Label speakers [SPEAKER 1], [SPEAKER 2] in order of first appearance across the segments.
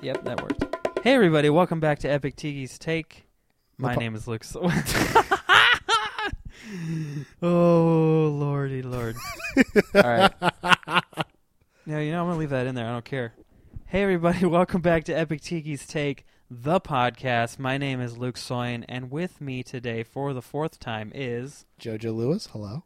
[SPEAKER 1] Yep, that works. Hey, everybody, welcome back to Epic Tigi's Take. My
[SPEAKER 2] po-
[SPEAKER 1] name is Luke. Sol- oh, lordy, lord. All right. No, you know, I'm going to leave that in there. I don't care. Hey, everybody, welcome back to Epic Tigi's Take, the podcast. My name is Luke Soin, and with me today for the fourth time is.
[SPEAKER 2] Jojo Lewis, hello.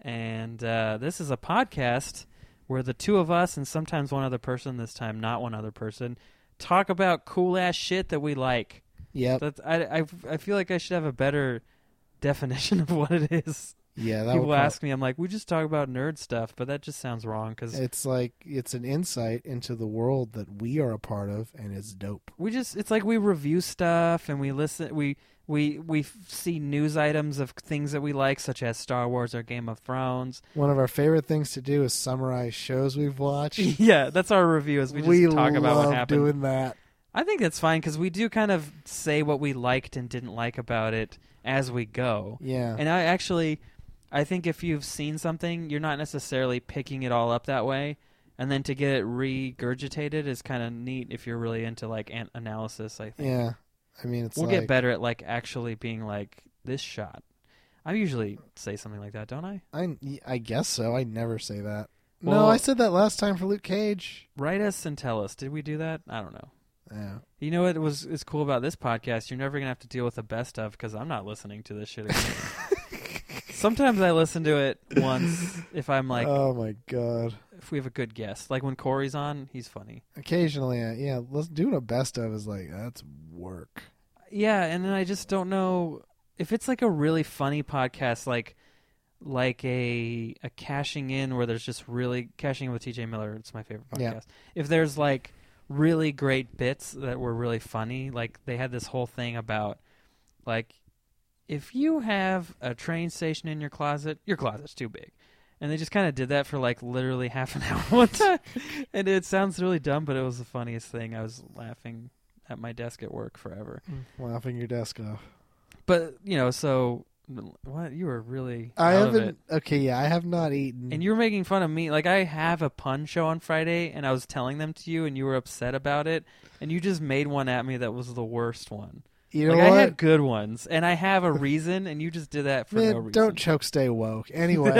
[SPEAKER 1] And uh, this is a podcast where the two of us, and sometimes one other person, this time not one other person, talk about cool ass shit that we like.
[SPEAKER 2] Yep.
[SPEAKER 1] That's, I, I, I feel like I should have a better definition of what it is.
[SPEAKER 2] yeah, that would
[SPEAKER 1] People
[SPEAKER 2] prob-
[SPEAKER 1] ask me, I'm like, we just talk about nerd stuff, but that just sounds wrong because
[SPEAKER 2] It's like it's an insight into the world that we are a part of, and it's dope.
[SPEAKER 1] we just, it's like we review stuff and we listen, we. We we f- see news items of things that we like, such as Star Wars or Game of Thrones.
[SPEAKER 2] One of our favorite things to do is summarize shows we've watched.
[SPEAKER 1] yeah, that's our review. Is we just talk about
[SPEAKER 2] love
[SPEAKER 1] what happened.
[SPEAKER 2] doing that.
[SPEAKER 1] I think that's fine because we do kind of say what we liked and didn't like about it as we go.
[SPEAKER 2] Yeah,
[SPEAKER 1] And I actually, I think if you've seen something, you're not necessarily picking it all up that way. And then to get it regurgitated is kind of neat if you're really into like an- analysis. I think
[SPEAKER 2] yeah. I mean, it's
[SPEAKER 1] we'll
[SPEAKER 2] like,
[SPEAKER 1] get better at like actually being like this shot. I usually say something like that, don't I?
[SPEAKER 2] I I guess so. I never say that.
[SPEAKER 1] Well-
[SPEAKER 2] no, I said that last time for Luke Cage.
[SPEAKER 1] Write us and tell us. Did we do that? I don't know.
[SPEAKER 2] Yeah.
[SPEAKER 1] You know what was is cool about this podcast? You're never gonna have to deal with the best of because I'm not listening to this shit. Again. Sometimes I listen to it once if I'm like
[SPEAKER 2] oh my god.
[SPEAKER 1] if we have a good guest. Like when Corey's on, he's funny.
[SPEAKER 2] Occasionally, uh, yeah. Let's doing a best of is like that's work.
[SPEAKER 1] Yeah, and then I just don't know if it's like a really funny podcast, like like a a cashing in where there's just really cashing in with TJ Miller. It's my favorite podcast.
[SPEAKER 2] Yeah.
[SPEAKER 1] If there's like really great bits that were really funny, like they had this whole thing about like if you have a train station in your closet, your closet's too big. And they just kind of did that for like literally half an hour one time. and it sounds really dumb, but it was the funniest thing. I was laughing at my desk at work forever.
[SPEAKER 2] Laughing your desk off.
[SPEAKER 1] But you know, so what you were really
[SPEAKER 2] I
[SPEAKER 1] out of it.
[SPEAKER 2] haven't. Okay, yeah, I have not eaten.
[SPEAKER 1] and you were making fun of me. Like I have a pun show on Friday, and I was telling them to you, and you were upset about it, and you just made one at me that was the worst one.
[SPEAKER 2] You know
[SPEAKER 1] like
[SPEAKER 2] what?
[SPEAKER 1] I had good ones, and I have a reason, and you just did that for
[SPEAKER 2] Man,
[SPEAKER 1] no reason.
[SPEAKER 2] don't choke, stay woke. Anyway,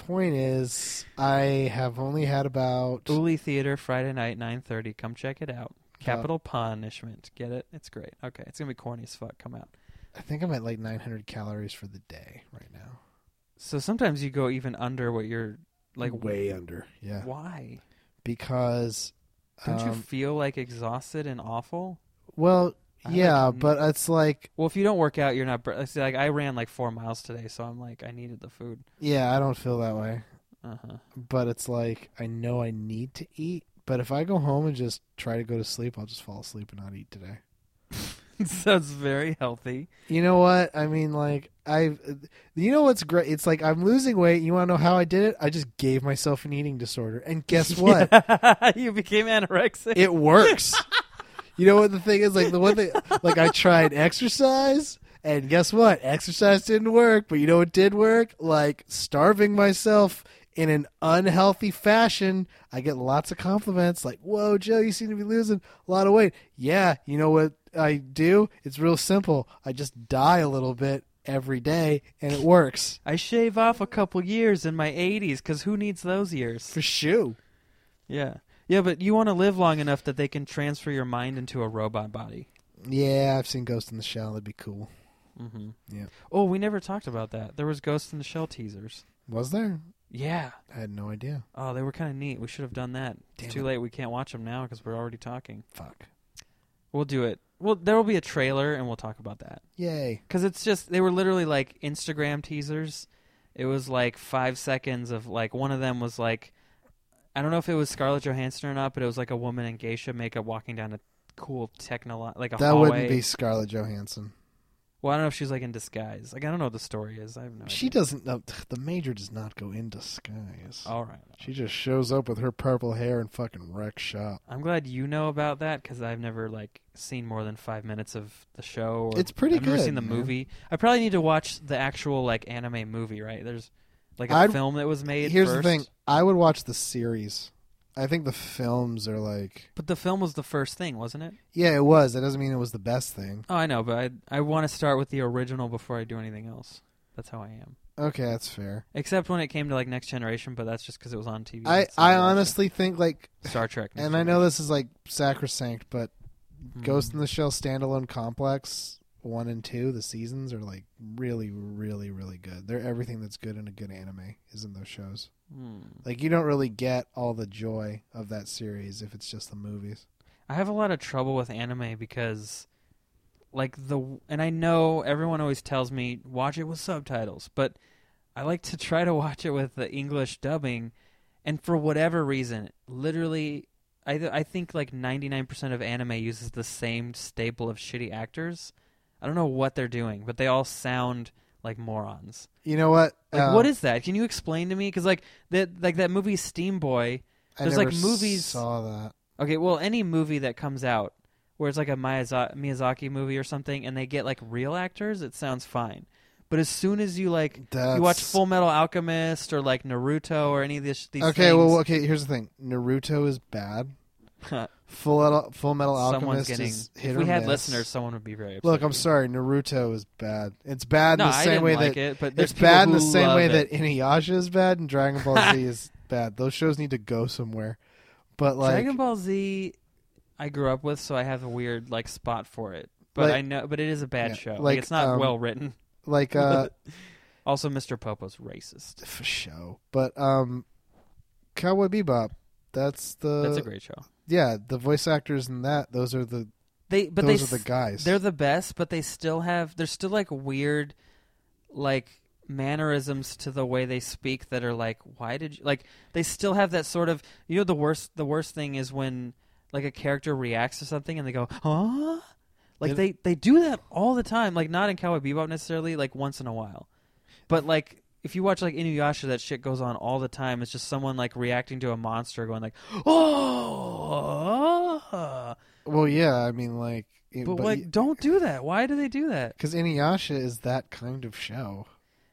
[SPEAKER 2] point is, I have only had about.
[SPEAKER 1] Dooley Theater Friday night, nine thirty. Come check it out. Capital punishment. Get it? It's great. Okay, it's gonna be corny as fuck. Come out.
[SPEAKER 2] I think I'm at like 900 calories for the day right now.
[SPEAKER 1] So sometimes you go even under what you're like.
[SPEAKER 2] way under. Yeah,
[SPEAKER 1] Why?
[SPEAKER 2] because.
[SPEAKER 1] Don't you
[SPEAKER 2] um,
[SPEAKER 1] feel like exhausted and awful?
[SPEAKER 2] Well,
[SPEAKER 1] I
[SPEAKER 2] yeah,
[SPEAKER 1] like-
[SPEAKER 2] but it's like,
[SPEAKER 1] Well, if you don't work out, you're not. Br- uh, see, like I ran like four miles today, so I'm like I needed the food.
[SPEAKER 2] yeah, I don't feel that way.
[SPEAKER 1] Uh huh.
[SPEAKER 2] But it's like I know I need to eat. But if I go home and just try to go to sleep, I'll just fall asleep and not eat today.
[SPEAKER 1] Sounds very healthy.
[SPEAKER 2] You know what? I mean, like I, you know what's great? It's like I'm losing weight. You want to know how I did it? I just gave myself an eating disorder, and guess what?
[SPEAKER 1] you became anorexic.
[SPEAKER 2] It works. you know what the thing is? Like the one thing, like I tried exercise, and guess what? Exercise didn't work. But you know what did work? Like starving myself in an unhealthy fashion. I get lots of compliments, like "Whoa, Joe, you seem to be losing a lot of weight." Yeah, you know what I do? It's real simple. I just die a little bit every day, and it works.
[SPEAKER 1] I shave off a couple years in my 80s because who needs those years?
[SPEAKER 2] For shoe.
[SPEAKER 1] Yeah. Yeah, but you want to live long enough that they can transfer your mind into a robot body.
[SPEAKER 2] Yeah, I've seen Ghost in the Shell. That'd be cool.
[SPEAKER 1] hmm
[SPEAKER 2] Yeah.
[SPEAKER 1] Oh, we never talked about that. There was Ghost in the Shell teasers.
[SPEAKER 2] Was there?
[SPEAKER 1] Yeah.
[SPEAKER 2] I had no idea.
[SPEAKER 1] Oh, they were kind of neat. We should have done that.
[SPEAKER 2] Damn
[SPEAKER 1] it's too
[SPEAKER 2] it.
[SPEAKER 1] late. We can't watch them now because we're already talking.
[SPEAKER 2] Fuck.
[SPEAKER 1] We'll do it. Well, there will be a trailer, and we'll talk about that.
[SPEAKER 2] Yay.
[SPEAKER 1] Because it's just they were literally like Instagram teasers. It was like five seconds of like one of them was like I don't know if it was Scarlett Johansson or not, but it was like a woman in geisha makeup walking down a cool techno like a
[SPEAKER 2] That
[SPEAKER 1] hallway.
[SPEAKER 2] wouldn't be Scarlett Johansson.
[SPEAKER 1] Well, I don't know if she's like in disguise. Like I don't know what the story is. I have no.
[SPEAKER 2] She
[SPEAKER 1] idea.
[SPEAKER 2] doesn't. No, th- the major does not go in disguise.
[SPEAKER 1] All right.
[SPEAKER 2] She just shows up with her purple hair and fucking wreck shop.
[SPEAKER 1] I'm glad you know about that because I've never like seen more than five minutes of the show. Or
[SPEAKER 2] It's pretty
[SPEAKER 1] I've never
[SPEAKER 2] good,
[SPEAKER 1] seen the
[SPEAKER 2] man.
[SPEAKER 1] movie. I probably need to watch the actual like anime movie. Right? There's like a
[SPEAKER 2] I'd-
[SPEAKER 1] film that was made.
[SPEAKER 2] Here's the
[SPEAKER 1] first.
[SPEAKER 2] thing: I would watch the series. I think the films are like
[SPEAKER 1] But the film was the first thing, wasn't it?
[SPEAKER 2] yeah, it was. That doesn't mean it was the best thing.
[SPEAKER 1] Oh, I know, but I I want to start with the original before I do anything else. That's how I am.
[SPEAKER 2] Okay, that's fair.
[SPEAKER 1] Except when it came to like Next Generation, but that's just because it was on TV.
[SPEAKER 2] I
[SPEAKER 1] That's not
[SPEAKER 2] I
[SPEAKER 1] watched it.
[SPEAKER 2] honestly think like,
[SPEAKER 1] Star Trek, Next
[SPEAKER 2] and I know this is like sacrosanct, but Ghost
[SPEAKER 1] Hmm.
[SPEAKER 2] in the Shell standalone complex one and two, the seasons are like really, really, really good. They're everything that's good in a good anime is in those shows.
[SPEAKER 1] Hmm.
[SPEAKER 2] Like you don't really get all the joy of that series if it's just the movies.
[SPEAKER 1] I have a lot of trouble with anime because, like the and I know everyone always tells me watch it with subtitles, but I like to try to watch it with the English dubbing, and for whatever reason, literally, I th- I think like ninety nine percent of anime uses the same staple of shitty actors. I don't know what they're doing, but they all sound like morons.
[SPEAKER 2] You know what?
[SPEAKER 1] Like,
[SPEAKER 2] Um,
[SPEAKER 1] what is that? Can you explain to me? Because like that, like that movie Steam Boy.
[SPEAKER 2] I
[SPEAKER 1] there's,
[SPEAKER 2] never
[SPEAKER 1] like, movies-
[SPEAKER 2] Saw that.
[SPEAKER 1] Okay, well, any movie that comes out where it's like a Miyaza- Miyazaki movie or something, and they get like real actors, it sounds fine. But as soon as you like
[SPEAKER 2] That's...
[SPEAKER 1] you watch Full Metal Alchemist or like Naruto or any of these, these
[SPEAKER 2] Okay,
[SPEAKER 1] things,
[SPEAKER 2] well, okay. Here's the thing: Naruto is bad. Full Metal, Full Metal
[SPEAKER 1] someone's
[SPEAKER 2] Alchemist
[SPEAKER 1] getting.
[SPEAKER 2] is hit
[SPEAKER 1] If
[SPEAKER 2] or
[SPEAKER 1] we had
[SPEAKER 2] miss.
[SPEAKER 1] listeners, someone would be very. Upset
[SPEAKER 2] Look, I'm sorry, Naruto is bad. It's bad
[SPEAKER 1] No,
[SPEAKER 2] in the
[SPEAKER 1] I
[SPEAKER 2] same
[SPEAKER 1] didn't
[SPEAKER 2] way
[SPEAKER 1] like
[SPEAKER 2] that
[SPEAKER 1] it, but there's
[SPEAKER 2] it's
[SPEAKER 1] people
[SPEAKER 2] bad in the
[SPEAKER 1] who
[SPEAKER 2] same
[SPEAKER 1] love
[SPEAKER 2] way
[SPEAKER 1] it.
[SPEAKER 2] that Inuyasha is bad and Dragon Ball Z is bad. Those shows need to go somewhere. But like,
[SPEAKER 1] Dragon Ball Z, I grew up with, so I have a weird like spot for it. But
[SPEAKER 2] Like-
[SPEAKER 1] I know, but it is a bad
[SPEAKER 2] Yeah,
[SPEAKER 1] show. Like,
[SPEAKER 2] like,
[SPEAKER 1] it's not
[SPEAKER 2] um,
[SPEAKER 1] well written.
[SPEAKER 2] like uh,
[SPEAKER 1] Also, Mr. Popo's racist.
[SPEAKER 2] for show. But um, Cowboy Bebop. That's the
[SPEAKER 1] That's a great show.
[SPEAKER 2] yeah. The voice actors in that those are the
[SPEAKER 1] They but
[SPEAKER 2] those
[SPEAKER 1] they
[SPEAKER 2] are the guys.
[SPEAKER 1] they're the best, but they still have there's still like weird like mannerisms to the way they speak that are like why did you like they still have that sort of you know the worst the worst thing is when like a character reacts to something and they go huh like
[SPEAKER 2] It-
[SPEAKER 1] they they do that all the time like not in Cowboy Bebop necessarily like once in a while but like if you watch like Inuyasha that shit goes on all the time it's just someone like reacting to a monster going like oh
[SPEAKER 2] well, yeah. I mean, like, it-
[SPEAKER 1] but,
[SPEAKER 2] but
[SPEAKER 1] like, don't do that. Why do they do that?
[SPEAKER 2] because Inuyasha is that kind of show.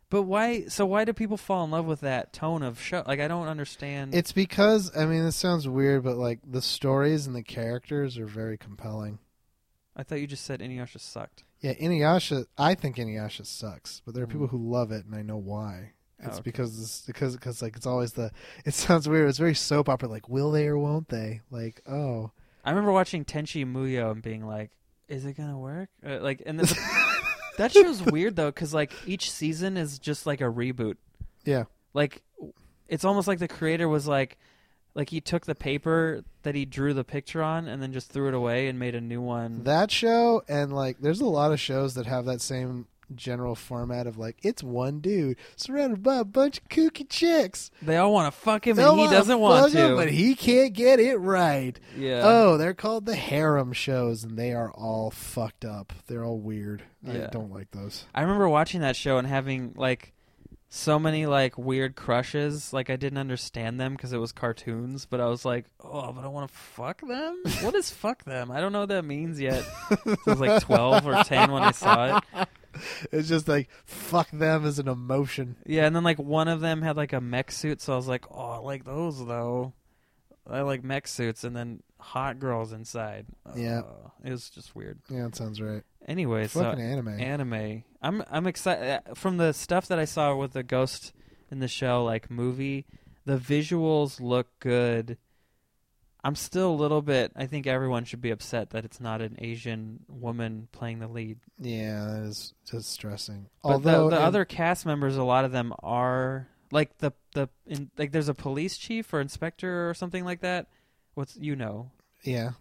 [SPEAKER 1] But why? So why do people fall in love with that tone of show? Like, I don't understand.
[SPEAKER 2] It's because I mean, this sounds weird, but like the stories and the characters are very compelling.
[SPEAKER 1] I thought you just said Inuyasha sucked.
[SPEAKER 2] Yeah, Inuyasha. I think Inuyasha sucks, but there are people who love it, and I know why.
[SPEAKER 1] Mm. Oh,
[SPEAKER 2] It's
[SPEAKER 1] okay.
[SPEAKER 2] because it's because because like it's always the. It sounds weird. It's very soap opera. Like, will they or won't they? Like, oh,
[SPEAKER 1] I remember watching Tenchi Muyo and being like, "Is it gonna work?" Uh, like, and the, that show's weird though, because like each season is just like a reboot.
[SPEAKER 2] Yeah.
[SPEAKER 1] Like, it's almost like the creator was like, like he took the paper that he drew the picture on and then just threw it away and made a new one.
[SPEAKER 2] that show and like there's a lot of shows that have that same general format of like it's one dude surrounded by a bunch of kooky chicks
[SPEAKER 1] they all want to fuck him,
[SPEAKER 2] They'll
[SPEAKER 1] and he
[SPEAKER 2] wanna
[SPEAKER 1] doesn't want
[SPEAKER 2] fuck 'em,
[SPEAKER 1] to.
[SPEAKER 2] but he can't get it right
[SPEAKER 1] yeah.
[SPEAKER 2] Oh, they're called the harem shows, and they are all fucked up. They're all weird. I
[SPEAKER 1] Yeah.
[SPEAKER 2] don't like those.
[SPEAKER 1] I remember watching that show and having like so many like weird crushes. Like I didn't understand them because it was cartoons, but I was like, oh, but I want to fuck them. What is fuck them? I don't know what that means yet. I was like twelve or ten when I saw it.
[SPEAKER 2] It's just like fuck them as an emotion.
[SPEAKER 1] Yeah, and then like one of them had like a mech suit, so I was like, oh, I like those though. I like mech suits, and then hot girls inside.
[SPEAKER 2] Yeah.
[SPEAKER 1] Oh, it was just weird.
[SPEAKER 2] Yeah, that sounds right.
[SPEAKER 1] Anyway, so
[SPEAKER 2] Fucking anime.
[SPEAKER 1] anime. I'm I'm excited from the stuff that I saw with the ghost in the shell like movie. The visuals look good. I'm still a little bit. I think everyone should be upset that it's not an Asian woman playing the lead.
[SPEAKER 2] yeah, that is just stressing.
[SPEAKER 1] But
[SPEAKER 2] Although
[SPEAKER 1] the, the
[SPEAKER 2] in-
[SPEAKER 1] other cast members, a lot of them are like the the in, like there's a police chief or inspector or something like that. What's you know
[SPEAKER 2] yeah,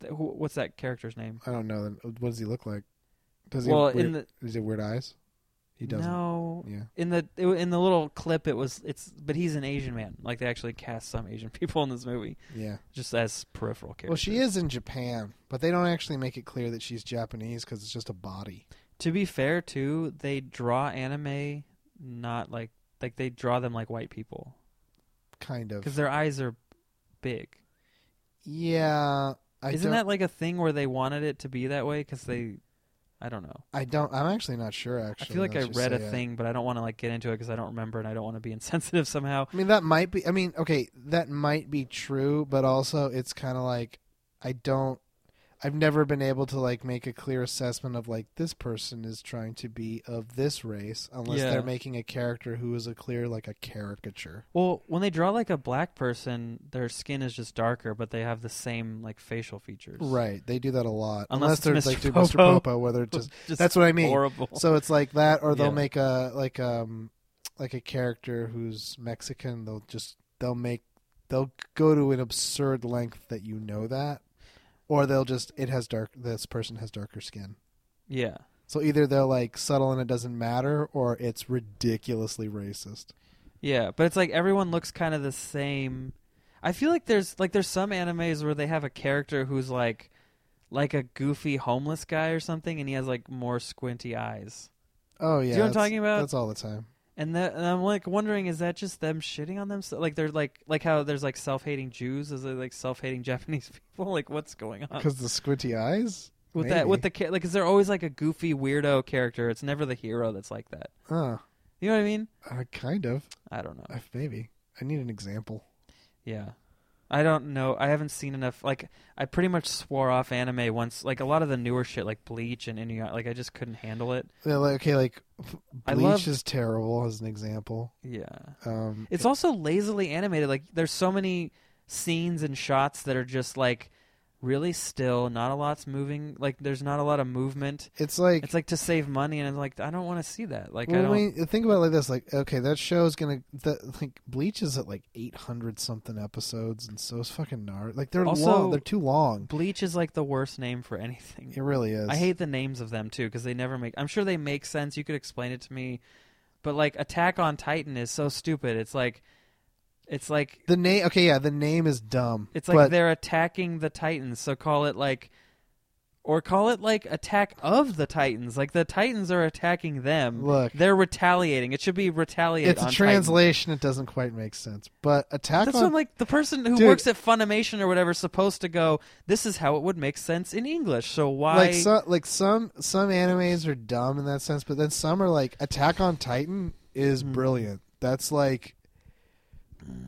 [SPEAKER 1] Th- who- what's that character's name?
[SPEAKER 2] I don't know. them. What does he look like? Does he?
[SPEAKER 1] well,
[SPEAKER 2] have weird,
[SPEAKER 1] in the
[SPEAKER 2] does he have weird eyes? He doesn't.
[SPEAKER 1] no,
[SPEAKER 2] Yeah.
[SPEAKER 1] in the it wa- in the little clip it was it's but he's an asian man like they actually cast some asian people in this movie
[SPEAKER 2] Yeah.
[SPEAKER 1] just as peripheral characters
[SPEAKER 2] Well, she is in Japan, but they don't actually make it clear that she's Japanese because it's just a body.
[SPEAKER 1] to be fair too they draw anime not like like they draw them like white people
[SPEAKER 2] Kind of.
[SPEAKER 1] because their eyes are big
[SPEAKER 2] Yeah. I
[SPEAKER 1] isn't
[SPEAKER 2] don't-
[SPEAKER 1] that like a thing where they wanted it to be that way because they I don't know.
[SPEAKER 2] I don't. I'm actually not sure.
[SPEAKER 1] I
[SPEAKER 2] Actually,
[SPEAKER 1] feel like
[SPEAKER 2] now
[SPEAKER 1] I
[SPEAKER 2] that you
[SPEAKER 1] read a
[SPEAKER 2] say it.
[SPEAKER 1] thing, but I don't want to like get into it because I don't remember and I don't want to be insensitive somehow.
[SPEAKER 2] I mean, that might be. I mean, okay, that might be true, but also it's kind of like I don't. I've never been able to like make a clear assessment of like this person is trying to be of this race unless
[SPEAKER 1] Yeah.
[SPEAKER 2] they're making a character who is a clear like a caricature.
[SPEAKER 1] Well, when they draw like a black person, their skin is just darker, but they have the same like facial features.
[SPEAKER 2] Right. They do that a lot.
[SPEAKER 1] Unless it's
[SPEAKER 2] Unless,
[SPEAKER 1] Mr.
[SPEAKER 2] they're like do
[SPEAKER 1] Popo.
[SPEAKER 2] Mr. Popo, whether it's just
[SPEAKER 1] Just
[SPEAKER 2] that's what I mean.
[SPEAKER 1] Horrible.
[SPEAKER 2] so it's like that or they'll
[SPEAKER 1] Yeah.
[SPEAKER 2] make a like um like a character who's Mexican, they'll just they'll make they'll go to an absurd length that you know that. Or they'll just it has dark this person has darker skin.
[SPEAKER 1] yeah.
[SPEAKER 2] So either they're like subtle and it doesn't matter or it's ridiculously racist.
[SPEAKER 1] Yeah, but it's like everyone looks kind of the same. I feel like there's like there's some animes where they have a character who's like like a goofy homeless guy or something and he has like more squinty eyes.
[SPEAKER 2] Oh
[SPEAKER 1] know what I'm
[SPEAKER 2] yeah. that's-
[SPEAKER 1] talking about?
[SPEAKER 2] That's all the time.
[SPEAKER 1] And, that, and I'm like wondering, is that just them shitting on themselves? Like they're like like how there's like self-hating Jews, is there like self-hating Japanese people? Like what's going on
[SPEAKER 2] Cuz the squinty eyes?
[SPEAKER 1] with that? With
[SPEAKER 2] maybe.
[SPEAKER 1] the cha- like, is there always like a goofy weirdo character? It's never the hero that's like that.
[SPEAKER 2] Huh.
[SPEAKER 1] You know what I mean?
[SPEAKER 2] Uh, kind of.
[SPEAKER 1] I don't know.
[SPEAKER 2] Uh, Maybe. I need an example.
[SPEAKER 1] Yeah, I don't know. I haven't seen enough. Like I pretty much swore off anime once. Like a lot of the newer shit, like Bleach and Inuyasha. Like I just couldn't handle it.
[SPEAKER 2] Yeah, like- Okay, like f-
[SPEAKER 1] I
[SPEAKER 2] Bleach
[SPEAKER 1] love-
[SPEAKER 2] is terrible as an example.
[SPEAKER 1] Yeah.
[SPEAKER 2] Um,
[SPEAKER 1] It's also lazily animated. Like there's so many scenes and shots that are just like really still. Not a lot's moving. Like there's not a lot of movement.
[SPEAKER 2] it's like,
[SPEAKER 1] It's like to save money, and I'm like I don't want to see that. Like I
[SPEAKER 2] well,
[SPEAKER 1] don't.
[SPEAKER 2] I mean, think about it like this: like, okay, that show is gonna that like Bleach is at like eight hundred something episodes, and so is fucking Naruto. Like they're
[SPEAKER 1] Also-
[SPEAKER 2] long, they're too long.
[SPEAKER 1] Bleach is like the worst name for anything.
[SPEAKER 2] It really is.
[SPEAKER 1] I hate the names of them too because they never make. I'm sure they make sense. You could explain it to me, but like Attack on Titan is so stupid. It's like, it's like
[SPEAKER 2] the name. Okay, yeah, the name is dumb.
[SPEAKER 1] it's like
[SPEAKER 2] but-
[SPEAKER 1] they're attacking the Titans. So call it like, or call it like Attack of the Titans. Like the Titans are attacking them.
[SPEAKER 2] Look.
[SPEAKER 1] they're retaliating. It should be retaliate.
[SPEAKER 2] it's
[SPEAKER 1] on
[SPEAKER 2] a
[SPEAKER 1] Titan.
[SPEAKER 2] translation; it doesn't quite make sense. But Attack
[SPEAKER 1] That's
[SPEAKER 2] on
[SPEAKER 1] what I'm like the person who
[SPEAKER 2] Dude.
[SPEAKER 1] works at Funimation or whatever is supposed to go. This is how it would make sense in English. So why?
[SPEAKER 2] like some like some some animes are dumb in that sense, but then some are like Attack on Titan is
[SPEAKER 1] Mm-hmm.
[SPEAKER 2] brilliant. That's like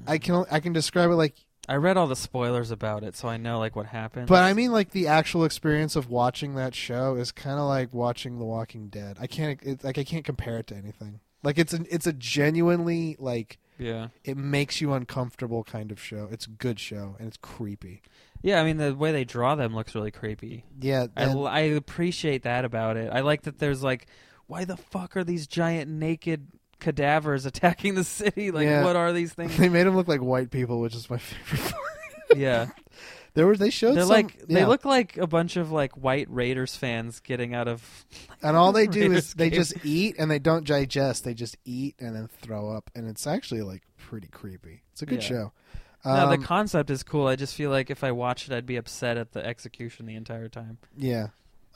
[SPEAKER 2] I can I can describe it like,
[SPEAKER 1] I read all the spoilers about it, so I know like what happened.
[SPEAKER 2] but I mean like the actual experience of watching that show is kind of like watching The Walking Dead. I can't it, like I can't compare it to anything. Like it's an it's a genuinely like
[SPEAKER 1] yeah.
[SPEAKER 2] it makes you uncomfortable kind of show. It's a good show and it's creepy.
[SPEAKER 1] Yeah, I mean the way they draw them looks really creepy.
[SPEAKER 2] Yeah,
[SPEAKER 1] I,
[SPEAKER 2] and-
[SPEAKER 1] l- I appreciate that about it. I like that there's like, why the fuck are these giant naked cadavers attacking the city? Like,
[SPEAKER 2] Yeah.
[SPEAKER 1] what are these things?
[SPEAKER 2] they made them look like white people, which is my favorite part.
[SPEAKER 1] yeah,
[SPEAKER 2] There was they showed
[SPEAKER 1] they're
[SPEAKER 2] some-
[SPEAKER 1] like they
[SPEAKER 2] yeah.
[SPEAKER 1] look like a bunch of like white Raiders fans getting out of.
[SPEAKER 2] And all they do
[SPEAKER 1] Raiders
[SPEAKER 2] is they
[SPEAKER 1] game.
[SPEAKER 2] just eat and they don't digest. They just eat and then throw up. And it's actually like pretty creepy. It's a good
[SPEAKER 1] Yeah.
[SPEAKER 2] show.
[SPEAKER 1] no, the
[SPEAKER 2] Um,
[SPEAKER 1] concept is cool. I just feel like if I watched it, I'd be upset at the execution the entire time.
[SPEAKER 2] yeah,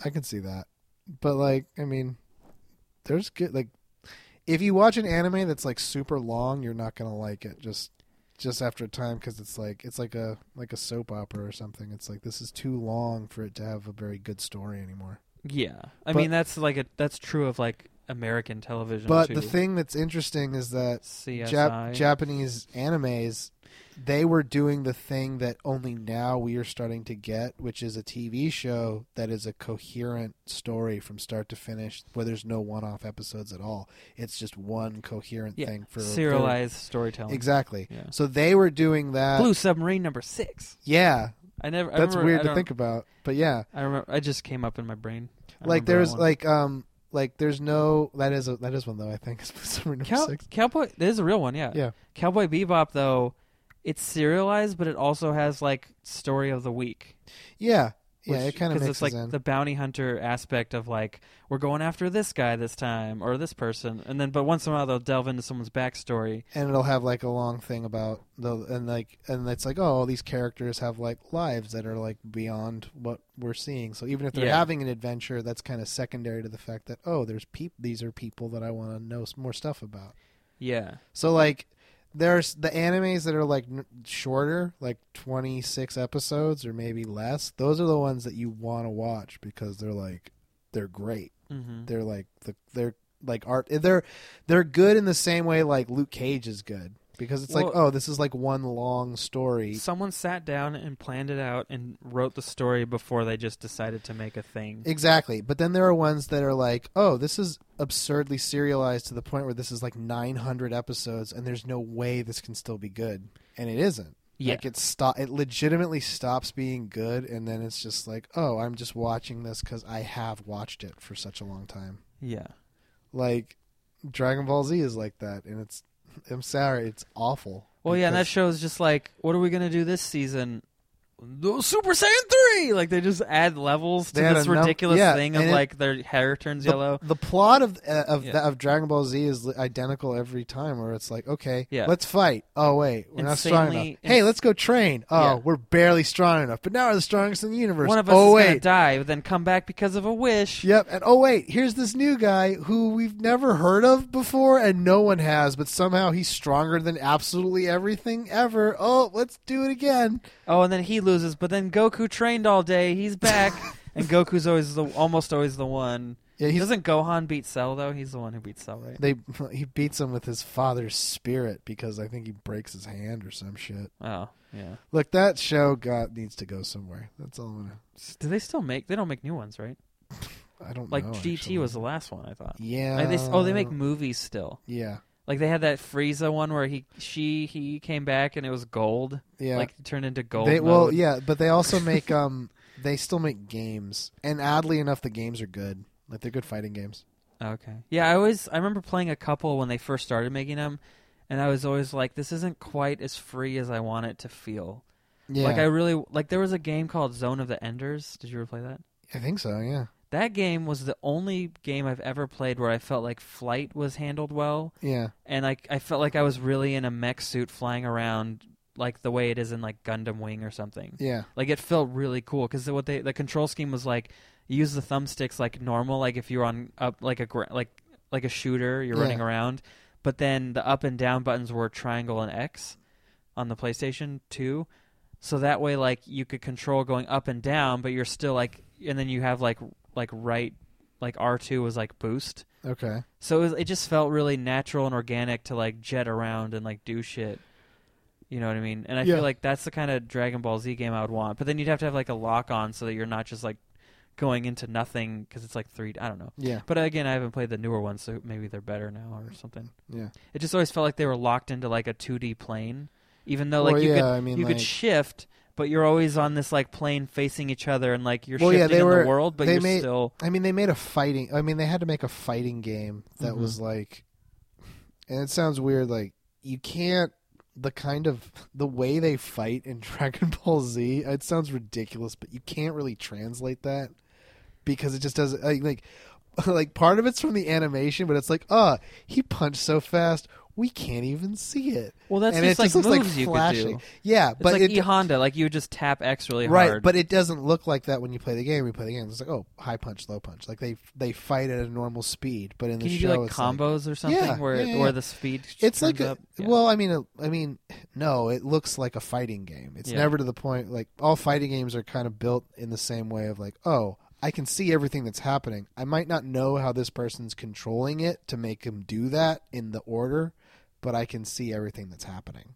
[SPEAKER 2] I can see that. But like, I mean, there's good like if you watch an anime that's like super long, you're not gonna like it just just after a time because it's like it's like a like a soap opera or something. It's like this is too long for it to have a very good story anymore.
[SPEAKER 1] Yeah, I
[SPEAKER 2] But-
[SPEAKER 1] mean that's like a that's true of like American television.
[SPEAKER 2] But
[SPEAKER 1] too.
[SPEAKER 2] the thing that's interesting is that
[SPEAKER 1] CSI.
[SPEAKER 2] Jap- Japanese animes, they were doing the thing that only now we are starting to get, which is a TV show that is a coherent story from start to finish, where there's no one-off episodes at all. It's just one coherent
[SPEAKER 1] Yeah,
[SPEAKER 2] thing for
[SPEAKER 1] serialized storytelling.
[SPEAKER 2] for- exactly.
[SPEAKER 1] Yeah.
[SPEAKER 2] So they were doing that.
[SPEAKER 1] Blue Submarine number six.
[SPEAKER 2] Yeah,
[SPEAKER 1] I never. I
[SPEAKER 2] Uh, that's
[SPEAKER 1] remember- I
[SPEAKER 2] weird to
[SPEAKER 1] don't-
[SPEAKER 2] think about, but yeah,
[SPEAKER 1] I remember. I just came up in my brain. I
[SPEAKER 2] like
[SPEAKER 1] remember that
[SPEAKER 2] there's
[SPEAKER 1] one.
[SPEAKER 2] like um like there's no that is a that is one though I think it's number
[SPEAKER 1] Cow-
[SPEAKER 2] six.
[SPEAKER 1] Cowboy. There's a real one. Yeah.
[SPEAKER 2] Yeah.
[SPEAKER 1] Cowboy Bebop though, it's serialized, but it also has like story of the week.
[SPEAKER 2] Yeah, yeah,
[SPEAKER 1] which-
[SPEAKER 2] it kind of
[SPEAKER 1] 'cause
[SPEAKER 2] mixes
[SPEAKER 1] it's like
[SPEAKER 2] in.
[SPEAKER 1] the bounty hunter aspect of like we're going after this guy this time or this person, and then but once in a while they'll delve into someone's backstory.
[SPEAKER 2] and it'll have like a long thing about the and like and it's like oh all these characters have like lives that are like beyond what we're seeing so even if they're
[SPEAKER 1] Yeah.
[SPEAKER 2] having an adventure that's kind of secondary to the fact that oh there's peop these are people that i want to know s- more stuff about
[SPEAKER 1] Yeah.
[SPEAKER 2] so like there's the animes that are like n- shorter like 26 episodes or maybe less those are the ones that you want to watch because they're like they're great.
[SPEAKER 1] hmm
[SPEAKER 2] They're like the they're like art. eh, They're they're good in the same way like Luke Cage is good because it's like
[SPEAKER 1] Well-
[SPEAKER 2] oh this is like one long story.
[SPEAKER 1] Someone sat down and planned it out and wrote the story before they just decided to make a thing.
[SPEAKER 2] Exactly. But then there are ones that are like, oh, this is absurdly serialized to the point where this is like 900 episodes and there's no way this can still be good. And it isn't.
[SPEAKER 1] Yeah.
[SPEAKER 2] Like it stop it legitimately stops being good and then it's just like, oh, I'm just watching this cuz I have watched it for such a long time.
[SPEAKER 1] yeah.
[SPEAKER 2] Like Dragon Ball Z is like that and it's I'm sorry, it's awful.
[SPEAKER 1] Well, Oh, yeah, and that
[SPEAKER 2] Because-
[SPEAKER 1] show's just like, what are we gonna do this season? The Super Saiyan three. Like they just add levels to
[SPEAKER 2] They had
[SPEAKER 1] this
[SPEAKER 2] a num-
[SPEAKER 1] ridiculous
[SPEAKER 2] yeah,
[SPEAKER 1] thing of
[SPEAKER 2] and it-
[SPEAKER 1] like their hair turns
[SPEAKER 2] the,
[SPEAKER 1] yellow.
[SPEAKER 2] The plot of uh, of
[SPEAKER 1] Yeah.
[SPEAKER 2] that of Dragon Ball Z is li- identical every time, where it's like, okay,
[SPEAKER 1] Yeah.
[SPEAKER 2] let's fight. Oh wait, we're not strong
[SPEAKER 1] Insanely-
[SPEAKER 2] enough. Hey,
[SPEAKER 1] ins-
[SPEAKER 2] let's go train. Oh,
[SPEAKER 1] Yeah.
[SPEAKER 2] we're barely strong enough, but now we're the strongest in the universe.
[SPEAKER 1] One of us
[SPEAKER 2] oh
[SPEAKER 1] is gonna
[SPEAKER 2] wait,
[SPEAKER 1] die, but then come back because of a wish.
[SPEAKER 2] yep, and oh wait, here's this new guy who we've never heard of before, and no one has, but somehow he's stronger than absolutely everything ever. Oh, let's do it again.
[SPEAKER 1] Oh, and then he loses, but then Goku trained all day. He's back, and Goku's always the almost always the one.
[SPEAKER 2] Yeah, he's.
[SPEAKER 1] Doesn't Gohan beat Cell though? He's the one who beats Cell, right?
[SPEAKER 2] They he beats him with his father's spirit because I think he breaks his hand or some shit.
[SPEAKER 1] Oh, yeah.
[SPEAKER 2] Look, that show got needs to go somewhere. That's all I'm gonna.
[SPEAKER 1] Do they still make? They don't make new ones, right?
[SPEAKER 2] I don't
[SPEAKER 1] Like
[SPEAKER 2] know,
[SPEAKER 1] GT
[SPEAKER 2] actually.
[SPEAKER 1] was the last one I thought.
[SPEAKER 2] Yeah.
[SPEAKER 1] Like, they s- oh, they make movies still.
[SPEAKER 2] Yeah,
[SPEAKER 1] Like they had that Frieza one where he she he came back and it was gold.
[SPEAKER 2] yeah.
[SPEAKER 1] Like turned into gold.
[SPEAKER 2] they well,
[SPEAKER 1] mode.
[SPEAKER 2] yeah, but they also make um, they still make games, and oddly enough, the games are good. Like they're good fighting games.
[SPEAKER 1] Okay. Yeah, I always I remember playing a couple when they first started making them, and I was always like, this isn't quite as free as I want it to feel.
[SPEAKER 2] Yeah,
[SPEAKER 1] Like I really like there was a game called Zone of the Enders. Did you ever play that?
[SPEAKER 2] I think so. Yeah,
[SPEAKER 1] That game was the only game I've ever played where I felt like flight was handled well,
[SPEAKER 2] yeah,
[SPEAKER 1] and like I felt like I was really in a mech suit flying around like the way it is in like Gundam Wing or something.
[SPEAKER 2] yeah,
[SPEAKER 1] Like it felt really cool because what they the control scheme was like use the thumbsticks like normal, like if you're on up like a gra- like like a shooter, you're
[SPEAKER 2] Yeah.
[SPEAKER 1] running around. But then the up and down buttons were triangle and X on the PlayStation Two, so that way like you could control going up and down, but you're still like and then you have like like right like R two was like boost.
[SPEAKER 2] okay.
[SPEAKER 1] So it, was, it just felt really natural and organic to like jet around and like do shit. You know what I mean? And I
[SPEAKER 2] Yeah.
[SPEAKER 1] feel like that's the kind of Dragon Ball Z game I would want. But then you'd have to have like a lock on so that you're not just like going into nothing because it's like three. I don't know.
[SPEAKER 2] Yeah,
[SPEAKER 1] But again, I haven't played the newer ones, so maybe they're better now or something.
[SPEAKER 2] yeah.
[SPEAKER 1] It just always felt like they were locked into like a 2D plane, even though like
[SPEAKER 2] well,
[SPEAKER 1] you
[SPEAKER 2] yeah,
[SPEAKER 1] could
[SPEAKER 2] I mean,
[SPEAKER 1] you
[SPEAKER 2] like,
[SPEAKER 1] could shift, but you're always on this like plane facing each other and like you're
[SPEAKER 2] Well, yeah,
[SPEAKER 1] shifting
[SPEAKER 2] they
[SPEAKER 1] in
[SPEAKER 2] were-
[SPEAKER 1] the world, but
[SPEAKER 2] they
[SPEAKER 1] you're
[SPEAKER 2] made-
[SPEAKER 1] still
[SPEAKER 2] I mean, they made a fighting. I mean, they had to make a fighting game that
[SPEAKER 1] Mhm.
[SPEAKER 2] was like, and it sounds weird. Like you can't the kind of the way they fight in Dragon Ball Z. It sounds ridiculous, but you can't really translate that because it just doesn't like like, like part of it's from the animation, but it's like, uh, he punched so fast. We can't even see it,
[SPEAKER 1] well. That's
[SPEAKER 2] and
[SPEAKER 1] just
[SPEAKER 2] it
[SPEAKER 1] like
[SPEAKER 2] just looks
[SPEAKER 1] moves
[SPEAKER 2] like
[SPEAKER 1] you could
[SPEAKER 2] flashing.
[SPEAKER 1] do.
[SPEAKER 2] Yeah,
[SPEAKER 1] It's
[SPEAKER 2] but
[SPEAKER 1] like
[SPEAKER 2] it
[SPEAKER 1] e Honda, like you would just tap X really
[SPEAKER 2] right
[SPEAKER 1] hard.
[SPEAKER 2] but it doesn't look like that when you play the game you play the game it's like oh high punch low punch like they they fight at a normal speed but in
[SPEAKER 1] can
[SPEAKER 2] the
[SPEAKER 1] you
[SPEAKER 2] show
[SPEAKER 1] do like
[SPEAKER 2] it's
[SPEAKER 1] combos or something
[SPEAKER 2] Yeah,
[SPEAKER 1] where
[SPEAKER 2] yeah, yeah, yeah.
[SPEAKER 1] where the speed
[SPEAKER 2] it's
[SPEAKER 1] turns
[SPEAKER 2] like a,
[SPEAKER 1] up? Yeah.
[SPEAKER 2] well i mean a, i mean no it looks like a fighting game it's
[SPEAKER 1] Yeah.
[SPEAKER 2] never to the point like all fighting games are kind of built in the same way of like oh i can see everything that's happening i might not know how this person's controlling it to make him do that in the order but i can see everything that's happening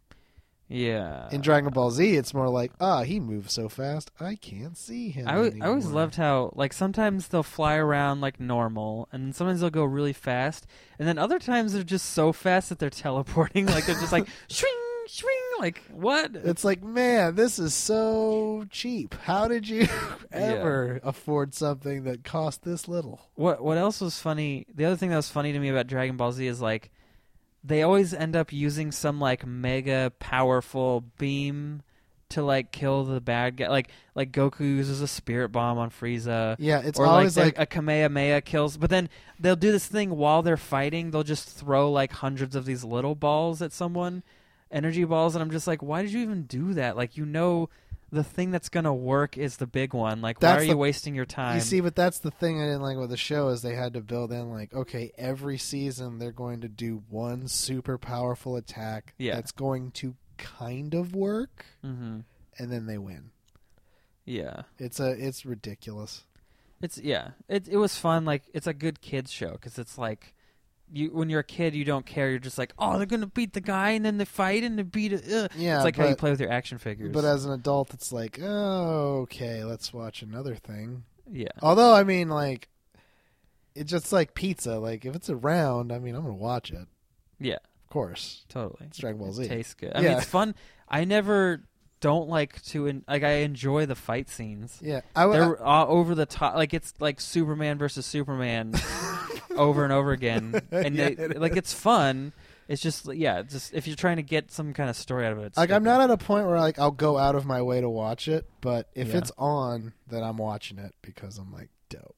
[SPEAKER 1] yeah.
[SPEAKER 2] in dragon ball z it's more like ah he moves so fast i can't see him
[SPEAKER 1] I always, I always
[SPEAKER 2] anymore."
[SPEAKER 1] loved how like sometimes they'll fly around like normal, and sometimes they'll go really fast, and then other times they're just so fast that they're teleporting, like they're just like swing, swing, like what?
[SPEAKER 2] It's like, man, this is so cheap. How did you ever afford something that cost this little?
[SPEAKER 1] What what else was funny? The other thing that was funny to me about Dragon Ball Z is like they always end up using some like mega powerful beam to like kill the bad guy. Like like Goku uses a spirit bomb on Frieza.
[SPEAKER 2] Yeah, it's
[SPEAKER 1] or like,
[SPEAKER 2] always
[SPEAKER 1] the-
[SPEAKER 2] like,
[SPEAKER 1] a Kamehameha kills, but then they'll do this thing while they're fighting. They'll just throw like hundreds of these little balls at someone, energy balls, and I'm just like, why did you even do that? Like you know, the thing that's gonna work is the big one. Like why
[SPEAKER 2] That's
[SPEAKER 1] are
[SPEAKER 2] the-
[SPEAKER 1] you wasting your time?
[SPEAKER 2] you see, but that's the thing I didn't like with the show is they had to build in like, okay, every season they're going to do one super powerful attack
[SPEAKER 1] Yeah.
[SPEAKER 2] that's going to kind of work,
[SPEAKER 1] hmm
[SPEAKER 2] and then they win.
[SPEAKER 1] Yeah.
[SPEAKER 2] It's a it's ridiculous.
[SPEAKER 1] It's yeah. It it was fun. Like it's a good kids show because it's like you when you're a kid you don't care. You're just like oh they're gonna beat the guy and then they fight and they beat it. Ugh.
[SPEAKER 2] Yeah,
[SPEAKER 1] it's like how you
[SPEAKER 2] but-
[SPEAKER 1] play with your action figures.
[SPEAKER 2] But as an adult, it's like, oh, okay, let's watch another thing.
[SPEAKER 1] yeah,
[SPEAKER 2] Although, I mean, like, it's just like pizza. Like, if it's around, I mean, I'm gonna watch it, of
[SPEAKER 1] yeah,
[SPEAKER 2] course.
[SPEAKER 1] totally.
[SPEAKER 2] It's Dragon Ball Z.
[SPEAKER 1] It tastes good. I
[SPEAKER 2] Yeah.
[SPEAKER 1] mean it's fun. I never don't like to in, like I enjoy the fight scenes.
[SPEAKER 2] Yeah, I would.
[SPEAKER 1] They're uh, over the top. Like it's like Superman versus Superman over and over again, and
[SPEAKER 2] Yeah,
[SPEAKER 1] they,
[SPEAKER 2] it
[SPEAKER 1] like it's fun. It's just yeah, just if you're trying to get some kind of story out of it. it's
[SPEAKER 2] like I'm
[SPEAKER 1] stupid.
[SPEAKER 2] not at a point where like I'll go out of my way to watch it, but if
[SPEAKER 1] Yeah.
[SPEAKER 2] it's on, then I'm watching it because I'm like dope.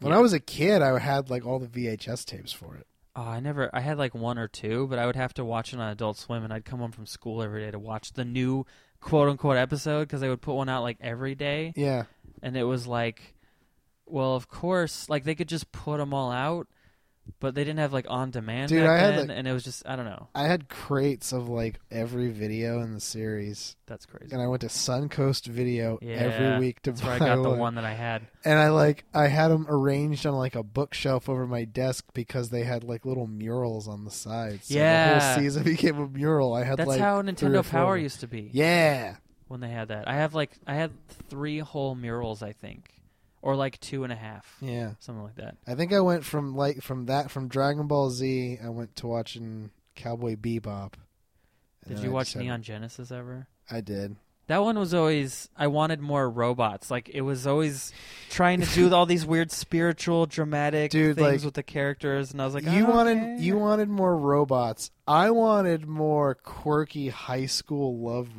[SPEAKER 2] When
[SPEAKER 1] Yeah.
[SPEAKER 2] I was a kid, I had like all the VHS tapes for it.
[SPEAKER 1] Oh, I never. I had like one or two, but I would have to watch it on Adult Swim, and I'd come home from school every day to watch the new quote unquote episode because they would put one out like every day,
[SPEAKER 2] Yeah,
[SPEAKER 1] and it was like, well, of course, like they could just put them all out, but they didn't have like on demand
[SPEAKER 2] Dude,
[SPEAKER 1] back
[SPEAKER 2] I had,
[SPEAKER 1] then,
[SPEAKER 2] like-
[SPEAKER 1] and it was just I don't know.
[SPEAKER 2] I had crates of like every video in the series,
[SPEAKER 1] That's crazy.
[SPEAKER 2] and I went to Suncoast Video
[SPEAKER 1] yeah,
[SPEAKER 2] every week to
[SPEAKER 1] that's
[SPEAKER 2] buy
[SPEAKER 1] where I got the
[SPEAKER 2] one.
[SPEAKER 1] one that I had.
[SPEAKER 2] and I like I had them arranged on like a bookshelf over my desk because they had like little murals on the sides. So the
[SPEAKER 1] Yeah.
[SPEAKER 2] whole season became a mural. I had
[SPEAKER 1] That's
[SPEAKER 2] like
[SPEAKER 1] how
[SPEAKER 2] three or
[SPEAKER 1] Nintendo
[SPEAKER 2] four
[SPEAKER 1] Power
[SPEAKER 2] of them.
[SPEAKER 1] used to be.
[SPEAKER 2] Yeah,
[SPEAKER 1] when they had that, I have like I had three whole murals, I think, or like two and a half,
[SPEAKER 2] yeah.
[SPEAKER 1] something like that.
[SPEAKER 2] I think I went from like from that from Dragon Ball Z. I went to watching Cowboy Bebop. And
[SPEAKER 1] Did
[SPEAKER 2] then
[SPEAKER 1] you
[SPEAKER 2] I
[SPEAKER 1] watch
[SPEAKER 2] decided-
[SPEAKER 1] Neon Genesis ever?
[SPEAKER 2] I did.
[SPEAKER 1] That one was always I wanted more robots. Like it was always trying to do all these weird spiritual, dramatic
[SPEAKER 2] Dude,
[SPEAKER 1] things
[SPEAKER 2] like,
[SPEAKER 1] with the characters, and I was like, "Oh,
[SPEAKER 2] you
[SPEAKER 1] "Okay."
[SPEAKER 2] wanted you wanted more robots. I wanted more quirky high school love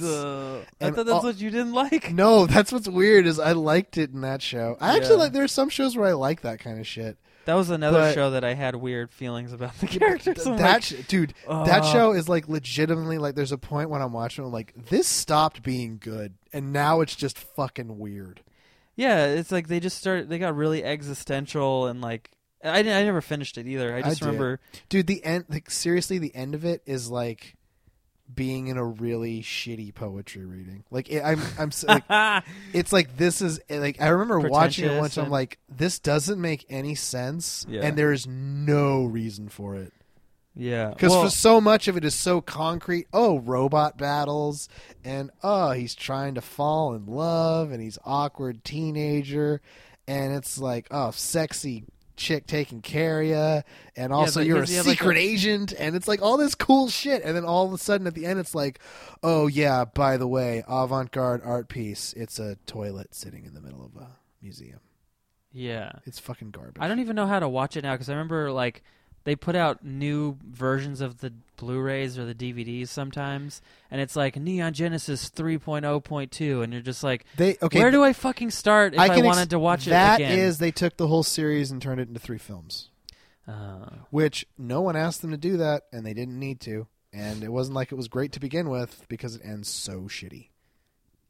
[SPEAKER 1] Duh. I
[SPEAKER 2] and
[SPEAKER 1] thought that's
[SPEAKER 2] all-
[SPEAKER 1] what you didn't like.
[SPEAKER 2] No, that's what's weird is I liked it in that show. I
[SPEAKER 1] Yeah.
[SPEAKER 2] actually like there are some shows where I like that kind of shit.
[SPEAKER 1] That was another
[SPEAKER 2] But-
[SPEAKER 1] show that I had weird feelings about the characters. I'm
[SPEAKER 2] that
[SPEAKER 1] like,
[SPEAKER 2] sh- dude,
[SPEAKER 1] "Uh,
[SPEAKER 2] that show is like legitimately like there's a point when I'm watching it I'm like this stopped being good and now it's just fucking weird.
[SPEAKER 1] Yeah, it's like they just started. They got really existential and like I, didn't- I never finished it either. I just
[SPEAKER 2] did.
[SPEAKER 1] remember
[SPEAKER 2] Dude, the end like seriously the end of it is like being in a really shitty poetry reading. Like it, I'm I'm s- like
[SPEAKER 1] ah,
[SPEAKER 2] it's like this is eh, like I remember watching it once.
[SPEAKER 1] Pretentious
[SPEAKER 2] I'm
[SPEAKER 1] and-
[SPEAKER 2] like, this doesn't make any sense,
[SPEAKER 1] Yeah.
[SPEAKER 2] and there is no reason for it
[SPEAKER 1] yeah.
[SPEAKER 2] because
[SPEAKER 1] well,
[SPEAKER 2] for so much of it is so concrete. Oh, robot battles, and oh, he's trying to fall in love, and he's awkward teenager, and it's like oh, sexy chick taking care of you, and also
[SPEAKER 1] but
[SPEAKER 2] you're a
[SPEAKER 1] does he have, like,
[SPEAKER 2] secret agent, and it's like all this cool shit, and then all of a sudden at the end it's like, oh yeah, by the way, avant-garde art piece. It's a toilet sitting in the middle of a museum.
[SPEAKER 1] yeah.
[SPEAKER 2] It's fucking garbage.
[SPEAKER 1] I don't e- even know how to watch it now because I remember like they put out new versions of the Blu-rays or the DVDs sometimes, and it's like Neon Genesis 3.0.2, and you're just like,
[SPEAKER 2] They okay.
[SPEAKER 1] where do I fucking start if I,
[SPEAKER 2] can ex-
[SPEAKER 1] wanted to watch it
[SPEAKER 2] That
[SPEAKER 1] again?
[SPEAKER 2] is, they took the whole series and turned it into three films,
[SPEAKER 1] Uh,
[SPEAKER 2] which no one asked them to do that, and they didn't need to. And it wasn't like it was great to begin with because it ends so shitty.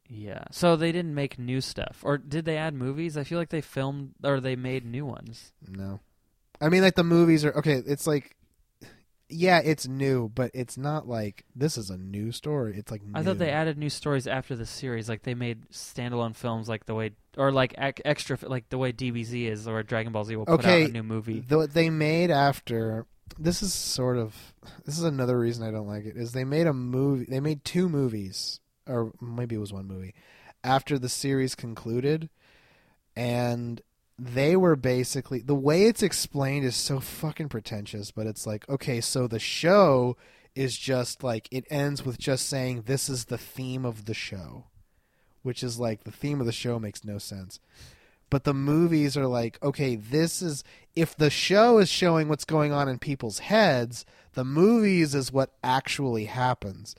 [SPEAKER 1] yeah. So they didn't make new stuff, or did they add movies? I feel like they filmed or they made new ones.
[SPEAKER 2] No, I mean like the movies are okay. It's like, yeah, it's new, but it's not like this is a new story. It's like
[SPEAKER 1] I thought
[SPEAKER 2] new.
[SPEAKER 1] they added new stories after the series, like they made standalone films, like the way or like ec- extra, like the way DBZ is, or Dragon Ball Z will put
[SPEAKER 2] Okay,
[SPEAKER 1] out a new movie.
[SPEAKER 2] Th- what they made after this is sort of this is another reason I don't like it is they made a movie they made two movies or maybe it was one movie after the series concluded and they were basically the way it's explained is so fucking pretentious but it's like okay so the show is just like it ends with just saying this is the theme of the show which is like the theme of the show makes no sense but the movies are like okay this is if the show is showing what's going on in people's heads the movies is what actually happens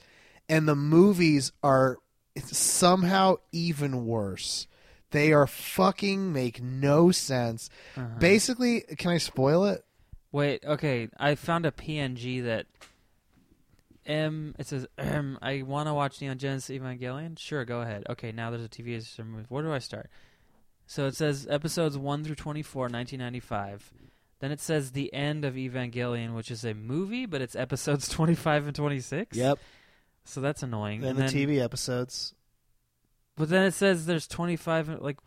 [SPEAKER 2] and the movies are somehow even worse they are fucking make no sense
[SPEAKER 1] Uh-huh.
[SPEAKER 2] basically can i spoil it
[SPEAKER 1] Wait, okay. I found a PNG that M it says um, I want to watch Neon Genesis Evangelion. Sure, go ahead. Okay, now there's a TV as a movie. Where do I start? So it says episodes 1 through 24, 1995. Then it says the end of Evangelion, which is a movie, but it's episodes 25 and 26. So that's annoying. and then,
[SPEAKER 2] tv episodes
[SPEAKER 1] But then it says there's 25 and, like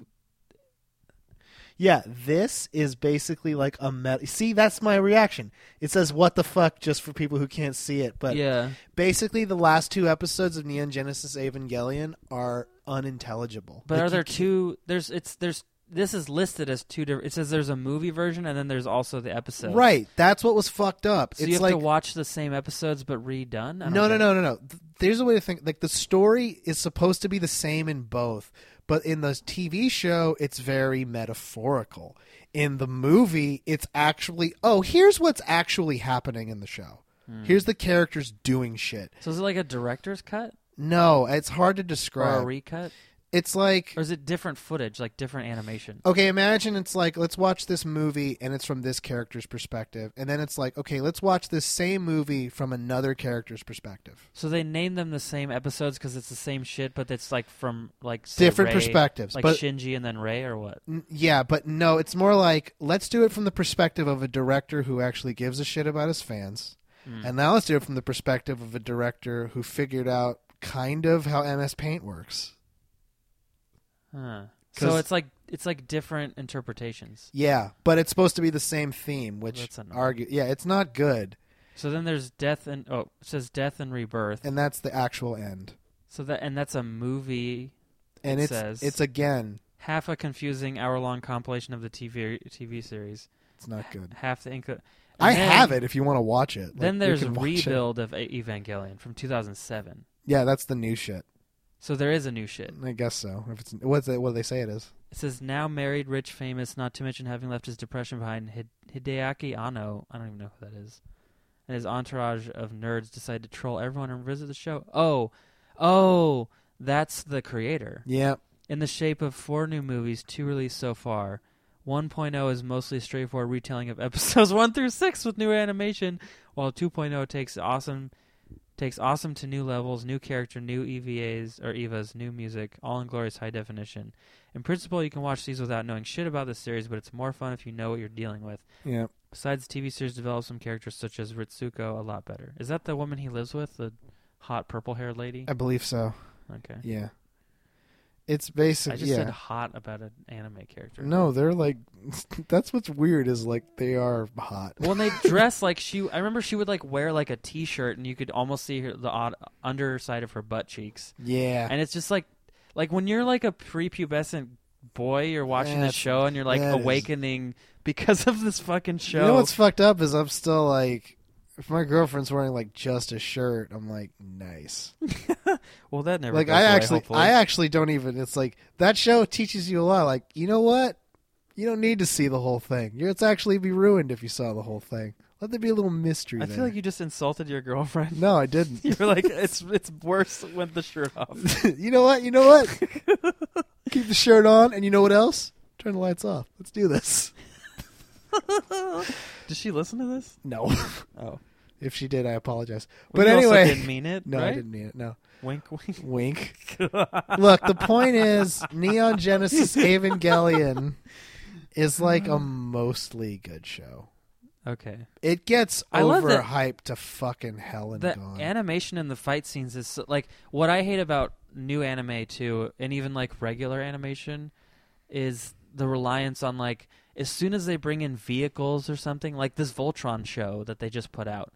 [SPEAKER 2] yeah, this is basically like a metal. See, that's my reaction. It says "What the fuck" just for people who can't see it, but
[SPEAKER 1] yeah.
[SPEAKER 2] basically the last two episodes of Neon Genesis Evangelion are unintelligible.
[SPEAKER 1] But
[SPEAKER 2] Like,
[SPEAKER 1] are
[SPEAKER 2] you
[SPEAKER 1] there
[SPEAKER 2] can't-
[SPEAKER 1] two? There's it's there's this is listed as two different. It says there's a movie version and then there's also the episode.
[SPEAKER 2] Right, that's what was fucked up.
[SPEAKER 1] So
[SPEAKER 2] it's
[SPEAKER 1] you have
[SPEAKER 2] like
[SPEAKER 1] to watch the same episodes but redone. I don't
[SPEAKER 2] no, no,
[SPEAKER 1] get
[SPEAKER 2] no, no, no. Th- There's a way to think. Like the story is supposed to be the same in both, but in the TV show, it's very metaphorical. In the movie, it's actually oh, here's what's actually happening in the show.
[SPEAKER 1] Hmm.
[SPEAKER 2] Here's the characters doing shit.
[SPEAKER 1] it. So is it like a director's cut
[SPEAKER 2] No, it's hard to
[SPEAKER 1] or a
[SPEAKER 2] describe.
[SPEAKER 1] recut,
[SPEAKER 2] it's like
[SPEAKER 1] or is it different footage, like different animation?
[SPEAKER 2] okay, imagine it's like, let's watch this movie and it's from this character's perspective. And then it's like, okay, let's watch this same movie from another character's perspective.
[SPEAKER 1] So they name them the same episodes because it's the same shit, but it's like from like say,
[SPEAKER 2] Different
[SPEAKER 1] Rey-
[SPEAKER 2] perspectives.
[SPEAKER 1] like
[SPEAKER 2] but
[SPEAKER 1] Shinji and then Ray or what?
[SPEAKER 2] n- yeah, but no, it's more like, let's do it from the perspective of a director who actually gives a shit about his fans.
[SPEAKER 1] Hmm.
[SPEAKER 2] And now let's do it from the perspective of a director who figured out kind of how MS Paint works.
[SPEAKER 1] Huh.
[SPEAKER 2] 'Cause-
[SPEAKER 1] So it's like it's like different interpretations.
[SPEAKER 2] Yeah, but it's supposed to be the same theme, which
[SPEAKER 1] That's annoying.
[SPEAKER 2] argue yeah, it's not good,
[SPEAKER 1] So then there's death and oh, it says death and rebirth.
[SPEAKER 2] and that's the actual end.
[SPEAKER 1] so that and that's a movie
[SPEAKER 2] And
[SPEAKER 1] It
[SPEAKER 2] it's
[SPEAKER 1] says-
[SPEAKER 2] it's again,
[SPEAKER 1] half a confusing hour-long compilation of the TV TV series,
[SPEAKER 2] it's not good.
[SPEAKER 1] half the inco-
[SPEAKER 2] I
[SPEAKER 1] and then-
[SPEAKER 2] have it if you want to watch it. Like,
[SPEAKER 1] Then
[SPEAKER 2] we
[SPEAKER 1] there's
[SPEAKER 2] can watch it.
[SPEAKER 1] rebuild of A- Evangelion from 2007.
[SPEAKER 2] Yeah, that's the new shit.
[SPEAKER 1] So there is a new shit.
[SPEAKER 2] I guess so. If it's what's it, what do they say it is?
[SPEAKER 1] It says now married, rich, famous, not to mention having left his depression behind, Hid- Hideaki Anno, I don't even know who that is, and his entourage of nerds decide to troll everyone and visit the show. Oh, oh, that's the creator.
[SPEAKER 2] Yeah,
[SPEAKER 1] in the shape of four new movies, two released so far. 1.0 is mostly a straightforward retelling of episodes 1 through 6 with new animation, while 2.0 takes awesome takes awesome to new levels, new character, new EVAs or EVAs, new music, all in glorious high definition. In principle, you can watch these without knowing shit about the series, but it's more fun if you know what you're dealing with.
[SPEAKER 2] yeah.
[SPEAKER 1] Besides, the TV series develops some characters such as Ritsuko a lot better. Is that the woman he lives with, the hot purple-haired lady?
[SPEAKER 2] I believe so.
[SPEAKER 1] Okay.
[SPEAKER 2] Yeah, it's
[SPEAKER 1] I
[SPEAKER 2] basically
[SPEAKER 1] just said
[SPEAKER 2] yeah.
[SPEAKER 1] hot about an anime character.
[SPEAKER 2] No, they're like that's what's weird is like they are hot.
[SPEAKER 1] Well, and they dress like she. I remember she would like wear like a t-shirt, and you could almost see her, the odd, underside of her butt cheeks.
[SPEAKER 2] Yeah,
[SPEAKER 1] And it's just like, like when you're like a prepubescent boy, you're watching
[SPEAKER 2] That's-
[SPEAKER 1] this show, and you're like
[SPEAKER 2] that is-
[SPEAKER 1] awakening because of this fucking show.
[SPEAKER 2] you know what's fucked up is I'm still like, if my girlfriend's wearing like just a shirt, I'm like, nice.
[SPEAKER 1] well, that never.
[SPEAKER 2] like
[SPEAKER 1] goes
[SPEAKER 2] I
[SPEAKER 1] away,
[SPEAKER 2] actually,
[SPEAKER 1] hopefully.
[SPEAKER 2] I actually don't even. It's like that show teaches you a lot. Like you know what, you don't need to see the whole thing. You're, it's actually be ruined if you saw the whole thing. Let there be a little mystery.
[SPEAKER 1] I
[SPEAKER 2] there.
[SPEAKER 1] feel like you just insulted your girlfriend.
[SPEAKER 2] no, I didn't.
[SPEAKER 1] you were like, it's it's worse with the shirt off.
[SPEAKER 2] you know what? You know what? Keep the shirt on, and you know what else? Turn the lights off. Let's do this.
[SPEAKER 1] Did she listen to this?
[SPEAKER 2] No,
[SPEAKER 1] Oh,
[SPEAKER 2] if she did, I apologize.
[SPEAKER 1] Well,
[SPEAKER 2] but
[SPEAKER 1] you also
[SPEAKER 2] anyway,
[SPEAKER 1] didn't mean it.
[SPEAKER 2] no, I
[SPEAKER 1] right?
[SPEAKER 2] didn't mean it. No,
[SPEAKER 1] Wink, wink.
[SPEAKER 2] wink. Look, the point is Neon Genesis Evangelion is like a mostly good show.
[SPEAKER 1] Okay.
[SPEAKER 2] It gets
[SPEAKER 1] I love that-
[SPEAKER 2] overhyped to fucking hell and
[SPEAKER 1] the
[SPEAKER 2] gone.
[SPEAKER 1] animation in the fight scenes is so, like what I hate about new anime too, and even like regular animation, is the reliance on like as soon as they bring in vehicles or something like this Voltron show that they just put out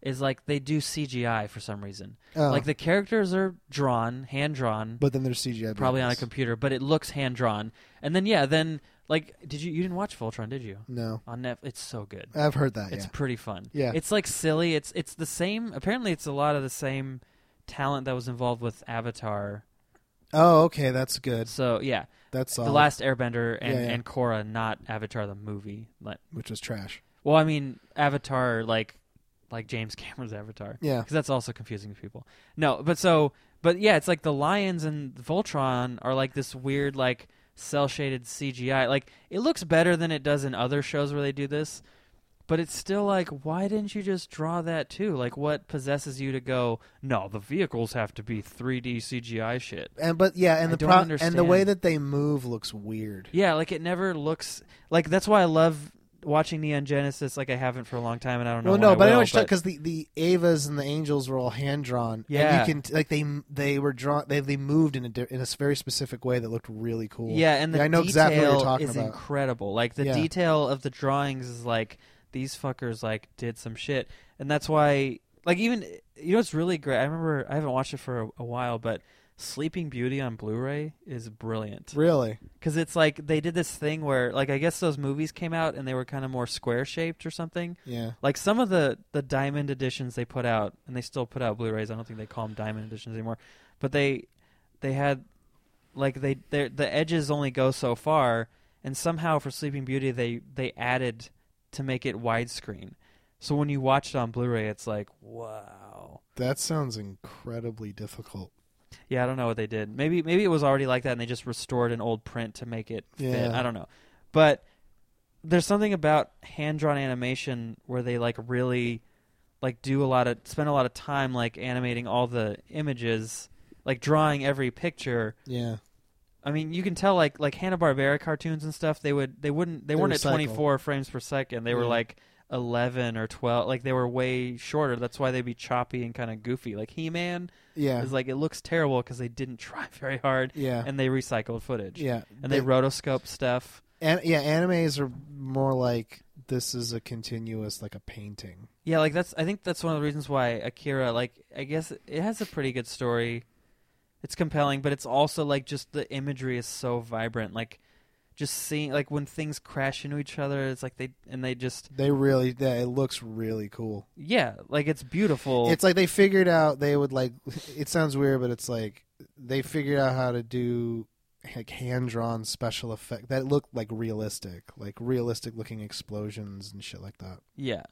[SPEAKER 1] is like they do CGI for some reason.
[SPEAKER 2] Oh,
[SPEAKER 1] Like the characters are drawn, hand drawn,
[SPEAKER 2] but then there's CGI.
[SPEAKER 1] probably on a
[SPEAKER 2] babies.
[SPEAKER 1] computer, but it looks hand drawn. And then yeah, then like did you you didn't watch Voltron, did you?
[SPEAKER 2] No,
[SPEAKER 1] On Netflix, it's so good.
[SPEAKER 2] I've heard that.
[SPEAKER 1] It's
[SPEAKER 2] yeah,
[SPEAKER 1] pretty fun.
[SPEAKER 2] Yeah.
[SPEAKER 1] It's like silly. It's it's the same apparently it's a lot of the same talent that was involved with Avatar.
[SPEAKER 2] oh, okay, that's good.
[SPEAKER 1] So yeah.
[SPEAKER 2] That's
[SPEAKER 1] The
[SPEAKER 2] solid,
[SPEAKER 1] last airbender and,
[SPEAKER 2] Yeah, yeah.
[SPEAKER 1] and Korra, not Avatar the movie. Like
[SPEAKER 2] which was trash.
[SPEAKER 1] well, I mean Avatar like like James Cameron's Avatar.
[SPEAKER 2] Yeah,
[SPEAKER 1] Because that's also confusing to people. No, but so but yeah, it's like the lions and Voltron are like this weird like cell shaded CGI. Like it looks better than it does in other shows where they do this, but it's still like why didn't you just draw that too? Like what possesses you to go, no, the vehicles have to be 3D CGI shit.
[SPEAKER 2] and but yeah, and
[SPEAKER 1] I
[SPEAKER 2] the
[SPEAKER 1] don't
[SPEAKER 2] pro- and the
[SPEAKER 1] understand.
[SPEAKER 2] way that they move looks weird.
[SPEAKER 1] Yeah, like it never looks like that's why I love watching Neon Genesis like I haven't for a long time, and I don't know.
[SPEAKER 2] Well,
[SPEAKER 1] when
[SPEAKER 2] no, but I know
[SPEAKER 1] will,
[SPEAKER 2] what you're because the the Avas and the Angels were all hand drawn.
[SPEAKER 1] Yeah.
[SPEAKER 2] and you can like they they were drawn. They they moved in a di- in a very specific way that looked really cool.
[SPEAKER 1] Yeah, and the
[SPEAKER 2] I know
[SPEAKER 1] detail
[SPEAKER 2] exactly what you're talking
[SPEAKER 1] is
[SPEAKER 2] about.
[SPEAKER 1] incredible. Like the
[SPEAKER 2] Yeah.
[SPEAKER 1] detail of the drawings is like these fuckers like did some shit, and that's why like even you know it's really great. I remember I haven't watched it for a, a while, but Sleeping Beauty on Blu-ray is brilliant
[SPEAKER 2] Really,
[SPEAKER 1] because it's like they did this thing where like I guess those movies came out and they were kind of more square shaped or something.
[SPEAKER 2] yeah.
[SPEAKER 1] Like some of the the diamond editions they put out, and they still put out Blu-rays. I don't think they call them diamond editions anymore, but they they had like they their- the edges only go so far, and somehow for Sleeping Beauty they they added to make it widescreen. So when you watch it on Blu-ray, it's like wow.
[SPEAKER 2] That sounds incredibly difficult.
[SPEAKER 1] Yeah, I don't know what they did. Maybe maybe it was already like that, and they just restored an old print to make it fit.
[SPEAKER 2] Yeah.
[SPEAKER 1] I don't know, but there's something about hand drawn animation where they like really like do a lot of spend a lot of time like animating all the images, like drawing every picture.
[SPEAKER 2] Yeah,
[SPEAKER 1] I mean, you can tell like like Hanna Barbera cartoons and stuff. They would they wouldn't they,
[SPEAKER 2] They
[SPEAKER 1] weren't
[SPEAKER 2] recycle.
[SPEAKER 1] at 24 frames per second. They were
[SPEAKER 2] Yeah.
[SPEAKER 1] like 11 or 12. Like they were way shorter. That's why they'd be choppy and kind of goofy. Like He Man
[SPEAKER 2] yeah,
[SPEAKER 1] is like it looks terrible because they didn't try very hard
[SPEAKER 2] yeah,
[SPEAKER 1] and they recycled footage
[SPEAKER 2] yeah.
[SPEAKER 1] and they, rotoscope stuff
[SPEAKER 2] an, yeah animes are more like this is a continuous like a painting.
[SPEAKER 1] yeah like that's i think that's one of the reasons why akira like i guess it has a pretty good story it's compelling but it's also like just the imagery is so vibrant like just seeing like when things crash into each other it's like they and they just
[SPEAKER 2] They really, yeah, it looks really cool.
[SPEAKER 1] yeah like it's beautiful
[SPEAKER 2] It's like they figured out they would like. It sounds weird, but it's like they figured out how to do like hand drawn special effect that looked like realistic, like realistic looking explosions and shit like that.
[SPEAKER 1] Yeah.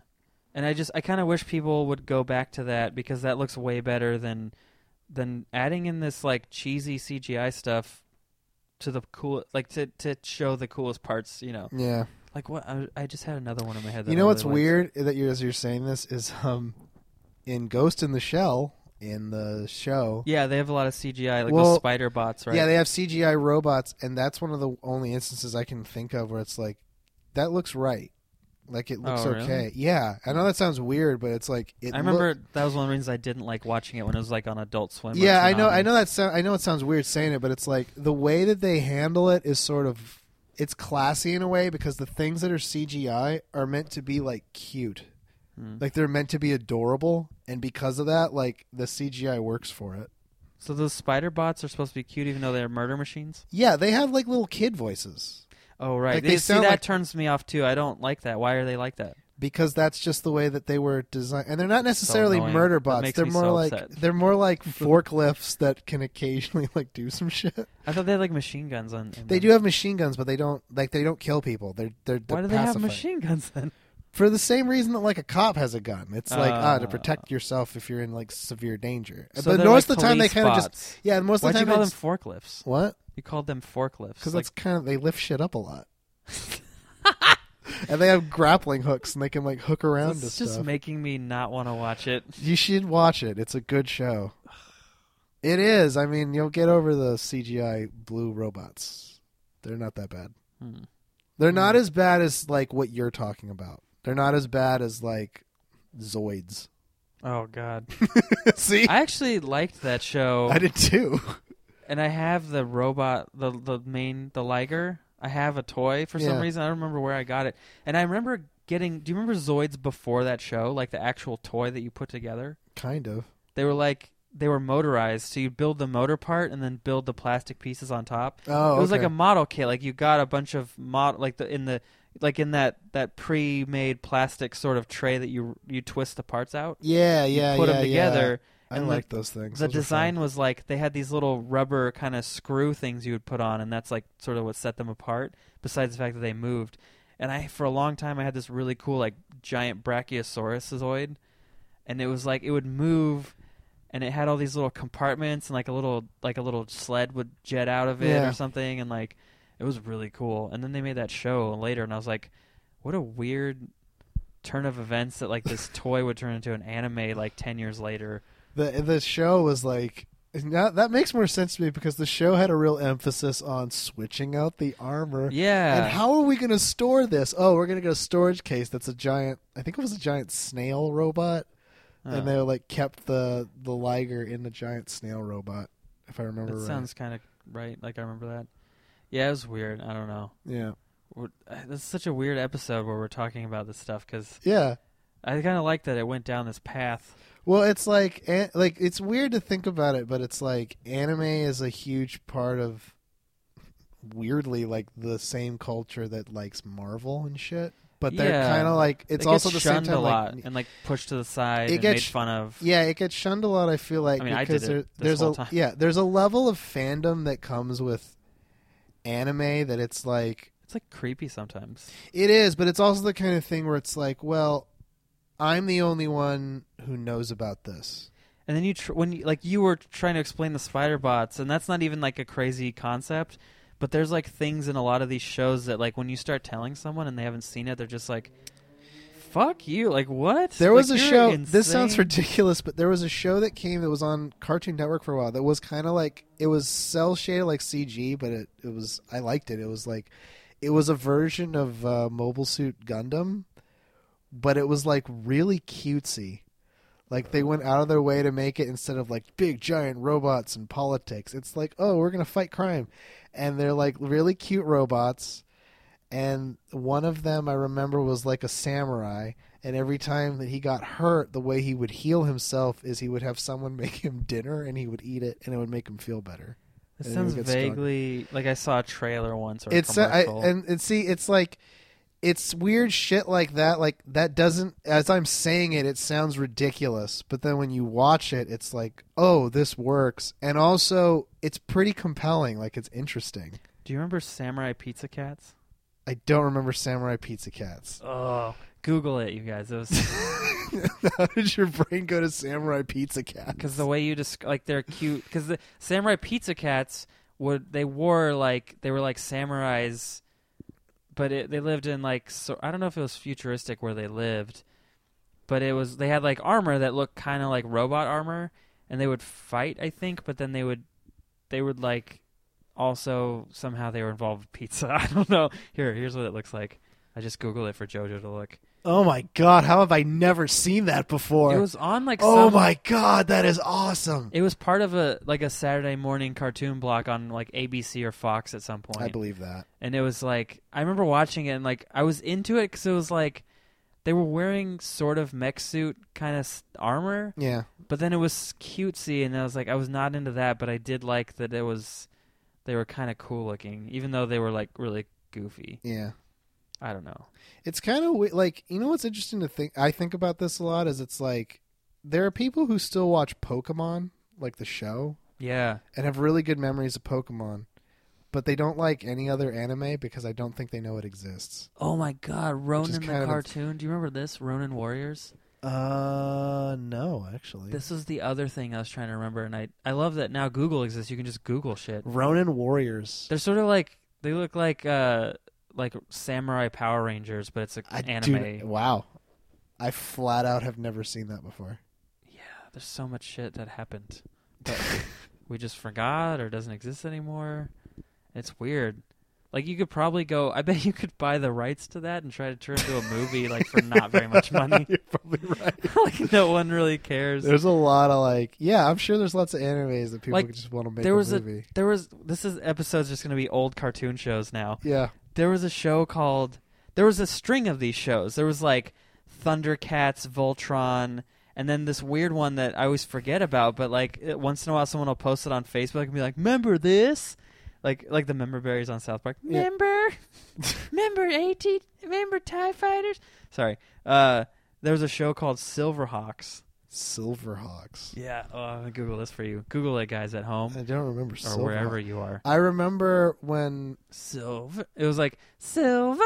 [SPEAKER 1] And I just I kind of wish people would go back to that because that looks way better than than adding in this like cheesy CGI stuff to the cool like to to show the coolest parts, you know.
[SPEAKER 2] Yeah,
[SPEAKER 1] Like what I, I just had another one in my head that
[SPEAKER 2] you
[SPEAKER 1] I
[SPEAKER 2] know what's
[SPEAKER 1] really liked.
[SPEAKER 2] weird that you're as you're saying this is um in Ghost in the Shell in the show.
[SPEAKER 1] Yeah, they have a lot of CGI like
[SPEAKER 2] Well,
[SPEAKER 1] those spider bots, right?
[SPEAKER 2] Yeah, they have CGI robots, and that's one of the only instances I can think of where it's like, that looks right. Like it looks
[SPEAKER 1] Oh, really?
[SPEAKER 2] okay. Yeah, I know that sounds weird, but it's like it.
[SPEAKER 1] I remember
[SPEAKER 2] look-
[SPEAKER 1] that was one of the reasons I didn't like watching it when it was like on Adult Swim. or
[SPEAKER 2] yeah, I know.
[SPEAKER 1] Toonami.
[SPEAKER 2] I know that. So- I know it sounds weird saying it, but it's like the way that they handle it is sort of it's classy in a way because the things that are CGI are meant to be like cute,
[SPEAKER 1] Hmm.
[SPEAKER 2] like they're meant to be adorable, and because of that, like the CGI works for it.
[SPEAKER 1] So those spider bots are supposed to be cute, even though they're murder machines.
[SPEAKER 2] Yeah, they have like little kid voices.
[SPEAKER 1] Oh right,
[SPEAKER 2] Like,
[SPEAKER 1] They-
[SPEAKER 2] they
[SPEAKER 1] see
[SPEAKER 2] sound
[SPEAKER 1] that
[SPEAKER 2] like-
[SPEAKER 1] turns me off too. I don't like that. Why are they like that?
[SPEAKER 2] because that's just the way that they were designed and they're not necessarily
[SPEAKER 1] annoying.
[SPEAKER 2] murder
[SPEAKER 1] That
[SPEAKER 2] bots
[SPEAKER 1] makes
[SPEAKER 2] they're
[SPEAKER 1] me
[SPEAKER 2] more
[SPEAKER 1] so
[SPEAKER 2] like
[SPEAKER 1] upset.
[SPEAKER 2] they're more like forklifts that can occasionally like do some shit
[SPEAKER 1] I thought they had like machine guns on. on
[SPEAKER 2] they
[SPEAKER 1] them.
[SPEAKER 2] do have machine guns but they don't like they don't kill people they're they're, they're
[SPEAKER 1] Why do they have
[SPEAKER 2] pacified.
[SPEAKER 1] machine guns then?
[SPEAKER 2] for the same reason that like a cop has a gun it's like ah to
[SPEAKER 1] Ah.
[SPEAKER 2] protect yourself if you're in like severe danger
[SPEAKER 1] So
[SPEAKER 2] but
[SPEAKER 1] they're
[SPEAKER 2] most
[SPEAKER 1] like
[SPEAKER 2] of the time they
[SPEAKER 1] police
[SPEAKER 2] kind of just
[SPEAKER 1] bots.
[SPEAKER 2] yeah most
[SPEAKER 1] Why'd
[SPEAKER 2] of the
[SPEAKER 1] you
[SPEAKER 2] time
[SPEAKER 1] call them
[SPEAKER 2] it's-
[SPEAKER 1] forklifts?
[SPEAKER 2] what
[SPEAKER 1] You called them forklifts.
[SPEAKER 2] because
[SPEAKER 1] like,
[SPEAKER 2] that's kind of they lift shit up a lot and they have grappling hooks and they can like hook around
[SPEAKER 1] it's
[SPEAKER 2] to
[SPEAKER 1] just
[SPEAKER 2] stuff.
[SPEAKER 1] making me not want to watch it.
[SPEAKER 2] You should watch it. It's a good show. It is. I mean, you'll get over the CGI blue robots. They're not that bad.
[SPEAKER 1] Hmm.
[SPEAKER 2] They're not as bad as like what you're talking about. They're not as bad as like Zoids.
[SPEAKER 1] Oh god,
[SPEAKER 2] See, I,
[SPEAKER 1] I actually liked that show,
[SPEAKER 2] did too.
[SPEAKER 1] and I have the robot, the the main, the Liger. I have a toy for
[SPEAKER 2] Yeah.
[SPEAKER 1] some reason. I don't remember where I got it, and I remember getting. Do you remember Zoids before that show? Like the actual toy that you put together.
[SPEAKER 2] Kind of.
[SPEAKER 1] They were like they were motorized, so you'd build the motor part and then build the plastic pieces on top.
[SPEAKER 2] Oh,
[SPEAKER 1] it was like
[SPEAKER 2] okay.
[SPEAKER 1] a model kit. Like you got a bunch of mod, like the in the like in that that pre-made plastic sort of tray that you you twist the parts out,
[SPEAKER 2] yeah, yeah,
[SPEAKER 1] put
[SPEAKER 2] yeah,
[SPEAKER 1] them
[SPEAKER 2] yeah.
[SPEAKER 1] together.
[SPEAKER 2] I
[SPEAKER 1] and
[SPEAKER 2] like those things.
[SPEAKER 1] The
[SPEAKER 2] Those are
[SPEAKER 1] design was like they had these little rubber kind of screw things you would put on, and that's like sort of what set them apart. Besides the fact that they moved, and I for a long time I had this really cool like giant brachiosaurusoid, and it was like it would move. And it had all these little compartments, and like a little, like a little sled would jet out of it
[SPEAKER 2] Yeah.
[SPEAKER 1] or something, and like it was really cool. And then they made that show later, and I was like, what a weird turn of events that like this toy would turn into an anime like ten years later.
[SPEAKER 2] fun. the the show was like Now that makes more sense to me because the show had a real emphasis on switching out the armor.
[SPEAKER 1] Yeah.
[SPEAKER 2] And how are we going to store this? Oh, we're going to get a storage case that's a giant. I think it was a giant snail robot, and they like kept the the liger in the giant snail robot. If I remember
[SPEAKER 1] that
[SPEAKER 2] right.
[SPEAKER 1] sounds kind of right. Like I remember that. Yeah, it was weird. I don't know.
[SPEAKER 2] yeah.
[SPEAKER 1] We're- uh, This is such a weird episode where we're talking about this stuff because
[SPEAKER 2] Yeah.
[SPEAKER 1] I kind of like that it went down this path.
[SPEAKER 2] Well, it's like an- like it's weird to think about it, but it's like anime is a huge part of weirdly like the same culture that likes Marvel and shit. But they're
[SPEAKER 1] Yeah.
[SPEAKER 2] kind of like it's
[SPEAKER 1] it gets
[SPEAKER 2] also the same
[SPEAKER 1] shunned
[SPEAKER 2] time
[SPEAKER 1] a lot
[SPEAKER 2] like
[SPEAKER 1] and like pushed to the side
[SPEAKER 2] It
[SPEAKER 1] and
[SPEAKER 2] gets
[SPEAKER 1] made
[SPEAKER 2] sh-
[SPEAKER 1] fun of.
[SPEAKER 2] yeah, it gets shunned a lot. I feel like
[SPEAKER 1] I mean, I
[SPEAKER 2] because
[SPEAKER 1] did
[SPEAKER 2] there-
[SPEAKER 1] it this
[SPEAKER 2] there's
[SPEAKER 1] whole
[SPEAKER 2] a
[SPEAKER 1] time.
[SPEAKER 2] yeah, there's a level of fandom that comes with anime that it's like
[SPEAKER 1] It's like creepy sometimes.
[SPEAKER 2] It is, but it's also the kind of thing where it's like, well, I'm the only one who knows about this.
[SPEAKER 1] And then you tr- when you, like you were trying to explain the spider bots, and that's not even like a crazy concept. But there's like things in a lot of these shows that like when you start telling someone and they haven't seen it, they're just like, "Fuck you!" Like what?
[SPEAKER 2] There
[SPEAKER 1] Like,
[SPEAKER 2] was a
[SPEAKER 1] you're
[SPEAKER 2] show. This sounds
[SPEAKER 1] insane.
[SPEAKER 2] ridiculous, but there was a show that came that was on Cartoon Network for a while that was kind of like it was cell shaded like CG, but it, it was I liked it. It was like it was a version of uh, Mobile Suit Gundam, but it was like really cutesy. Like they went out of their way to make it instead of like big giant robots and politics. It's like, oh, we're gonna fight crime, and they're like really cute robots. And one of them I remember was like a samurai, and every time that he got hurt, the way he would heal himself is he would have someone make him dinner, and he would eat it, and it would make him feel better.
[SPEAKER 1] It
[SPEAKER 2] and it
[SPEAKER 1] sounds
[SPEAKER 2] would get stronger.
[SPEAKER 1] vaguely like I saw a trailer once or
[SPEAKER 2] it's
[SPEAKER 1] a
[SPEAKER 2] uh, I,
[SPEAKER 1] commercial.
[SPEAKER 2] and and see it's like it's weird shit like that like that doesn't as i'm saying it it sounds ridiculous but then when you watch it it's like oh this works and also it's pretty compelling like it's interesting
[SPEAKER 1] Do you remember Samurai Pizza Cats?
[SPEAKER 2] i don't remember samurai pizza cats
[SPEAKER 1] Oh, Google it, you guys. It was
[SPEAKER 2] how did your brain go to samurai pizza cats
[SPEAKER 1] because the way you just like they're cute because the samurai pizza cats would they wore like they were like samurais but it, they lived in like so i don't know if it was futuristic where they lived but it was they had like armor that looked kind of like robot armor and they would fight i think but then they would they would like also somehow they were involved with pizza i don't know here here's what it looks like i just googled it for jojo to look
[SPEAKER 2] oh my god how have i never seen that before
[SPEAKER 1] it was on like
[SPEAKER 2] oh
[SPEAKER 1] some-
[SPEAKER 2] my god that is awesome
[SPEAKER 1] It was part of a like a Saturday morning cartoon block on like ABC or Fox at some
[SPEAKER 2] i
[SPEAKER 1] point,
[SPEAKER 2] believe that
[SPEAKER 1] and it was like I remember watching it and like I was into it because it was like they were wearing sort of mech suit kind of armor,
[SPEAKER 2] yeah
[SPEAKER 1] but then it was cutesy, and I was like I was not into that, but I did like that it was they were kind of cool looking, even though they were like really goofy.
[SPEAKER 2] yeah
[SPEAKER 1] I don't know.
[SPEAKER 2] It's kind of we- like you know what's interesting to think. I think about this a lot. Is it's like there are people who still watch Pokemon, like the show,
[SPEAKER 1] Yeah,
[SPEAKER 2] and have really good memories of Pokemon, but they don't like any other anime because I don't think they know it exists.
[SPEAKER 1] Oh my God, Ronin the
[SPEAKER 2] kind of-
[SPEAKER 1] cartoon. Do you remember this Ronin Warriors?
[SPEAKER 2] Uh, no, actually,
[SPEAKER 1] This was the other thing I was trying to remember, and I I love that now Google exists. You can just Google shit.
[SPEAKER 2] Ronin Warriors.
[SPEAKER 1] They're sort of like they look like uh like samurai Power Rangers, but it's an
[SPEAKER 2] I
[SPEAKER 1] anime.
[SPEAKER 2] do. Wow, I flat out have never seen that before.
[SPEAKER 1] Yeah, there's so much shit that happened, but we just forgot or doesn't exist anymore. It's weird. Like you could probably go. I bet you could buy the rights to that and try to turn it into a movie, like for not very much money.
[SPEAKER 2] You're probably right.
[SPEAKER 1] like no one really cares.
[SPEAKER 2] There's a lot of like, yeah, I'm sure there's lots of animes that people
[SPEAKER 1] Like,
[SPEAKER 2] just want to make
[SPEAKER 1] there was
[SPEAKER 2] a
[SPEAKER 1] a-
[SPEAKER 2] movie.
[SPEAKER 1] There was this is episode's just gonna be old cartoon shows now.
[SPEAKER 2] yeah,
[SPEAKER 1] there was a show called there was a string of these shows. There was like Thundercats, Voltron, and then this weird one that I always forget about, but like it- once in a while someone will post it on Facebook and be like, "Remember this?" Like like the member berries on South Park.
[SPEAKER 2] Yeah.
[SPEAKER 1] Member, member AT, member Tie Fighters. Sorry. Uh there was a show called Silverhawks.
[SPEAKER 2] Silverhawks.
[SPEAKER 1] Yeah, oh, I'm gonna Google this for you. Google it guys at home
[SPEAKER 2] I don't remember
[SPEAKER 1] or
[SPEAKER 2] Silverhawks.
[SPEAKER 1] wherever you are.
[SPEAKER 2] I remember when
[SPEAKER 1] silver it was like silver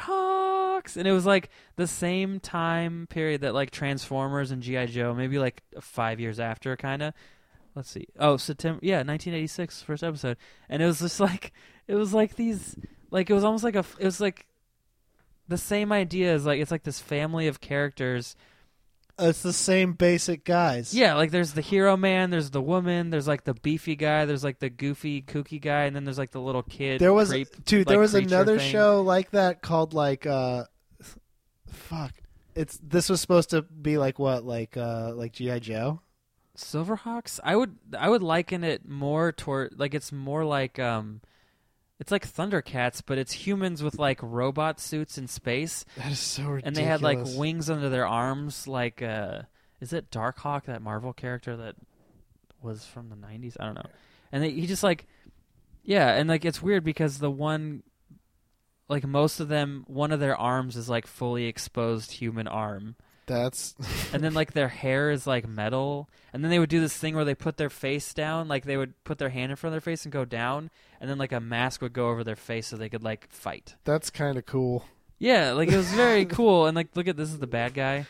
[SPEAKER 1] hawks and it was like the same time period that like transformers and gi joe maybe like five years after kind of let's see oh september yeah 1986 first episode and it was just like it was like these like it was almost like a it was like the same idea as like it's like this family of characters
[SPEAKER 2] it's the same basic guys.
[SPEAKER 1] Yeah, like there's the hero man, there's the woman, there's like the beefy guy, there's like the goofy kooky guy, and then there's like the little kid.
[SPEAKER 2] There was
[SPEAKER 1] creep,
[SPEAKER 2] dude. There
[SPEAKER 1] like,
[SPEAKER 2] was
[SPEAKER 1] creature
[SPEAKER 2] another
[SPEAKER 1] thing.
[SPEAKER 2] show like that called like uh, fuck. It's this was supposed to be like what like uh like GI Joe.
[SPEAKER 1] Silverhawks. I would I would liken it more toward like it's more like um, it's like Thundercats, but it's humans with like robot suits in space,
[SPEAKER 2] That is so ridiculous.
[SPEAKER 1] and they had like wings under their arms. Like uh, is it Darkhawk that Marvel character that was from the '90s? I don't know. And they, he just like yeah, and like it's weird because the one like most of them, one of their arms is like fully exposed human arm
[SPEAKER 2] That's
[SPEAKER 1] and then like their hair is like metal and then they would do this thing where they put their face down like they would put their hand in front of their face and go down and then like a mask would go over their face so they could like fight
[SPEAKER 2] that's kind of cool.
[SPEAKER 1] yeah like it was very cool and like look at this is the bad guy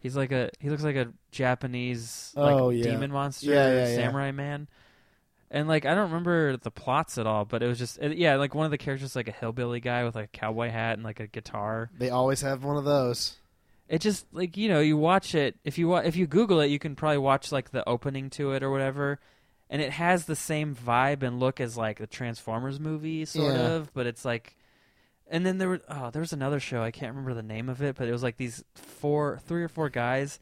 [SPEAKER 1] he's like a he looks like a japanese like
[SPEAKER 2] Oh, yeah.
[SPEAKER 1] demon monster
[SPEAKER 2] Yeah, yeah, yeah.
[SPEAKER 1] samurai man and like i don't remember the plots at all but it was just it, yeah like one of the characters like a hillbilly guy with like a cowboy hat and like a guitar
[SPEAKER 2] They always have one of those.
[SPEAKER 1] it just like you know you watch it if you wa- if you Google it you can probably watch like the opening to it or whatever, and it has the same vibe and look as like the Transformers movie sort
[SPEAKER 2] Yeah.
[SPEAKER 1] of, but it's like, and then there were oh there was another show I can't remember the name of it, but it was like these four three or four guys,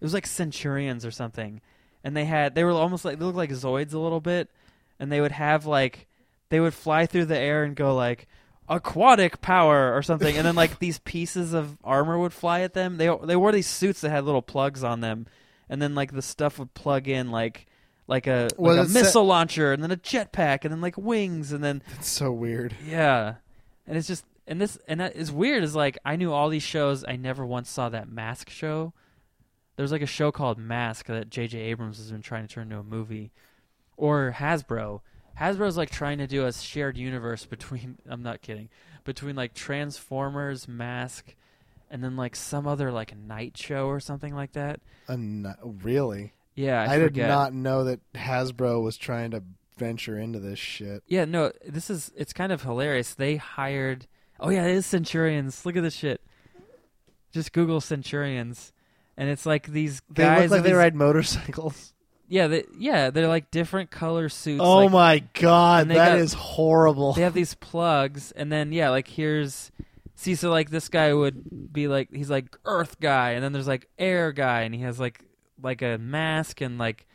[SPEAKER 1] it was like Centurions or something, and they had they were almost like they looked like Zoids a little bit, and they would have like they would fly through the air and go like aquatic power or something and then like these pieces of armor would fly at them they they wore these suits that had little plugs on them and then like the stuff would plug in like like a
[SPEAKER 2] Was
[SPEAKER 1] like a
[SPEAKER 2] it set-
[SPEAKER 1] missile launcher and then a jetpack and then like wings and then
[SPEAKER 2] That's so weird.
[SPEAKER 1] yeah and it's just and this and that is weird is like i knew all these shows i never once saw that mask show there's like a show called mask that jj abrams has been trying to turn into a movie or hasbro hasbro's like trying to do a shared universe between i'm not kidding between like transformers mask and then like some other like night show or something like that
[SPEAKER 2] A ni- really,
[SPEAKER 1] yeah i,
[SPEAKER 2] I did
[SPEAKER 1] forget.
[SPEAKER 2] not know that Hasbro was trying to venture into this shit.
[SPEAKER 1] Yeah, no, this is it's kind of hilarious. They hired Oh yeah, it is Centurions. Look at this shit. Just Google Centurions. And it's like these
[SPEAKER 2] They
[SPEAKER 1] guys
[SPEAKER 2] look like
[SPEAKER 1] with
[SPEAKER 2] they
[SPEAKER 1] these-
[SPEAKER 2] ride motorcycles.
[SPEAKER 1] Yeah, they, yeah, they're like different color suits.
[SPEAKER 2] oh
[SPEAKER 1] like,
[SPEAKER 2] my god,
[SPEAKER 1] and they
[SPEAKER 2] that is
[SPEAKER 1] got-
[SPEAKER 2] horrible.
[SPEAKER 1] They have these plugs and then yeah, like here's see so like this guy would be like he's like earth guy and then there's like air guy and he has like like a mask and like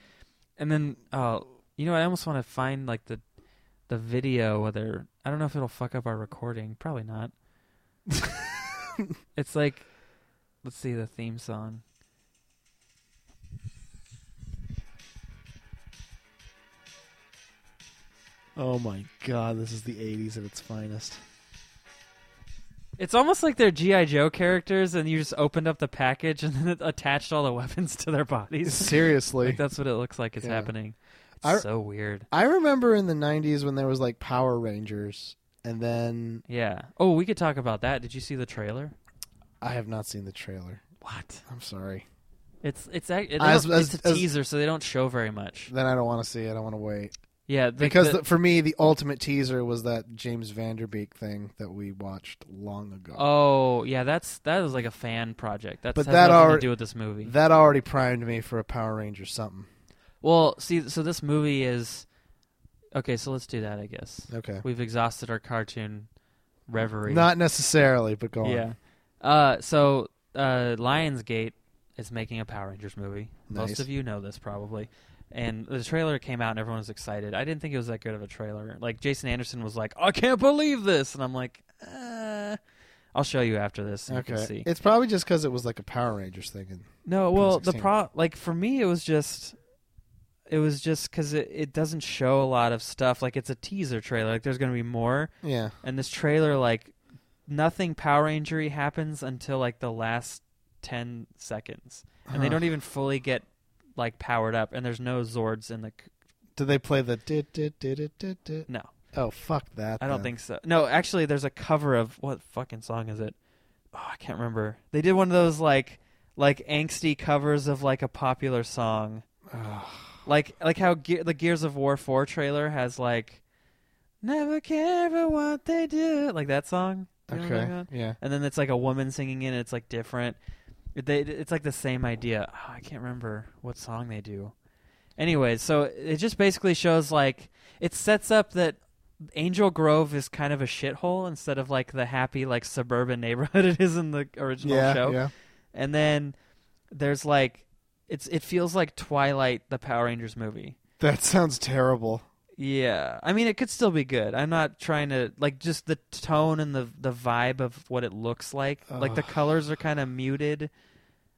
[SPEAKER 1] and then oh you know what, I almost want to find like the the video whether I don't know if it'll fuck up our recording. Probably not. It's like, let's see the theme song.
[SPEAKER 2] oh my god, this is the '80s at its finest.
[SPEAKER 1] It's almost like they're GI Joe characters, and you just opened up the package and then it attached all the weapons to their bodies.
[SPEAKER 2] Seriously,
[SPEAKER 1] like that's what it looks like is
[SPEAKER 2] Yeah.
[SPEAKER 1] happening. It's
[SPEAKER 2] I-
[SPEAKER 1] so weird.
[SPEAKER 2] I remember in the '90s when there was like Power Rangers, and then
[SPEAKER 1] Yeah. Oh, we could talk about that. Did you see the trailer?
[SPEAKER 2] I have not seen the trailer.
[SPEAKER 1] What?
[SPEAKER 2] I'm sorry.
[SPEAKER 1] It's it's ac- it,
[SPEAKER 2] As-
[SPEAKER 1] it's
[SPEAKER 2] as-
[SPEAKER 1] a
[SPEAKER 2] as-
[SPEAKER 1] teaser, so they don't show very much.
[SPEAKER 2] Then I don't want to see it. I want to wait
[SPEAKER 1] Yeah, the-
[SPEAKER 2] because
[SPEAKER 1] the-
[SPEAKER 2] the- for me, the ultimate teaser was that James Vanderbeek thing that we watched long ago.
[SPEAKER 1] oh yeah, that's that was like a fan project. That's
[SPEAKER 2] But
[SPEAKER 1] has
[SPEAKER 2] that
[SPEAKER 1] nothing
[SPEAKER 2] alre-
[SPEAKER 1] to do with this movie.
[SPEAKER 2] That already primed me for a Power Ranger something.
[SPEAKER 1] well, see, so this movie is okay. So let's do that, I guess.
[SPEAKER 2] Okay,
[SPEAKER 1] We've exhausted our cartoon reverie.
[SPEAKER 2] not necessarily, but go on.
[SPEAKER 1] yeah. Uh, so uh, Lionsgate is making a Power Rangers movie.
[SPEAKER 2] Nice.
[SPEAKER 1] Most of you know this probably. And the trailer came out and everyone was excited. I didn't think it was that good of a trailer. Like Jason Anderson was like, "I can't believe this," and I'm like, uh, "I'll show you after this." And You can see.
[SPEAKER 2] Okay, it's probably just because it was like a Power Rangers thing. And
[SPEAKER 1] No, well, the
[SPEAKER 2] 2016.
[SPEAKER 1] pro like for me, it was just, it was just because it, it doesn't show a lot of stuff. Like it's a teaser trailer. Like there's gonna be more,
[SPEAKER 2] yeah,
[SPEAKER 1] and this trailer like nothing power injury happens until like the last 10 seconds and they
[SPEAKER 2] Huh.
[SPEAKER 1] don't even fully get like powered up and there's no zords in the c-
[SPEAKER 2] Did they play the did did did did did did?
[SPEAKER 1] no
[SPEAKER 2] Oh fuck that!
[SPEAKER 1] i don't
[SPEAKER 2] then.
[SPEAKER 1] think so no actually there's a cover of what fucking song is it oh i can't remember they did one of those like like angsty covers of like a popular song
[SPEAKER 2] Ugh.
[SPEAKER 1] like like how Ge- the gears of war 4 trailer has like never care about what they do like that song You know what I'm
[SPEAKER 2] okay,
[SPEAKER 1] talking about?
[SPEAKER 2] yeah.
[SPEAKER 1] and then it's like a woman singing it and it's like different They, it's like the same idea. Oh, I can't remember what song they do. Anyway, so it just basically shows like it sets up that Angel Grove is kind of a shithole instead of like the happy like suburban neighborhood it is in the original
[SPEAKER 2] yeah,
[SPEAKER 1] show.
[SPEAKER 2] yeah.
[SPEAKER 1] And then there's like it's it feels like Twilight the Power Rangers movie.
[SPEAKER 2] That sounds terrible.
[SPEAKER 1] Yeah. I mean it could still be good. I'm not trying to like just the tone and the the vibe of what it looks like. Like the
[SPEAKER 2] Ugh.
[SPEAKER 1] colors are kind of muted.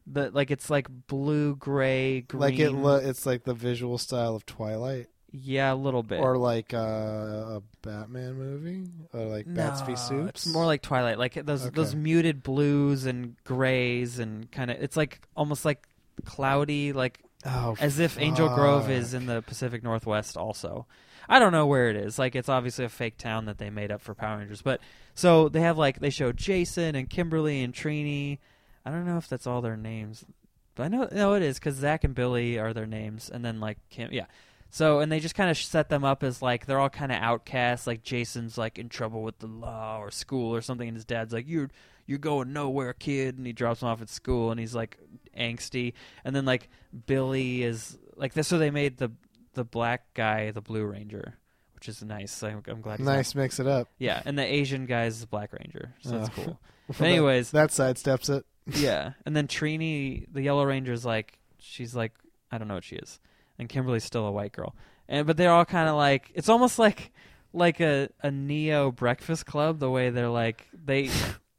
[SPEAKER 1] The like it's like blue, gray, green.
[SPEAKER 2] Like it, lo- it's like the visual style of Twilight,
[SPEAKER 1] Yeah, a little bit.
[SPEAKER 2] or like uh, a Batman movie, or like Bats v
[SPEAKER 1] No,
[SPEAKER 2] Soups.
[SPEAKER 1] It's more like Twilight, like those
[SPEAKER 2] Okay.
[SPEAKER 1] those muted blues and grays and kind of it's like almost like cloudy, like
[SPEAKER 2] oh,
[SPEAKER 1] as if Angel Grove is
[SPEAKER 2] fuck.
[SPEAKER 1] in the Pacific Northwest. Also, I don't know where it is. Like it's obviously a fake town that they made up for Power Rangers. But so they have like they show Jason and Kimberly and Trini. I don't know if that's all their names, but I know no it is because Zach and Billy are their names, and then like Kim, yeah. So and they just kind of set them up as like they're all kind of outcasts. Like Jason's like in trouble with the law or school or something, and his dad's like you're you're going nowhere, kid. And he drops him off at school, and he's like angsty. And then like Billy is like this, so they made the the black guy the Blue Ranger, which is nice. I'm, I'm glad. He's not-
[SPEAKER 2] nice. Mix it up.
[SPEAKER 1] yeah, and the Asian guy is the Black Ranger, so that's
[SPEAKER 2] Oh.
[SPEAKER 1] cool. But anyways,
[SPEAKER 2] that sidesteps it.
[SPEAKER 1] yeah, and then Trini, the Yellow Ranger's like she's like I don't know what she is, and Kimberly's still a white girl, and but they're all kind of like it's almost like like a a neo Breakfast Club the way they're like they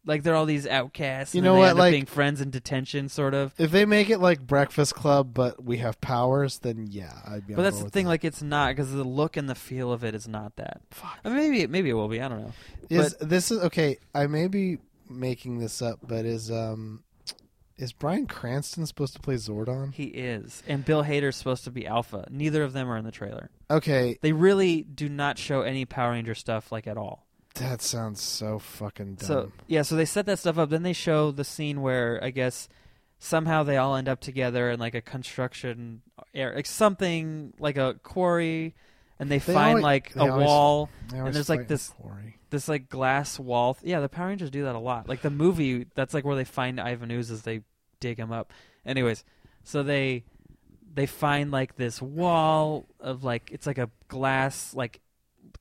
[SPEAKER 1] like they're all these outcasts.
[SPEAKER 2] You
[SPEAKER 1] and then
[SPEAKER 2] know
[SPEAKER 1] they
[SPEAKER 2] what,
[SPEAKER 1] end up
[SPEAKER 2] like-
[SPEAKER 1] being friends in detention, sort of.
[SPEAKER 2] If they make it like Breakfast Club, but we have powers, then yeah, I'd be.
[SPEAKER 1] But
[SPEAKER 2] on
[SPEAKER 1] that's
[SPEAKER 2] board
[SPEAKER 1] the
[SPEAKER 2] with
[SPEAKER 1] thing,
[SPEAKER 2] that.
[SPEAKER 1] like it's not because the look and the feel of it is not that.
[SPEAKER 2] Fuck.
[SPEAKER 1] I mean, maybe maybe it will be. I don't know.
[SPEAKER 2] Is this is okay? I may be making this up, but is um, is Brian Cranston supposed to play Zordon?
[SPEAKER 1] He is, and Bill Hader's supposed to be Alpha. Neither of them are in the trailer.
[SPEAKER 2] Okay,
[SPEAKER 1] They really do not show any Power Ranger stuff like at all.
[SPEAKER 2] that sounds so fucking dumb.
[SPEAKER 1] So yeah, so they set that stuff up. Then they show the scene where I guess somehow they all end up together in like a construction area, like something like a quarry, and they,
[SPEAKER 2] They
[SPEAKER 1] find
[SPEAKER 2] always-
[SPEAKER 1] like
[SPEAKER 2] they
[SPEAKER 1] a
[SPEAKER 2] always-
[SPEAKER 1] wall,
[SPEAKER 2] They always
[SPEAKER 1] there's, like,
[SPEAKER 2] fight in
[SPEAKER 1] this-
[SPEAKER 2] quarry.
[SPEAKER 1] this like glass wall. yeah, the Power Rangers do that a lot. Like the movie, that's like where they find Ivan Ooze as they dig him up. Anyways, so they they find like this wall of like it's like a glass like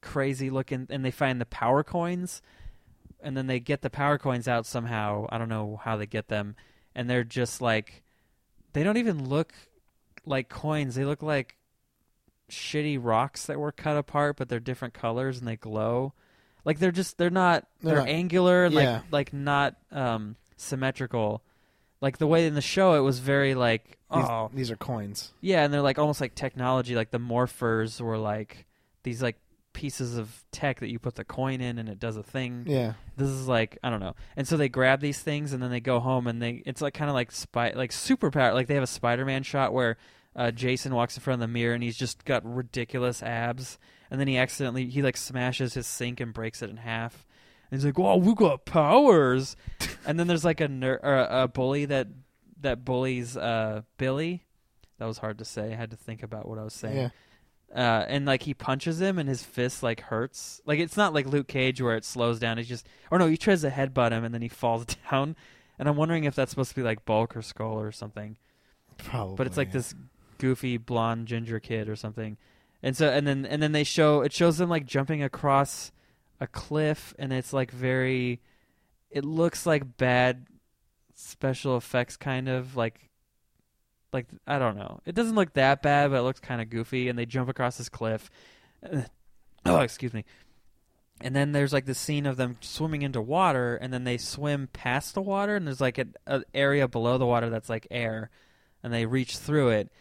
[SPEAKER 1] crazy looking and they find the power coins and then they get the power coins out somehow i don't know how they get them and they're just like they don't even look like coins they look like shitty rocks that were cut apart but they're different colors and they glow like they're just they're not
[SPEAKER 2] They're
[SPEAKER 1] they're,
[SPEAKER 2] not-
[SPEAKER 1] angular like
[SPEAKER 2] Yeah.
[SPEAKER 1] like not um symmetrical like the way in the show it was very like
[SPEAKER 2] These,
[SPEAKER 1] oh
[SPEAKER 2] these are coins.
[SPEAKER 1] yeah, and they're like almost like technology. Like the morphers were like these like pieces of tech that you put the coin in and it does a thing.
[SPEAKER 2] Yeah,
[SPEAKER 1] This is like I don't know. And so they grab these things and then they go home and they it's like kind of like spy like superpower. Like they have a Spider-Man shot where uh, Jason walks in front of the mirror and he's just got ridiculous abs. And then he accidentally he like smashes his sink and breaks it in half. And he's like, "Wow, we got powers!" and then there's like a ner- or a a bully that that bullies uh, Billy. That was hard to say. I had to think about what I was saying
[SPEAKER 2] yeah.
[SPEAKER 1] uh, and like he punches him and his fist like hurts. Like it's not like Luke Cage where it slows down. It's just or no, he tries to headbutt him and then he falls down. And I'm wondering if that's supposed to be like Bulk or Skull or something.
[SPEAKER 2] Probably.
[SPEAKER 1] But it's like this goofy blonde ginger kid or something. And so and then and then they show it shows them like jumping across a cliff and it's like very it looks like bad special effects kind of like like I don't know. It doesn't look that bad, but it looks kind of goofy and they jump across this cliff. oh, excuse me. And then there's like the scene of them swimming into water and then they swim past the water and there's like an, an area below the water that's like air and they reach through it.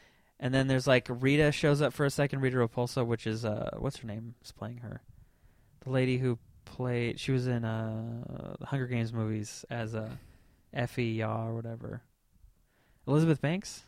[SPEAKER 1] And then there's like Rita shows up for a second, Rita Repulsa, which is uh what's her name is playing her? The lady who played she was in uh the Hunger Games movies as a Effie Yaw or whatever. Elizabeth Banks?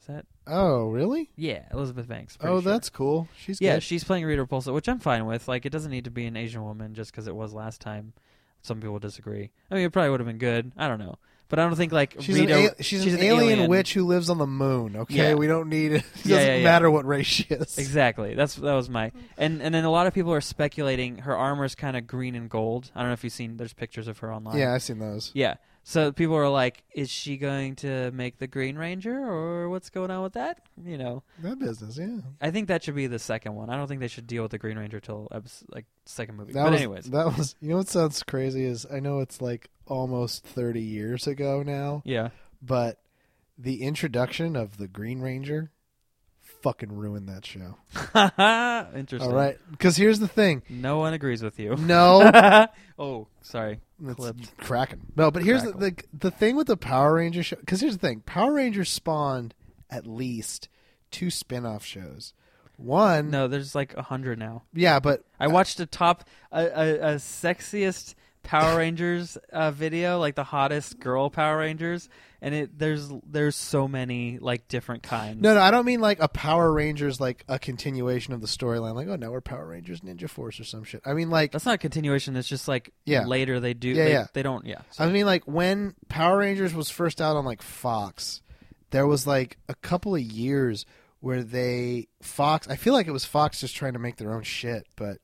[SPEAKER 1] Is that
[SPEAKER 2] Oh, really?
[SPEAKER 1] yeah, Elizabeth Banks. pretty
[SPEAKER 2] Oh,
[SPEAKER 1] sure.
[SPEAKER 2] that's cool. She's
[SPEAKER 1] yeah,
[SPEAKER 2] good.
[SPEAKER 1] she's playing Rita Repulsa, which I'm fine with. Like, it doesn't need to be an Asian woman just because it was last time. Some people disagree. I mean, it probably would have been good. I don't know, but I don't think like
[SPEAKER 2] She's
[SPEAKER 1] Rita.
[SPEAKER 2] an, al- she's an alien, witch who lives on the moon. Okay,
[SPEAKER 1] Yeah.
[SPEAKER 2] we don't need it. It doesn't
[SPEAKER 1] Yeah, yeah, yeah.
[SPEAKER 2] matter what race she is.
[SPEAKER 1] Exactly. That's that was my and and then a lot of people are speculating her armor's kind of green and gold. I don't know if you've seen. There's pictures of her online.
[SPEAKER 2] Yeah, I've seen those.
[SPEAKER 1] Yeah. So people are like, is she going to make the Green Ranger or what's going on with that? You know,
[SPEAKER 2] That business, yeah.
[SPEAKER 1] I think that should be the second one. I don't think they should deal with the Green Ranger till eps- like second movie.
[SPEAKER 2] That
[SPEAKER 1] but
[SPEAKER 2] was,
[SPEAKER 1] anyways,
[SPEAKER 2] that was. You know what sounds crazy is I know it's like almost thirty years ago now,
[SPEAKER 1] yeah.
[SPEAKER 2] but the introduction of the Green Ranger fucking ruined that show.
[SPEAKER 1] Interesting.
[SPEAKER 2] All right, because here's the thing.
[SPEAKER 1] No one agrees with you.
[SPEAKER 2] No,
[SPEAKER 1] oh, sorry.
[SPEAKER 2] It's
[SPEAKER 1] Clipped.
[SPEAKER 2] cracking. No, but here's the,
[SPEAKER 1] Crackle.
[SPEAKER 2] the the thing with the Power Ranger show. Because here's the thing: Power Rangers spawned at least two spin-off shows. One,
[SPEAKER 1] No, there's like a hundred now.
[SPEAKER 2] yeah, but
[SPEAKER 1] I watched a top a, a, a sexiest Power Rangers uh, video, like the hottest girl Power Rangers, and it there's there's so many like different kinds.
[SPEAKER 2] No, no, I don't mean like a Power Rangers, like a continuation of the storyline. Like, oh, now we're Power Rangers Ninja Force or some shit. I mean, like,
[SPEAKER 1] that's not a continuation. It's just like
[SPEAKER 2] Yeah.
[SPEAKER 1] later they do.
[SPEAKER 2] Yeah,
[SPEAKER 1] they,
[SPEAKER 2] yeah. Uh,
[SPEAKER 1] they don't. Yeah, so-
[SPEAKER 2] I mean, like when Power Rangers was first out on like Fox, there was like a couple of years where they Fox. I feel like it was Fox just trying to make their own shit, but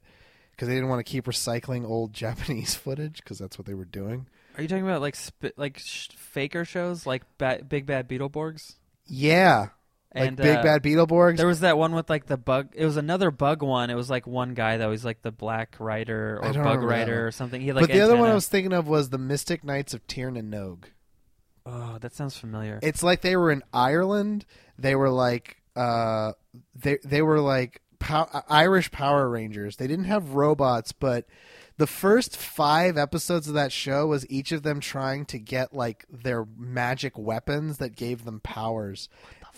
[SPEAKER 2] because they didn't want to keep recycling old Japanese footage because that's what they were doing.
[SPEAKER 1] are you talking about like sp- like sh- faker shows like ba- Big Bad Beetleborgs?
[SPEAKER 2] Yeah, like
[SPEAKER 1] And,
[SPEAKER 2] Big
[SPEAKER 1] uh,
[SPEAKER 2] Bad Beetleborgs.
[SPEAKER 1] There was that one with like the bug. It was another bug one. It was like one guy that was like the black rider
[SPEAKER 2] I
[SPEAKER 1] or bug
[SPEAKER 2] don't remember that one.
[SPEAKER 1] rider or something. He had, like
[SPEAKER 2] but the other one I
[SPEAKER 1] antenna.
[SPEAKER 2] was thinking of was the Mystic Knights of Tirnan and Nog.
[SPEAKER 1] Oh, that sounds familiar.
[SPEAKER 2] It's like they were in Ireland. They were like uh, they they were like pow- Irish Power Rangers. They didn't have robots, but the first five episodes of that show was each of them trying to get like their magic weapons that gave them powers,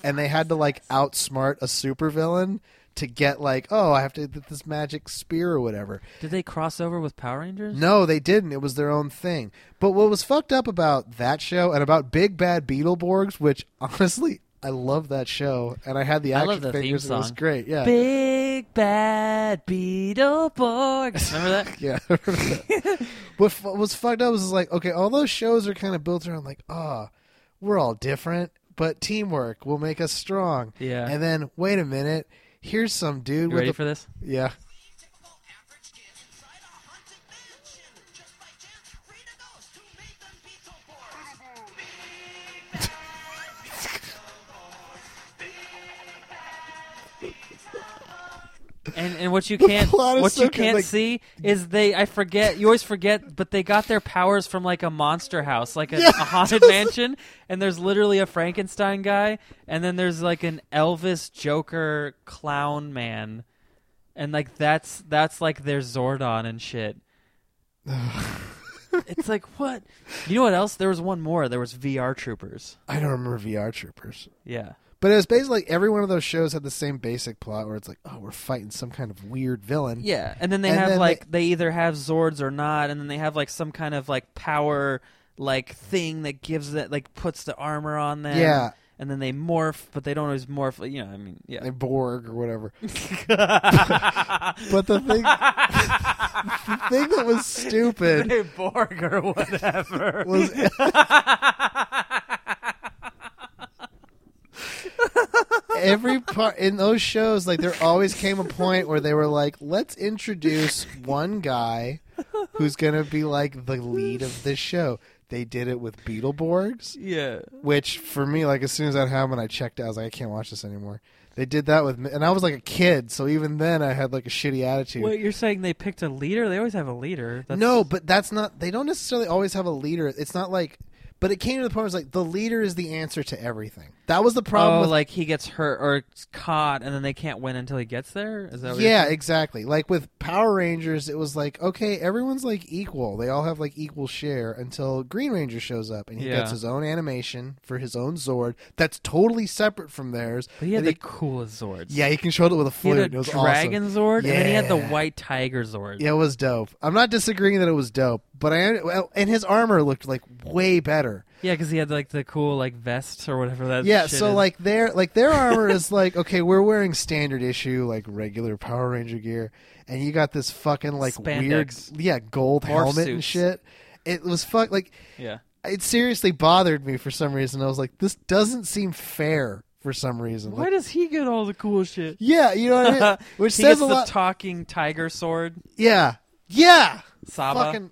[SPEAKER 2] and they had to like outsmart a supervillain to get like oh I have to get this magic spear or whatever.
[SPEAKER 1] Did they cross over with Power Rangers?
[SPEAKER 2] No, they didn't. It was their own thing. But what was fucked up about that show and about Big Bad Beetleborgs, which honestly, I love that show, and I had the
[SPEAKER 1] I
[SPEAKER 2] action
[SPEAKER 1] love the theme
[SPEAKER 2] figures. and It was
[SPEAKER 1] song.
[SPEAKER 2] great. Yeah,
[SPEAKER 1] Big bad Beetleborgs. Remember that?
[SPEAKER 2] yeah. what fu- was fucked up was just like, okay, all those shows are kind of built around like, ah, we're all different, but teamwork will make us strong.
[SPEAKER 1] Yeah.
[SPEAKER 2] And then wait a minute, here's some dude
[SPEAKER 1] You
[SPEAKER 2] with
[SPEAKER 1] ready
[SPEAKER 2] a
[SPEAKER 1] for this?
[SPEAKER 2] yeah.
[SPEAKER 3] typical average kids inside a haunted mansion. Just by chance, Rita knows who made them Beetleborgs.
[SPEAKER 1] And and what you can't
[SPEAKER 2] plot is
[SPEAKER 1] what
[SPEAKER 2] so
[SPEAKER 1] you
[SPEAKER 2] good,
[SPEAKER 1] can't
[SPEAKER 2] like-
[SPEAKER 1] see is they I forget you always forget but they got their powers from like a monster house like a, a haunted mansion and there's literally a Frankenstein guy and then there's like an Elvis Joker clown man and like that's that's like their Zordon and shit. it's like what? You know what else? There was one more. There was VR Troopers.
[SPEAKER 2] I don't remember VR Troopers.
[SPEAKER 1] Yeah.
[SPEAKER 2] But it was basically like every one of those shows had the same basic plot where it's like, oh, we're fighting some kind of weird villain.
[SPEAKER 1] Yeah, and then they
[SPEAKER 2] And
[SPEAKER 1] have
[SPEAKER 2] then
[SPEAKER 1] like they... either have Zords or not, and then they have like some kind of like power like thing that gives that like puts the armor on them.
[SPEAKER 2] Yeah.
[SPEAKER 1] and then they morph, but they don't always morph. like, You know, I mean, yeah.
[SPEAKER 2] Like Borg or whatever. but the thing, the thing that was stupid
[SPEAKER 1] Hey, Borg or whatever.
[SPEAKER 2] was every part in those shows. Like there always came a point where they were like, let's introduce one guy who's gonna be like the lead of this show. They did it with Beetleborgs.
[SPEAKER 1] yeah,
[SPEAKER 2] which for me, like as soon as that happened, I checked out. I was like, I can't watch this anymore. They did that with me, and I was like a kid, so even then, I had like a shitty attitude.
[SPEAKER 1] wait, you're saying they picked a leader? They always have a leader. That's,
[SPEAKER 2] no, but that's not. They don't necessarily always have a leader. It's not like. But it came to the point where it's like the leader is the answer to everything. That was the problem.
[SPEAKER 1] Oh,
[SPEAKER 2] with,
[SPEAKER 1] like he gets hurt or caught, and then they can't win until he gets there. Is that what you're
[SPEAKER 2] yeah, exactly. Like with Power Rangers, it was like okay, everyone's like equal. They all have like equal share until Green Ranger shows up and he
[SPEAKER 1] Yeah.
[SPEAKER 2] gets his own animation for his own Zord. That's totally separate from theirs.
[SPEAKER 1] But he had
[SPEAKER 2] And
[SPEAKER 1] the
[SPEAKER 2] he-
[SPEAKER 1] coolest Zords.
[SPEAKER 2] yeah, he controlled it with a
[SPEAKER 1] He
[SPEAKER 2] flute.
[SPEAKER 1] had
[SPEAKER 2] it
[SPEAKER 1] a
[SPEAKER 2] was
[SPEAKER 1] dragon
[SPEAKER 2] awesome.
[SPEAKER 1] Zord, and then he had the
[SPEAKER 2] Yeah.
[SPEAKER 1] white tiger Zord.
[SPEAKER 2] Yeah, it was dope. I'm not disagreeing that it was dope, but I well, and his armor looked like way better.
[SPEAKER 1] Yeah, because he had like the cool like vest or whatever that.
[SPEAKER 2] Yeah,
[SPEAKER 1] shit
[SPEAKER 2] so
[SPEAKER 1] is.
[SPEAKER 2] like their like their armor is like okay, we're wearing standard issue like regular Power Ranger gear, and you got this fucking like
[SPEAKER 1] Spandex.
[SPEAKER 2] weird yeah gold
[SPEAKER 1] Morph
[SPEAKER 2] helmet and
[SPEAKER 1] suits.
[SPEAKER 2] shit. It was fuck like
[SPEAKER 1] yeah,
[SPEAKER 2] it seriously bothered me for some reason. I was like, this doesn't seem fair for some reason.
[SPEAKER 1] why
[SPEAKER 2] Like,
[SPEAKER 1] does he get all the cool shit?
[SPEAKER 2] yeah, you know what I mean? Which
[SPEAKER 1] he
[SPEAKER 2] says
[SPEAKER 1] gets
[SPEAKER 2] a
[SPEAKER 1] the
[SPEAKER 2] lot.
[SPEAKER 1] talking tiger sword,
[SPEAKER 2] yeah, yeah,
[SPEAKER 1] Saba.
[SPEAKER 2] fucking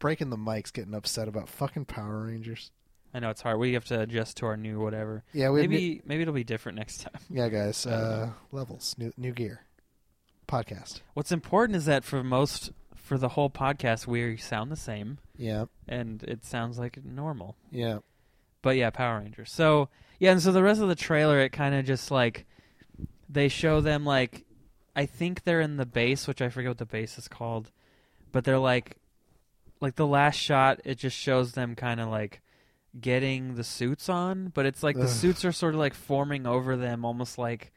[SPEAKER 2] breaking the mics, getting upset about fucking Power Rangers.
[SPEAKER 1] I know it's hard. We have to adjust to our new whatever.
[SPEAKER 2] Yeah, we have
[SPEAKER 1] Maybe maybe it'll be different next time.
[SPEAKER 2] new- yeah, guys. Uh, levels, new new gear, podcast.
[SPEAKER 1] What's important is that for most for the whole podcast we sound the same
[SPEAKER 2] Yeah,
[SPEAKER 1] and it sounds like normal.
[SPEAKER 2] yeah.
[SPEAKER 1] But yeah, Power Rangers. So yeah, and so the rest of the trailer it kind of just like they show them like I think they're in the base, which I forget what the base is called, but they're like like the last shot it just shows them kind of like getting the suits on, but it's like the
[SPEAKER 2] Ugh.
[SPEAKER 1] suits are sort of like forming over them almost like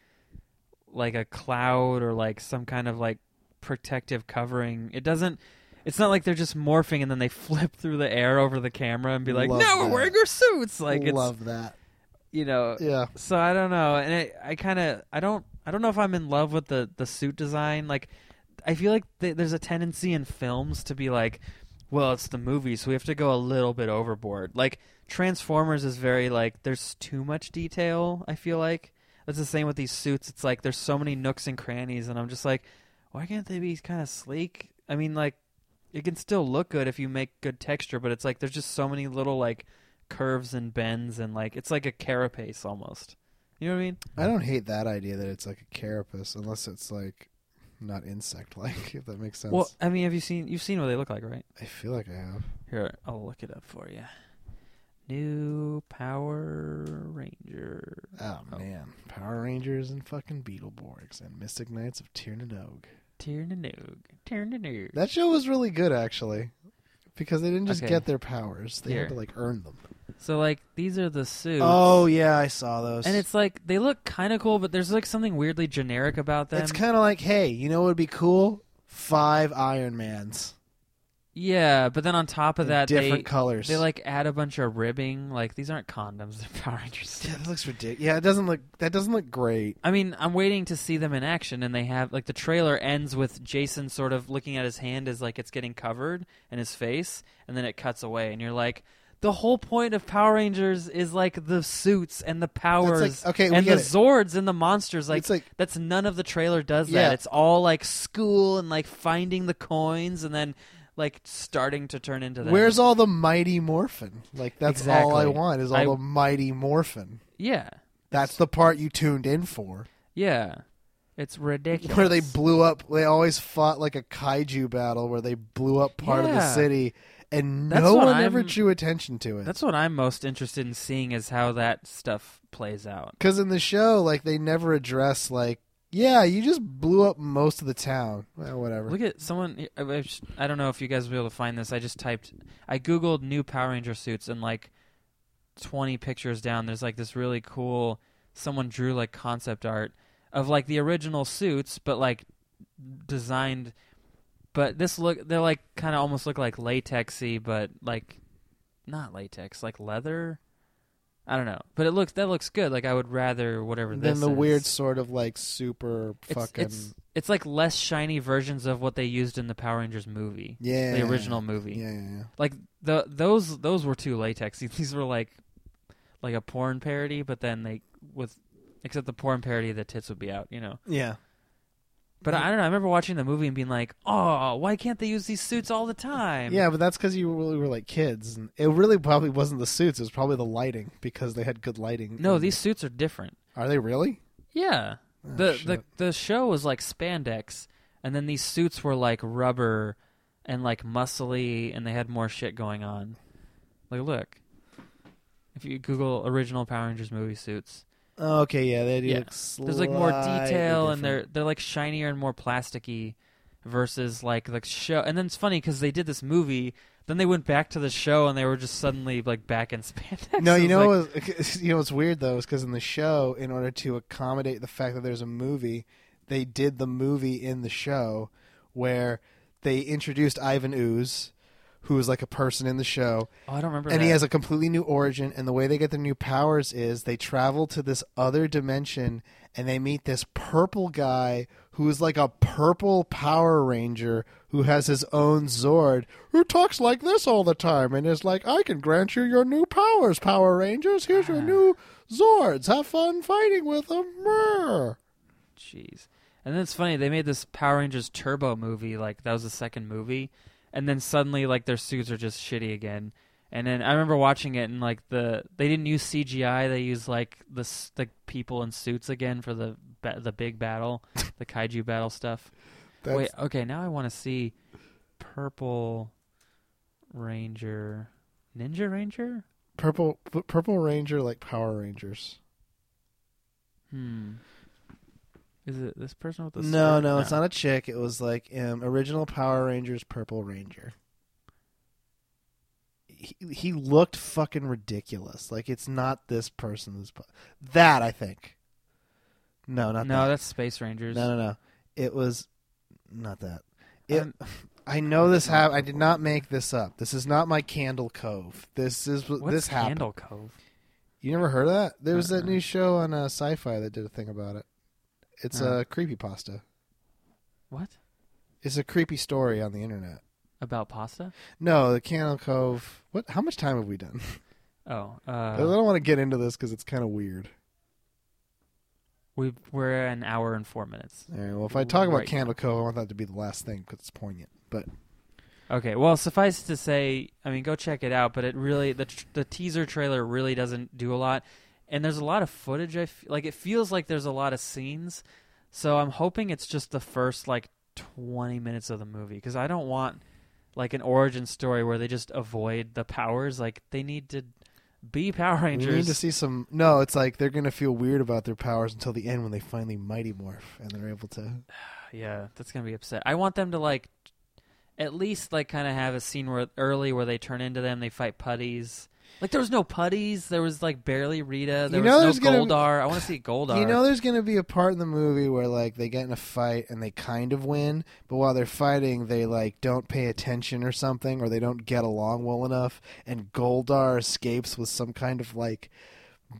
[SPEAKER 1] like a cloud or like some kind of like protective covering. It doesn't it's not like they're just morphing and then they flip through the air over the camera and be like,
[SPEAKER 2] Love
[SPEAKER 1] "No,
[SPEAKER 2] that.
[SPEAKER 1] we're wearing our suits." Like it's
[SPEAKER 2] Love that.
[SPEAKER 1] you know.
[SPEAKER 2] Yeah,
[SPEAKER 1] So I don't know, and it, I kind of I don't I don't know if I'm in love with the the suit design. Like I feel like th- there's a tendency in films to be like, well, it's the movie, so we have to go a little bit overboard. Like Transformers is very like there's too much detail. I feel like that's the same with these suits. It's like there's so many nooks and crannies, and I'm just like, why can't they be kind of sleek? I mean, like it can still look good if you make good texture, but it's like there's just so many little like curves and bends and like it's like a carapace almost. You know what I mean?
[SPEAKER 2] I don't hate that idea that it's like a carapace, unless it's like not insect-like. If that makes sense.
[SPEAKER 1] Well, I mean, have you seen you've seen what they look like, right?
[SPEAKER 2] I feel like I have.
[SPEAKER 1] Here, I'll look it up for you. New Power Ranger.
[SPEAKER 2] Oh,
[SPEAKER 1] Oh.
[SPEAKER 2] man, Power Rangers and fucking Beetleborgs and Mystic Knights of Tiernanog.
[SPEAKER 1] Tiernanog. Tiernanog.
[SPEAKER 2] That show was really good actually, because they didn't just
[SPEAKER 1] Okay.
[SPEAKER 2] get their powers; they
[SPEAKER 1] Here.
[SPEAKER 2] had to like earn them.
[SPEAKER 1] So like these are the suits.
[SPEAKER 2] Oh yeah, I saw those.
[SPEAKER 1] And it's like they look kind of cool, but there's like something weirdly generic about them.
[SPEAKER 2] it's kind of like, hey, you know what would be cool? Five Iron Mans,
[SPEAKER 1] yeah, but then on top of
[SPEAKER 2] in
[SPEAKER 1] that,
[SPEAKER 2] different
[SPEAKER 1] they
[SPEAKER 2] colors.
[SPEAKER 1] they like add a bunch of ribbing. Like these aren't condoms; they're Power Rangers.
[SPEAKER 2] yeah, that looks ridiculous. Yeah, it doesn't look that doesn't look great.
[SPEAKER 1] I mean, I'm waiting to see them in action, and they have like the trailer ends with Jason sort of looking at his hand as like it's getting covered and his face, and then it cuts away, and you're like, the whole point of Power Rangers is like the suits and the powers,
[SPEAKER 2] okay, we
[SPEAKER 1] and the
[SPEAKER 2] get it.
[SPEAKER 1] Zords and the monsters. Like,
[SPEAKER 2] It's like-
[SPEAKER 1] that's none of the trailer does
[SPEAKER 2] Yeah.
[SPEAKER 1] that. It's all like school and like finding the coins, and then like starting to turn into them.
[SPEAKER 2] Where's all the Mighty Morphin? Like that's all I
[SPEAKER 1] uh, Exactly.
[SPEAKER 2] want is all
[SPEAKER 1] I-
[SPEAKER 2] the Mighty Morphin.
[SPEAKER 1] yeah,
[SPEAKER 2] That's the part you tuned in for,
[SPEAKER 1] yeah, it's ridiculous.
[SPEAKER 2] where they blew up. They always fought like a kaiju battle where they blew up part of the
[SPEAKER 1] Yeah.
[SPEAKER 2] city, and
[SPEAKER 1] That's
[SPEAKER 2] no
[SPEAKER 1] what
[SPEAKER 2] one ever
[SPEAKER 1] I'm-
[SPEAKER 2] drew attention to it.
[SPEAKER 1] That's what I'm most interested in seeing is how that stuff plays out.
[SPEAKER 2] Because in the show, like they never address like, yeah, you just blew up most of the town. Well, whatever.
[SPEAKER 1] Look at someone. I- I sh- I don't know if you guys will be able to find this. I just typed. I googled new Power Ranger suits and like twenty pictures down. There's like this really cool. Someone drew like concept art of like the original suits, but like designed. But this look, they're like kind of almost look like latexy, but like not latex, like leather. I don't know, but it looks that looks good. Like I would rather whatever
[SPEAKER 2] And
[SPEAKER 1] this
[SPEAKER 2] then the
[SPEAKER 1] is.
[SPEAKER 2] weird sort of like super
[SPEAKER 1] It's-
[SPEAKER 2] fucking
[SPEAKER 1] It's, it's like less shiny versions of what they used in the Power Rangers movie,
[SPEAKER 2] yeah,
[SPEAKER 1] the original movie.
[SPEAKER 2] Yeah, yeah, yeah.
[SPEAKER 1] Like the those those were too latexy. These were like like a porn parody, but then they with except the porn parody the tits would be out, you know.
[SPEAKER 2] yeah.
[SPEAKER 1] But I don't know. I remember watching the movie and being like, "Oh, why can't they use these suits all the time?"
[SPEAKER 2] Yeah, but that's because you really were like kids, and it really probably wasn't the suits. It was probably the lighting because they had good lighting.
[SPEAKER 1] No,
[SPEAKER 2] And-
[SPEAKER 1] these suits are different.
[SPEAKER 2] are they really?
[SPEAKER 1] Yeah.
[SPEAKER 2] Oh,
[SPEAKER 1] the
[SPEAKER 2] shit.
[SPEAKER 1] the the show was like spandex, and then these suits were like rubber and like muscly, and they had more shit going on. Like, look, if you Google original Power Rangers movie suits,
[SPEAKER 2] Oh, okay, yeah, they do.
[SPEAKER 1] Yeah.
[SPEAKER 2] Look
[SPEAKER 1] there's like more
[SPEAKER 2] slightly
[SPEAKER 1] detail, and they're
[SPEAKER 2] different.
[SPEAKER 1] they're like shinier and more plasticky, versus like the show. And then it's funny because they did this movie, then they went back to the show, and they were just suddenly like back in spandex.
[SPEAKER 2] No,
[SPEAKER 1] It
[SPEAKER 2] you
[SPEAKER 1] was
[SPEAKER 2] know,
[SPEAKER 1] like,
[SPEAKER 2] what- you know what's weird though is because in the show, in order to accommodate the fact that there's a movie, they did the movie in the show where they introduced Ivan Ooze, who is like a person in the show,
[SPEAKER 1] oh, I don't remember.
[SPEAKER 2] and he
[SPEAKER 1] that.
[SPEAKER 2] has a completely new origin. And the way they get their new powers is they travel to this other dimension and they meet this purple guy who is like a purple Power Ranger who has his own Zord who talks like this all the time and is like, I can grant you your new powers, Power Rangers. Here's
[SPEAKER 1] Ah.
[SPEAKER 2] your new Zords. Have fun fighting with them. Brr."
[SPEAKER 1] Jeez. And then it's funny, they made this Power Rangers Turbo movie, like that was the second movie. and then suddenly like their suits are just shitty again. And then I remember watching it and like the they didn't use CGI, they used like the s- the people in suits again for the ba- the big battle, the kaiju battle stuff.
[SPEAKER 2] That's,
[SPEAKER 1] Wait, okay, now I want to see Purple Ranger, Ninja Ranger.
[SPEAKER 2] Purple P- Purple Ranger like Power Rangers.
[SPEAKER 1] Hmm. Is it this person with the
[SPEAKER 2] No,
[SPEAKER 1] sword?
[SPEAKER 2] no, it's not a chick. It was like um, original Power Rangers Purple Ranger. He, he looked fucking ridiculous. Like it's not this person. This po- that I think. No, not
[SPEAKER 1] no,
[SPEAKER 2] that.
[SPEAKER 1] that's Space Rangers.
[SPEAKER 2] No, no, no. It was not that. It,
[SPEAKER 1] I'm-
[SPEAKER 2] I know this. Hap- I did not make this up. This is not my Candle Cove. This is
[SPEAKER 1] What's
[SPEAKER 2] this happened.
[SPEAKER 1] Candle Cove?
[SPEAKER 2] You never heard of that? There was that
[SPEAKER 1] Uh-uh.
[SPEAKER 2] new show on uh, Sci-Fi that did a thing about it. It's
[SPEAKER 1] Uh.
[SPEAKER 2] a creepy pasta.
[SPEAKER 1] What
[SPEAKER 2] It's a creepy story on the internet.
[SPEAKER 1] about pasta?
[SPEAKER 2] No, the Candle Cove. What? How much time have we done?
[SPEAKER 1] Oh,
[SPEAKER 2] I
[SPEAKER 1] uh,
[SPEAKER 2] don't want to get into this because it's kind of weird.
[SPEAKER 1] we we're an hour and four minutes.
[SPEAKER 2] All right. Well, if I talk about
[SPEAKER 1] Right.
[SPEAKER 2] Candle Cove, I want that to be the last thing because it's poignant. But
[SPEAKER 1] Okay, well, suffice to say, I mean, go check it out. But it really the tr- the teaser trailer really doesn't do a lot, and there's a lot of footage. I f- like it feels like there's a lot of scenes, so I'm hoping it's just the first like 20 minutes of the movie because I don't want like an origin story where they just avoid the powers. Like they need to be Power Rangers.
[SPEAKER 2] we need to see some. No, it's like they're gonna feel weird about their powers until the end when they finally mighty morph and they're able to.
[SPEAKER 1] Yeah, that's gonna be upset. I want them to like, at least like kind of have a scene where early where they turn into them, they fight putties. Like there was no putties. There was like barely Rita. There
[SPEAKER 2] You know
[SPEAKER 1] was
[SPEAKER 2] there's
[SPEAKER 1] no
[SPEAKER 2] gonna
[SPEAKER 1] Goldar.
[SPEAKER 2] be-
[SPEAKER 1] I want to see Goldar.
[SPEAKER 2] You know, there's gonna be a part in the movie where like they get in a fight and they kind of win, but while they're fighting, they like don't pay attention or something, or they don't get along well enough, and Goldar escapes with some kind of like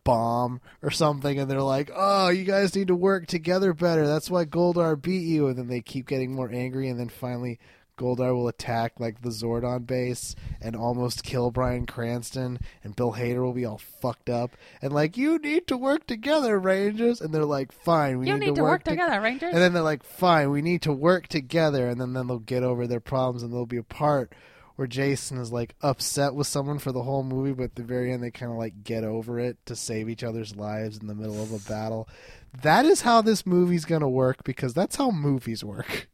[SPEAKER 2] bomb or something, and they're like, "Oh, you guys need to work together better. That's why Goldar beat you." And then they keep getting more angry, and then finally. Goldar will attack like the Zordon base and almost kill Brian Cranston, and Bill Hader will be all fucked up and like, "You need to work together, Rangers." And they're like, "Fine, we
[SPEAKER 4] You need to work
[SPEAKER 2] to-
[SPEAKER 4] together, Rangers.
[SPEAKER 2] and then they're like, fine, we need to work together. And then, then they'll get over their problems and they'll be apart. Where Jason is like upset with someone for the whole movie, but at the very end, they kind of like get over it to save each other's lives in the middle of a battle. That is how this movie's going to work because that's how movies work.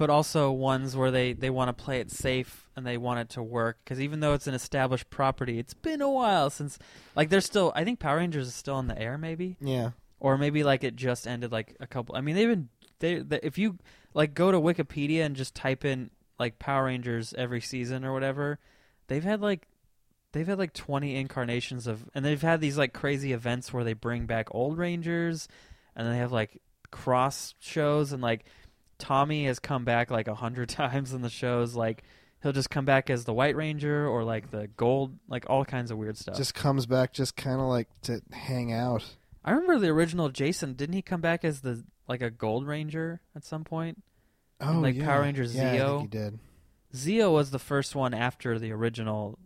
[SPEAKER 1] but also ones where they they want to play it safe and they want it to work because even though it's an established property, it's been a while since like they're still. I think Power Rangers is still in the air, maybe.
[SPEAKER 2] Yeah.
[SPEAKER 1] or maybe like it just ended like a couple. I mean, they've been they, they if you like go to Wikipedia and just type in like Power Rangers every season or whatever, they've had like they've had like 20 incarnations of and they've had these like crazy events where they bring back old Rangers and they have like cross shows and like Tommy has come back like a hundred times in the shows like he'll just come back as the White Ranger or like the gold like all kinds of weird stuff.
[SPEAKER 2] Just comes back just kind of like to hang out.
[SPEAKER 1] I remember the original Jason. Didn't he come back as the like a Gold Ranger at some point?
[SPEAKER 2] Oh,
[SPEAKER 1] like
[SPEAKER 2] yeah.
[SPEAKER 1] Power Rangers
[SPEAKER 2] yeah, I
[SPEAKER 1] Zeo.
[SPEAKER 2] think he did.
[SPEAKER 1] Zeo was the first one after the original,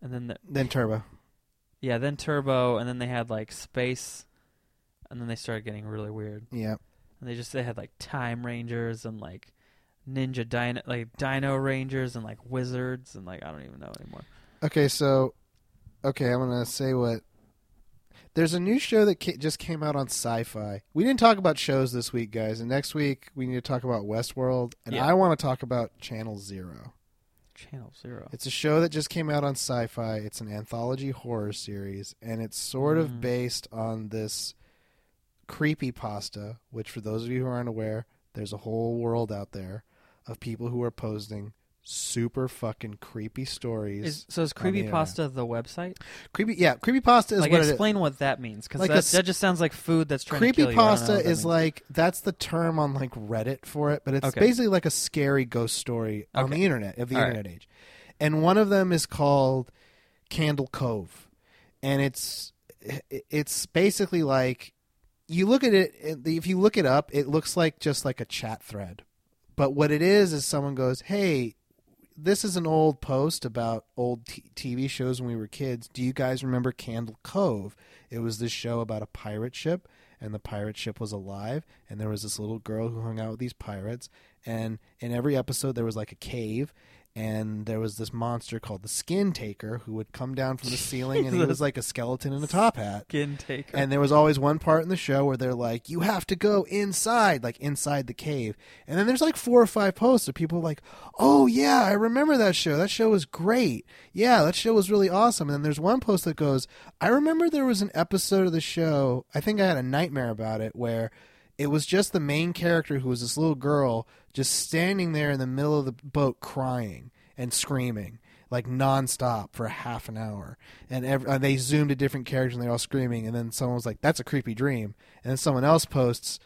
[SPEAKER 1] and then the,
[SPEAKER 2] Then Turbo.
[SPEAKER 1] yeah, then Turbo, and then they had like Space, and then they started getting really weird.
[SPEAKER 2] Yeah.
[SPEAKER 1] And they just they had like Time Rangers and like Ninja Dino like Dino Rangers and like Wizards and like I don't even know anymore.
[SPEAKER 2] Okay, so okay, I'm gonna say what. There's a new show that ca- just came out on Sci-Fi. We didn't talk about shows this week, guys, and next week we need to talk about Westworld, and
[SPEAKER 1] Yeah.
[SPEAKER 2] I want to talk about Channel Zero.
[SPEAKER 1] Channel Zero.
[SPEAKER 2] It's a show that just came out on Sci-Fi. It's an anthology horror series, and it's sort of
[SPEAKER 1] Mm.
[SPEAKER 2] based on this creepy pasta. Which, for those of you who aren't aware, there's a whole world out there of people who are posting super fucking creepy stories.
[SPEAKER 1] Is, so is
[SPEAKER 2] on the internet.
[SPEAKER 1] Creepypasta the website?
[SPEAKER 2] creepy, yeah, creepy pasta is
[SPEAKER 1] like
[SPEAKER 2] what it is.
[SPEAKER 1] explain what that means because
[SPEAKER 2] Like a
[SPEAKER 1] that,
[SPEAKER 2] s-
[SPEAKER 1] that just sounds like food that's trying to kill
[SPEAKER 2] Creepy
[SPEAKER 1] you. I don't know
[SPEAKER 2] pasta
[SPEAKER 1] what that
[SPEAKER 2] is
[SPEAKER 1] means.
[SPEAKER 2] like that's the term on like Reddit for it, but it's
[SPEAKER 1] Okay.
[SPEAKER 2] basically like a scary ghost story on
[SPEAKER 1] Okay.
[SPEAKER 2] the internet of the
[SPEAKER 1] All right.
[SPEAKER 2] internet age. And one of them is called Candle Cove, and it's it's basically like you look at it it- if you look it up, it looks like just like a chat thread, but what it is is someone goes, "Hey, this is an old post about old t- TV shows when we were kids. Do you guys remember Candle Cove? It was this show about a pirate ship, and the pirate ship was alive and there was this little girl who hung out with these pirates and in every episode there was like a cave and there was this monster called the skin taker who would come down from the ceiling and he
[SPEAKER 1] Jesus.
[SPEAKER 2] was like a skeleton in a top hat
[SPEAKER 1] Skin taker.
[SPEAKER 2] and there was always one part in the show where they're like, you have to go inside, like inside the cave. And then there's like four or five posts of people like, oh, yeah, I remember that show. That show was great. Yeah, that show was really awesome. And then there's one post that goes, I remember there was an episode of the show, I think I had a nightmare about it, where it was just the main character who was this little girl just standing there in the middle of the boat crying and screaming like nonstop for half an hour, and every, uh, they zoomed to different characters and they're all screaming. And then someone was like, "That's a creepy dream," and then someone else posts,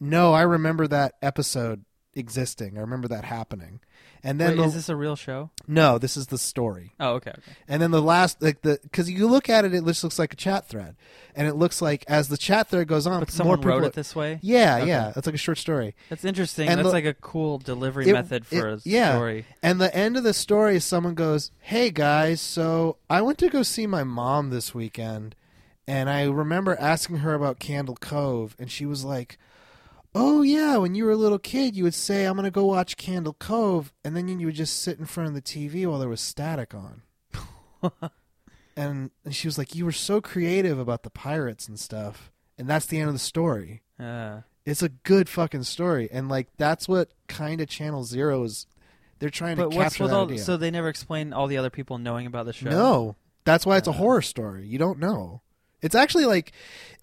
[SPEAKER 2] "No, I remember that episode existing. I remember that happening." And then
[SPEAKER 1] Wait,
[SPEAKER 2] the- Um,
[SPEAKER 1] is this a real show?
[SPEAKER 2] no, this is the story.
[SPEAKER 1] Oh, okay. okay.
[SPEAKER 2] And then the last, like the, because you look at it, it just looks like a chat thread, and it looks like as the chat thread goes on,
[SPEAKER 1] But
[SPEAKER 2] more
[SPEAKER 1] someone
[SPEAKER 2] people
[SPEAKER 1] wrote
[SPEAKER 2] are-
[SPEAKER 1] it this way.
[SPEAKER 2] Yeah,
[SPEAKER 1] Okay.
[SPEAKER 2] yeah, that's like a short story.
[SPEAKER 1] That's interesting.
[SPEAKER 2] And
[SPEAKER 1] That's
[SPEAKER 2] the-
[SPEAKER 1] like a cool delivery
[SPEAKER 2] It-
[SPEAKER 1] method for
[SPEAKER 2] it-
[SPEAKER 1] a story.
[SPEAKER 2] And the end of the story is someone goes, "Hey guys, so I went to go see my mom this weekend, and I remember asking her about Candle Cove, and she was like." Oh yeah, when you were a little kid, you would say, "I'm gonna go watch Candle Cove," and then you would just sit in front of the TV while there was static on.
[SPEAKER 1] Uh,
[SPEAKER 2] and, and she was like, "You were so creative about the pirates and stuff," and that's the end of the story
[SPEAKER 1] Uh,
[SPEAKER 2] it's a good fucking story and like that's what kind of channel zero is they're trying
[SPEAKER 1] but
[SPEAKER 2] to
[SPEAKER 1] what's
[SPEAKER 2] capture
[SPEAKER 1] with
[SPEAKER 2] that
[SPEAKER 1] all?
[SPEAKER 2] idea.
[SPEAKER 1] So they never explain all the other people knowing about the show.
[SPEAKER 2] no that's why it's a
[SPEAKER 1] Uh.
[SPEAKER 2] horror story you don't know it's actually like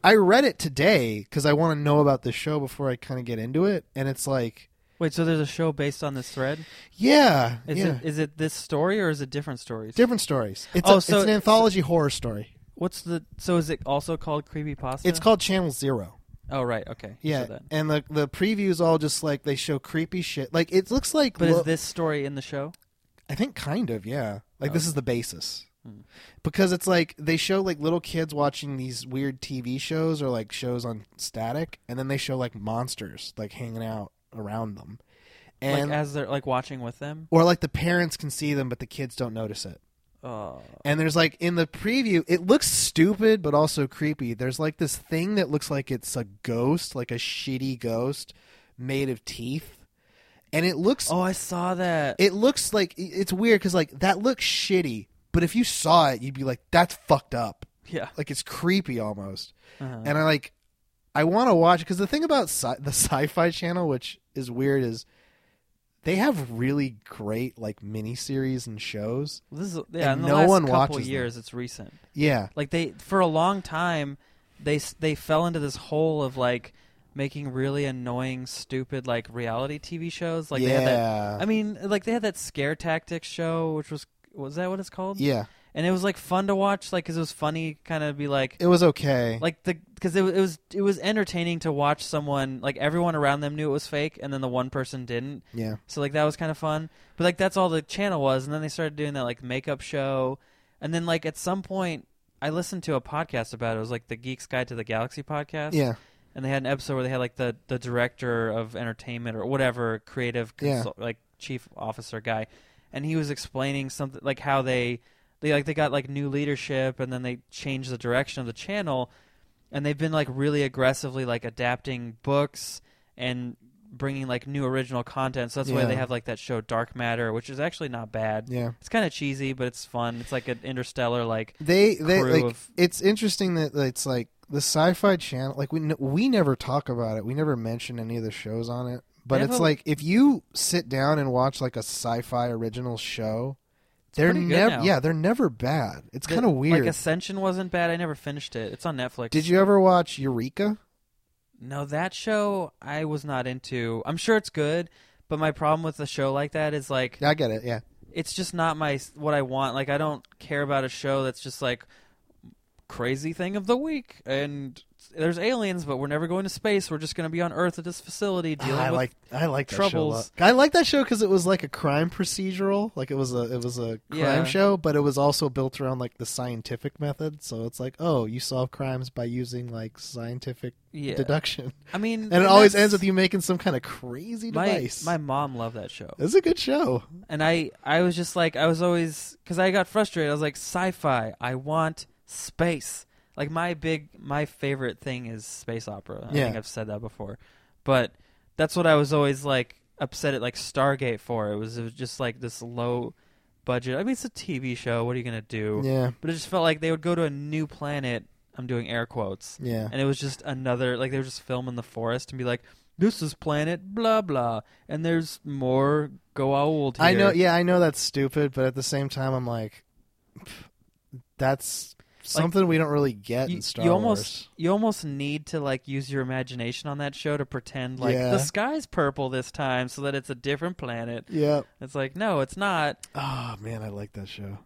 [SPEAKER 2] i read it today because i want to know about this show before i kind of get into it and it's like
[SPEAKER 1] Wait. So there's a show based on this thread.
[SPEAKER 2] yeah
[SPEAKER 1] Is
[SPEAKER 2] yeah
[SPEAKER 1] it is it this story or is it different stories?
[SPEAKER 2] different stories it's,
[SPEAKER 1] Oh,
[SPEAKER 2] a,
[SPEAKER 1] so
[SPEAKER 2] it's an
[SPEAKER 1] it-
[SPEAKER 2] anthology horror story
[SPEAKER 1] What's the? So is it also called creepy pasta?
[SPEAKER 2] it's called channel zero
[SPEAKER 1] Oh right. Okay.
[SPEAKER 2] yeah
[SPEAKER 1] So then.
[SPEAKER 2] and the the previews all just like they show creepy shit like it looks like
[SPEAKER 1] But
[SPEAKER 2] lo-
[SPEAKER 1] is this story in the show?
[SPEAKER 2] I think kind of, yeah. Like this is the basis.
[SPEAKER 1] Oh. Hmm.
[SPEAKER 2] Because it's like they show like little kids watching these weird TV shows or like shows on static and then they show like monsters like hanging out around them. And
[SPEAKER 1] like as they're like watching with them.
[SPEAKER 2] or like the parents can see them but the kids don't notice it.
[SPEAKER 1] Oh.
[SPEAKER 2] And there's like in the preview, it looks stupid but also creepy. There's like this thing that looks like it's a ghost, like a shitty ghost made of teeth. And it looks
[SPEAKER 1] Oh, I saw that.
[SPEAKER 2] it looks like it's weird because like that looks shitty but if you saw it you'd be like that's fucked up
[SPEAKER 1] yeah.
[SPEAKER 2] like it's creepy almost
[SPEAKER 1] Uh-huh.
[SPEAKER 2] and i like i want to watch because the thing about sci- the sci-fi channel which is weird is they have really great like miniseries and shows
[SPEAKER 1] This is yeah. in
[SPEAKER 2] and
[SPEAKER 1] the
[SPEAKER 2] no
[SPEAKER 1] last
[SPEAKER 2] one
[SPEAKER 1] couple
[SPEAKER 2] watches them.
[SPEAKER 1] years, it's recent.
[SPEAKER 2] yeah
[SPEAKER 1] Like they for a long time, they s- they fell into this hole of like making really annoying, stupid like reality TV shows. Like they
[SPEAKER 2] yeah
[SPEAKER 1] had that. I mean, like they had that scare tactics show, which was was that what it's called?
[SPEAKER 2] yeah
[SPEAKER 1] And it was like fun to watch, like because it was funny, kind of be like.
[SPEAKER 2] it was okay
[SPEAKER 1] like the because it, wa- it was it was entertaining to watch someone like everyone around them knew it was fake and then the one person didn't
[SPEAKER 2] yeah
[SPEAKER 1] so like that was kind of fun. But like that's all the channel was, and then they started doing that like makeup show, and then like at some point I listened to a podcast about it. It was like the Geeks Guide to the Galaxy podcast.
[SPEAKER 2] yeah
[SPEAKER 1] And they had an episode where they had like the the director of entertainment or whatever creative
[SPEAKER 2] Yeah.
[SPEAKER 1] consult, like chief officer guy, and he was explaining something like how they they like they got like new leadership and then they changed the direction of the channel and they've been like really aggressively like adapting books and bringing like new original content so that's why
[SPEAKER 2] Yeah.
[SPEAKER 1] they have like that show dark matter which is actually not bad
[SPEAKER 2] yeah
[SPEAKER 1] it's kind of cheesy but it's fun it's like an interstellar like
[SPEAKER 2] they they
[SPEAKER 1] crew
[SPEAKER 2] like
[SPEAKER 1] of-
[SPEAKER 2] it's interesting that that it's like the sci-fi channel like we n- we never talk about it we never mention any of the shows on it but
[SPEAKER 1] They
[SPEAKER 2] it's
[SPEAKER 1] have a-
[SPEAKER 2] like if you sit down and watch like a sci-fi original show they're
[SPEAKER 1] pretty good
[SPEAKER 2] never
[SPEAKER 1] now.
[SPEAKER 2] yeah they're never bad it's kind of weird
[SPEAKER 1] like ascension wasn't bad i never finished it it's on netflix
[SPEAKER 2] did you ever watch eureka
[SPEAKER 1] no that show i was not into i'm sure it's good but my problem with a show like that is like
[SPEAKER 2] i get it yeah
[SPEAKER 1] it's just not my what I want. Like I don't care about a show that's just like crazy thing of the week and there's aliens, but we're never going to space. We're just going to be on Earth at this facility dealing
[SPEAKER 2] i
[SPEAKER 1] with.
[SPEAKER 2] like i like that show a lot.
[SPEAKER 1] troubles.
[SPEAKER 2] i like that show because it was like a crime procedural like it was a it was a crime
[SPEAKER 1] Yeah.
[SPEAKER 2] show but it was also built around like the scientific method so it's like oh you solve crimes by using like scientific
[SPEAKER 1] yeah,
[SPEAKER 2] deduction
[SPEAKER 1] I mean,
[SPEAKER 2] And it always
[SPEAKER 1] that's-
[SPEAKER 2] ends with you making some kind of crazy
[SPEAKER 1] My
[SPEAKER 2] device.
[SPEAKER 1] my mom loved that show,
[SPEAKER 2] it's a good show.
[SPEAKER 1] and I I was just like I was always because I got frustrated. I was like sci-fi. I want space. like my big my favorite thing is space opera. I
[SPEAKER 2] Yeah.
[SPEAKER 1] think I've said that before. But that's what I was always like upset at like Stargate for. It was, it was just like this low budget. I mean it's a TV show. What are you going to do?
[SPEAKER 2] Yeah.
[SPEAKER 1] But it just felt like they would go to a new planet. I'm doing air quotes.
[SPEAKER 2] Yeah.
[SPEAKER 1] And it was just another like they were just filming the forest and be like this is planet blah blah and there's more go old here.
[SPEAKER 2] I know. Yeah, I know that's stupid, but at the same time, I'm like, pff, that's something we don't really get
[SPEAKER 1] you,
[SPEAKER 2] in Star
[SPEAKER 1] you
[SPEAKER 2] Wars.
[SPEAKER 1] almost you almost need to like use your imagination on that show to pretend like
[SPEAKER 2] Yeah.
[SPEAKER 1] the sky's purple this time so that it's a different planet.
[SPEAKER 2] Yeah.
[SPEAKER 1] It's like no, it's not.
[SPEAKER 2] Oh man, I like that show.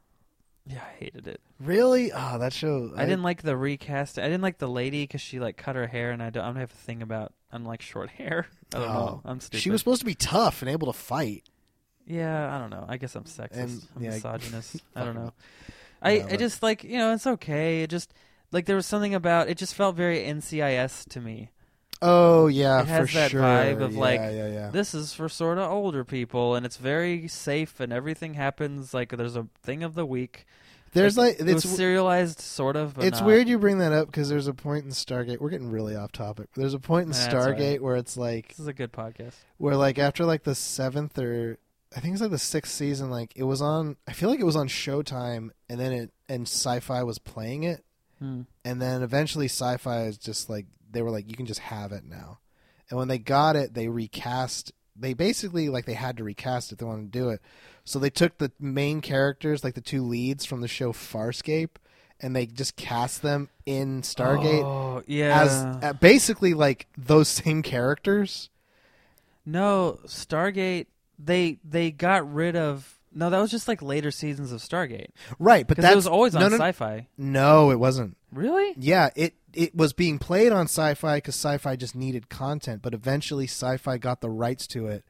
[SPEAKER 1] Yeah, I hated it.
[SPEAKER 2] Really? Oh, that show.
[SPEAKER 1] I, didn't like the recast. I didn't like the lady because she like cut her hair, and I don't, I don't have a thing about I'm like short hair. I don't know.
[SPEAKER 2] Oh.
[SPEAKER 1] I'm stupid.
[SPEAKER 2] She was supposed to be tough and able to fight.
[SPEAKER 1] Yeah, I don't know. I guess I'm sexist.
[SPEAKER 2] And-
[SPEAKER 1] I'm
[SPEAKER 2] yeah, I-
[SPEAKER 1] misogynist. I don't know.
[SPEAKER 2] Fuck.
[SPEAKER 1] I
[SPEAKER 2] Yeah,
[SPEAKER 1] I
[SPEAKER 2] but-
[SPEAKER 1] just like you know it's okay. It just like there was something about it just felt very NCIS to me.
[SPEAKER 2] Oh yeah,
[SPEAKER 1] It has
[SPEAKER 2] for
[SPEAKER 1] that
[SPEAKER 2] sure.
[SPEAKER 1] vibe of,
[SPEAKER 2] yeah,
[SPEAKER 1] like,
[SPEAKER 2] yeah, yeah.
[SPEAKER 1] This is for sort of older people, and it's very safe, and everything happens like there's a thing of the week.
[SPEAKER 2] There's like
[SPEAKER 1] It's
[SPEAKER 2] it's
[SPEAKER 1] serialized, sort of. But
[SPEAKER 2] it's
[SPEAKER 1] not.
[SPEAKER 2] weird you bring that up because there's a point in Stargate. We're getting really off topic. There's a point in
[SPEAKER 1] That's all
[SPEAKER 2] Stargate
[SPEAKER 1] right.
[SPEAKER 2] where it's like
[SPEAKER 1] This is a good podcast.
[SPEAKER 2] where like after like the seventh or I think it's like the sixth season, like it was on. I feel like it was on Showtime, and then it and Sci-Fi was playing it,
[SPEAKER 1] Hmm.
[SPEAKER 2] and then eventually Sci-Fi is just like they were like you can just have it now, and when they got it, they recast. They basically like they had to recast it. They wanted to do it, so they took the main characters, like the two leads from the show Farscape, and they just cast them in Stargate
[SPEAKER 1] Oh, yeah.
[SPEAKER 2] as uh, basically like those same characters.
[SPEAKER 1] no, Stargate. They they got rid of. No, that was just like later seasons of Stargate
[SPEAKER 2] Right, but
[SPEAKER 1] because
[SPEAKER 2] that
[SPEAKER 1] it was always on
[SPEAKER 2] no, no,
[SPEAKER 1] Sci-Fi.
[SPEAKER 2] No, it wasn't.
[SPEAKER 1] Really?
[SPEAKER 2] Yeah, it it was being played on Sci-Fi because Sci-Fi just needed content, but eventually Sci-Fi got the rights to it,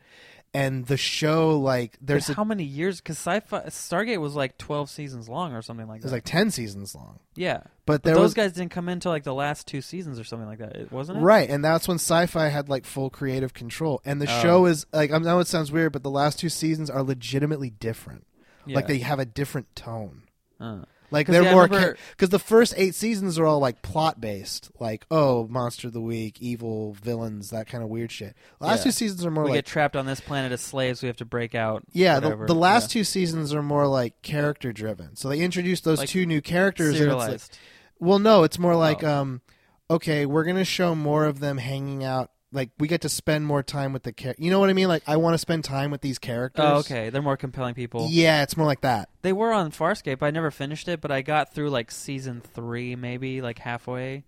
[SPEAKER 2] and the show like
[SPEAKER 1] But
[SPEAKER 2] there's a,
[SPEAKER 1] how many years? Because Sci-Fi Stargate was like twelve seasons long or something like
[SPEAKER 2] it
[SPEAKER 1] that.
[SPEAKER 2] was like ten seasons long,
[SPEAKER 1] yeah,
[SPEAKER 2] but
[SPEAKER 1] but
[SPEAKER 2] there
[SPEAKER 1] those
[SPEAKER 2] was
[SPEAKER 1] guys didn't come in until like the last two seasons or something like that, it- wasn't it?
[SPEAKER 2] right, and that's when Sci-Fi had like full creative control, and the
[SPEAKER 1] Oh.
[SPEAKER 2] show is like I know it sounds weird, but the last two seasons are legitimately different.
[SPEAKER 1] Yeah.
[SPEAKER 2] Like they have a different tone.
[SPEAKER 1] Uh.
[SPEAKER 2] Like
[SPEAKER 1] 'Cause,
[SPEAKER 2] they're
[SPEAKER 1] yeah, I
[SPEAKER 2] more because
[SPEAKER 1] remember-
[SPEAKER 2] the first eight seasons are all like plot based, like oh monster of the week, evil villains, that kind of weird shit. Last
[SPEAKER 1] Yeah.
[SPEAKER 2] two seasons are more
[SPEAKER 1] we
[SPEAKER 2] like
[SPEAKER 1] get trapped on this planet as slaves. We have to break out.
[SPEAKER 2] Yeah, the,
[SPEAKER 1] whatever.
[SPEAKER 2] the last
[SPEAKER 1] Yeah.
[SPEAKER 2] two seasons are more like character driven. So they introduced those
[SPEAKER 1] Like,
[SPEAKER 2] two new characters. And it's like,
[SPEAKER 1] serialized.
[SPEAKER 2] well, no, it's more like,
[SPEAKER 1] Oh.
[SPEAKER 2] um, okay, we're gonna show more of them hanging out. Like we get to spend more time with the char- You know what I mean? Like I want to spend time with these characters.
[SPEAKER 1] Oh, okay. They're more compelling people.
[SPEAKER 2] Yeah, it's more like that.
[SPEAKER 1] They were on Farscape. I never finished it, but I got through like season three, maybe like halfway,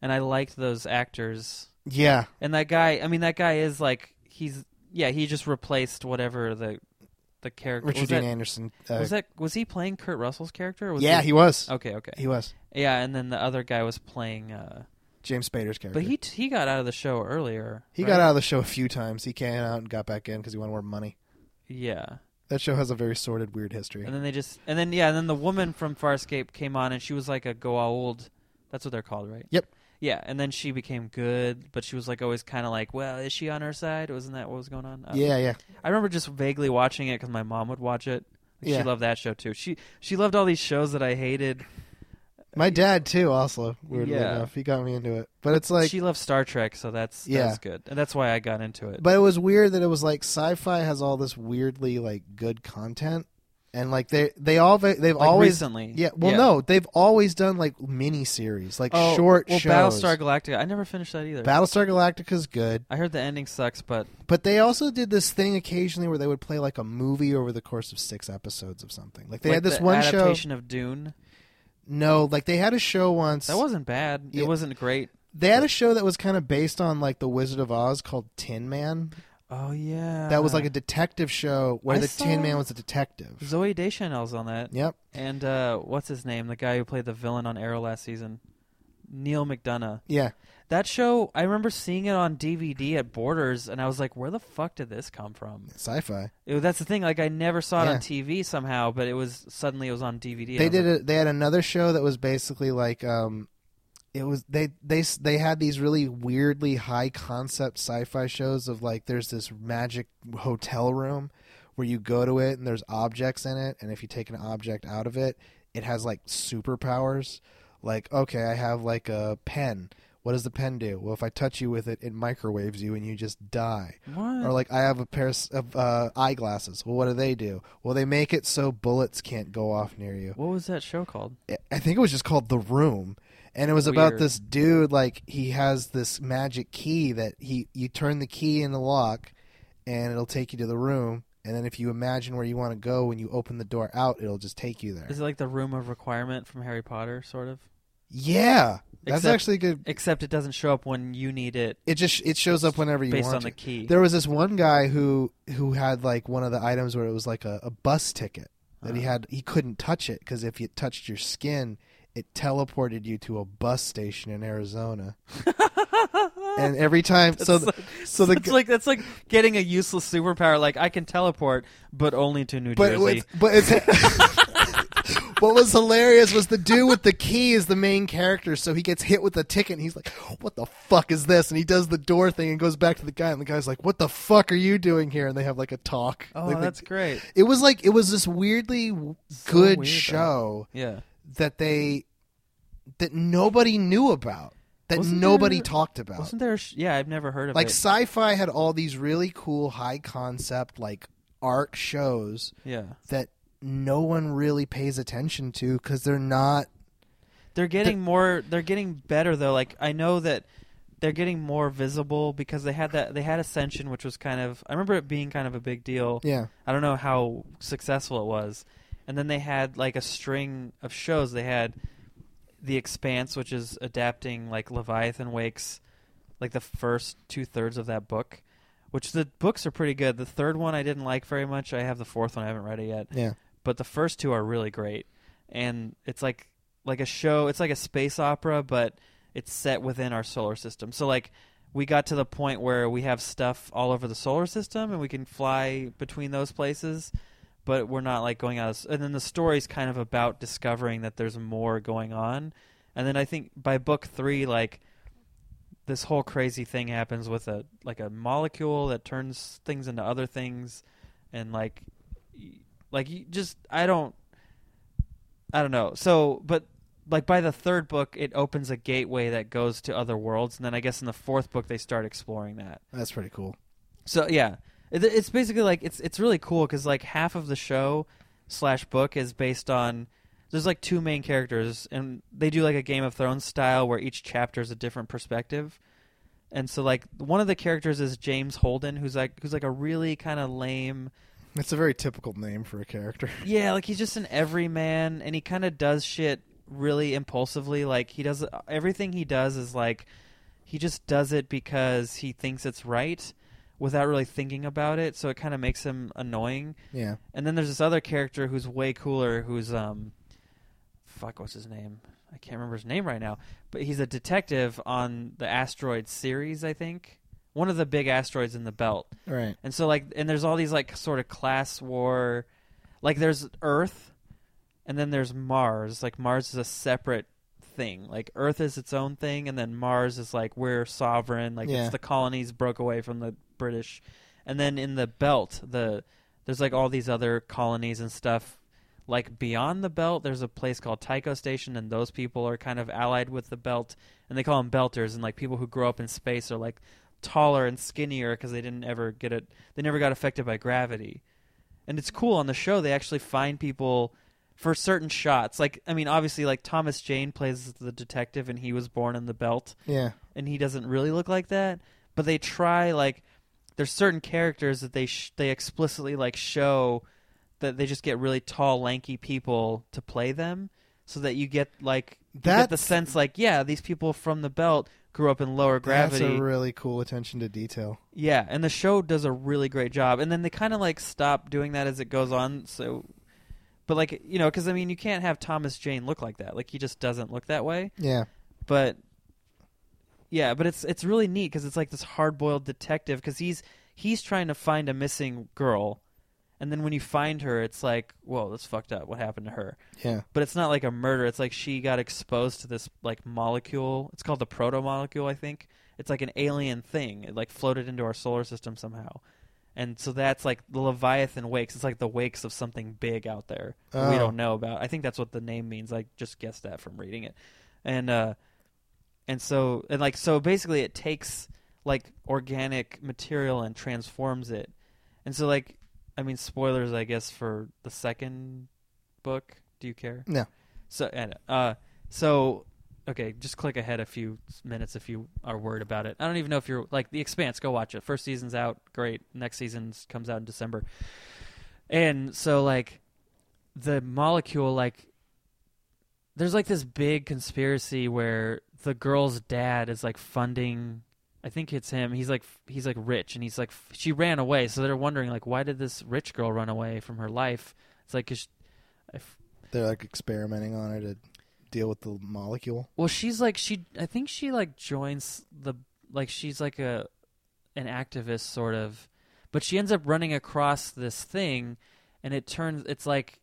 [SPEAKER 1] and I liked those actors.
[SPEAKER 2] Yeah,
[SPEAKER 1] And that guy, I mean, that guy is like he's yeah, he just replaced whatever the the character
[SPEAKER 2] Richard
[SPEAKER 1] was.
[SPEAKER 2] Dean
[SPEAKER 1] That,
[SPEAKER 2] Anderson. Uh,
[SPEAKER 1] was that was he playing Kurt Russell's character? Or was
[SPEAKER 2] yeah,
[SPEAKER 1] he,
[SPEAKER 2] he was.
[SPEAKER 1] Okay, okay,
[SPEAKER 2] He was
[SPEAKER 1] yeah. And then the other guy was playing, uh,
[SPEAKER 2] James Spader's character.
[SPEAKER 1] but he he got out of the show earlier.
[SPEAKER 2] he
[SPEAKER 1] right?
[SPEAKER 2] got out of the show a few times. He came out and got back in because he wanted more money.
[SPEAKER 1] Yeah,
[SPEAKER 2] That show has a very sordid, weird history.
[SPEAKER 1] and then they just and then yeah, and then the woman from Farscape came on, and she was like a Goa'uld. That's what they're called, right?
[SPEAKER 2] Yep.
[SPEAKER 1] Yeah, and then she became good, but she was like always kind of like, well, is she on her side? Wasn't that what was going on? I don't
[SPEAKER 2] yeah, yeah.
[SPEAKER 1] I remember just vaguely watching it because my mom would watch it. Like,
[SPEAKER 2] Yeah.
[SPEAKER 1] She loved that show too. She she loved all these shows that I hated.
[SPEAKER 2] My dad too, also weirdly
[SPEAKER 1] Yeah.
[SPEAKER 2] enough, he got me into it. But it's like,
[SPEAKER 1] she loved Star Trek, so that's
[SPEAKER 2] Yeah.
[SPEAKER 1] that's good, and that's why I got into it.
[SPEAKER 2] but it was weird that it was like sci-fi has all this weirdly like good content, and like they they all they've
[SPEAKER 1] Like,
[SPEAKER 2] always
[SPEAKER 1] recently,
[SPEAKER 2] yeah. Well, no, they've always done like mini series, like
[SPEAKER 1] Oh,
[SPEAKER 2] short
[SPEAKER 1] Well,
[SPEAKER 2] shows.
[SPEAKER 1] Battlestar Galactica. I never finished that either.
[SPEAKER 2] Battlestar Galactica's good,
[SPEAKER 1] I heard the ending sucks, but
[SPEAKER 2] but they also did this thing occasionally where they would play like a movie over the course of six episodes of something. Like they
[SPEAKER 1] like,
[SPEAKER 2] had this
[SPEAKER 1] the
[SPEAKER 2] one show.
[SPEAKER 1] adaptation of Dune
[SPEAKER 2] No, like they had a show once.
[SPEAKER 1] that wasn't bad.
[SPEAKER 2] Yeah.
[SPEAKER 1] It wasn't great.
[SPEAKER 2] they had a show that was kind of based on like the Wizard of Oz called Tin Man.
[SPEAKER 1] Oh yeah,
[SPEAKER 2] That was like a detective show where
[SPEAKER 1] I
[SPEAKER 2] the
[SPEAKER 1] saw-
[SPEAKER 2] Tin Man was a detective.
[SPEAKER 1] Zoe Deschanel's on that,
[SPEAKER 2] Yep.
[SPEAKER 1] and uh, what's his name? The guy who played the villain on Arrow last season, Neil McDonough.
[SPEAKER 2] Yeah.
[SPEAKER 1] That show, I remember seeing it on DVD at Borders, and I was like, "Where the fuck did this come from?"
[SPEAKER 2] Sci-fi.
[SPEAKER 1] It- that's the thing. Like, I never saw it
[SPEAKER 2] Yeah.
[SPEAKER 1] on TV somehow, but it was suddenly it was on DVD.
[SPEAKER 2] They did. A, they had another show that was basically like um, it was they they s- they had these really weirdly high concept sci-fi shows of like there's this magic hotel room where you go to it and there's objects in it and if you take an object out of it it has like superpowers. like okay i have like a pen what does the pen do well if i touch you with it it microwaves you and you just die
[SPEAKER 1] What?
[SPEAKER 2] or like I have a pair s- of uh, eyeglasses. Well, what do they do? Well, they make it so bullets can't go off near you.
[SPEAKER 1] what was that show called?
[SPEAKER 2] I- I think it was just called The Room, and it was about
[SPEAKER 1] Weird.
[SPEAKER 2] this dude. Like he has this magic key that he you turn the key in the lock, and it'll take you to the room. And then if you imagine where you want to go when you open the door out, it'll just take you there.
[SPEAKER 1] Is it like the room of requirement from Harry Potter, sort of?
[SPEAKER 2] Yeah, that's
[SPEAKER 1] Except-
[SPEAKER 2] actually good.
[SPEAKER 1] Except it doesn't show up when you need it
[SPEAKER 2] It just it shows up whenever you
[SPEAKER 1] based
[SPEAKER 2] want
[SPEAKER 1] on the
[SPEAKER 2] to.
[SPEAKER 1] key.
[SPEAKER 2] There was this one guy who who had like one of the items where it was like a, a bus ticket that he
[SPEAKER 1] Uh.
[SPEAKER 2] had. He couldn't touch it because if it touched your skin, it teleported you to a bus station in Arizona. and every time, so
[SPEAKER 1] That's
[SPEAKER 2] th- so the
[SPEAKER 1] that's
[SPEAKER 2] g-
[SPEAKER 1] like that's like getting a useless superpower. Like I can teleport, but only to New
[SPEAKER 2] but
[SPEAKER 1] Jersey.
[SPEAKER 2] it's, but it's. What was hilarious was the dude with the key is the main character, so he gets hit with a ticket and he's like, What the fuck is this? And he does the door thing and goes back to the guy, and the guy's like, What the fuck are you doing here? And they have like a talk.
[SPEAKER 1] oh,
[SPEAKER 2] Like, the-
[SPEAKER 1] that's great.
[SPEAKER 2] It was like it was this weirdly w- good
[SPEAKER 1] weird, though.
[SPEAKER 2] show
[SPEAKER 1] Yeah.
[SPEAKER 2] that they that nobody knew about, that
[SPEAKER 1] Wasn't
[SPEAKER 2] nobody
[SPEAKER 1] there-
[SPEAKER 2] talked about.
[SPEAKER 1] Wasn't there? A sh- yeah, I've never heard of
[SPEAKER 2] Like
[SPEAKER 1] it.
[SPEAKER 2] sci-fi had all these really cool high concept like art shows
[SPEAKER 1] Yeah,
[SPEAKER 2] that no one really pays attention to cuz they're not
[SPEAKER 1] they're getting more. They're getting better though. Like I know that they're getting more visible because they had that. They had Ascension, which was kind of. I remember it being kind of a big deal.
[SPEAKER 2] yeah.
[SPEAKER 1] I don't know how successful it was. And then they had like a string of shows. They had The Expanse, which is adapting like Leviathan Wakes, like the first two thirds of that book, which the books are pretty good. The third one I didn't like very much. I have the fourth one. I haven't read it yet.
[SPEAKER 2] Yeah.
[SPEAKER 1] But the first two are really great. And it's like like a show. It's like a space opera, but it's set within our solar system. So like we got to the point where we have stuff all over the solar system and we can fly between those places, but we're not like going out. Of, and then the story's kind of about discovering that there's more going on. And then I think by book three, like this whole crazy thing happens with a like a molecule that turns things into other things, and like y- like you just I don't I don't know. So, but like by the third book, it opens a gateway that goes to other worlds, and then I guess in the fourth book they start exploring that.
[SPEAKER 2] That's pretty cool.
[SPEAKER 1] So yeah, it, it's basically like it's it's really cool because like half of the show slash book is based on there's like two main characters, and they do like a Game of Thrones style where each chapter is a different perspective. And so like one of the characters is James Holden, who's like who's like a really kind of lame
[SPEAKER 2] It's a very typical name for a character.
[SPEAKER 1] yeah, like he's just an everyman, and he kind of does shit really impulsively. Like he does everything he does is like he just does it because he thinks it's right without really thinking about it. So it kind of makes him annoying.
[SPEAKER 2] Yeah.
[SPEAKER 1] And then there's this other character who's way cooler, who's um, fuck, what's his name? I can't remember his name right now. But he's a detective on the asteroid series, I think. One of the big asteroids in the belt.
[SPEAKER 2] Right.
[SPEAKER 1] And so like and there's all these like sort of class war like there's Earth and then there's Mars. Like Mars is a separate thing. Like Earth is its own thing and then Mars is like we're sovereign. Like
[SPEAKER 2] Yeah.
[SPEAKER 1] it's the colonies broke away from the British. And then in the belt, the there's like all these other colonies and stuff like beyond the belt there's a place called tycho station and those people are kind of allied with the belt and they call them belters and like people who grow up in space are like taller and skinnier because they didn't ever get it they never got affected by gravity and it's cool on the show they actually find people for certain shots like i mean obviously like thomas jane plays the detective and he was born in the belt
[SPEAKER 2] Yeah.
[SPEAKER 1] and he doesn't really look like that. But they try like there's certain characters that they sh- they explicitly like show that they just get really tall, lanky people to play them, so that you get like you get the
[SPEAKER 2] That's-
[SPEAKER 1] sense like yeah, these people from the belt grew up in lower gravity.
[SPEAKER 2] That's a really cool attention to detail.
[SPEAKER 1] Yeah, and the show does a really great job. And then they kind of like stop doing that as it goes on. So, but like you know, because I mean, you can't have Thomas Jane look like that. Like he just doesn't look that way
[SPEAKER 2] Yeah.
[SPEAKER 1] but yeah, but it's it's really neat because it's like this hard boiled detective because he's he's trying to find a missing girl, and then when you find her, it's like whoa, that's fucked up. What happened to her?
[SPEAKER 2] Yeah.
[SPEAKER 1] But it's not like a murder. It's like she got exposed to this like molecule. It's called the proto molecule, I think. It's like an alien thing. It like floated into our solar system somehow. And so that's like the Leviathan wakes. It's like the wakes of something big out there that we
[SPEAKER 2] Oh.
[SPEAKER 1] don't know about. I think that's what the name means. I just guessed that from reading it. and uh, and so and like so basically it takes like organic material and transforms it, and so like I mean spoilers I guess for the second book. Do you care?
[SPEAKER 2] No.
[SPEAKER 1] So and uh, so okay, just click ahead a few minutes if you are worried about it. I don't even know if you're like The Expanse. Go watch it. First season's out, great. Next season comes out in December, and so like the molecule like there's like this big conspiracy where the girl's dad is like funding i think it's him he's like f- he's like rich and he's like f- she ran away so they're wondering like why did this rich girl run away from her life it's like 'cause she- I f-
[SPEAKER 2] They're like experimenting on her to deal with the molecule.
[SPEAKER 1] Well, she's like she. I think she like joins the like she's like a an activist sort of, but she ends up running across this thing, and it turns. It's like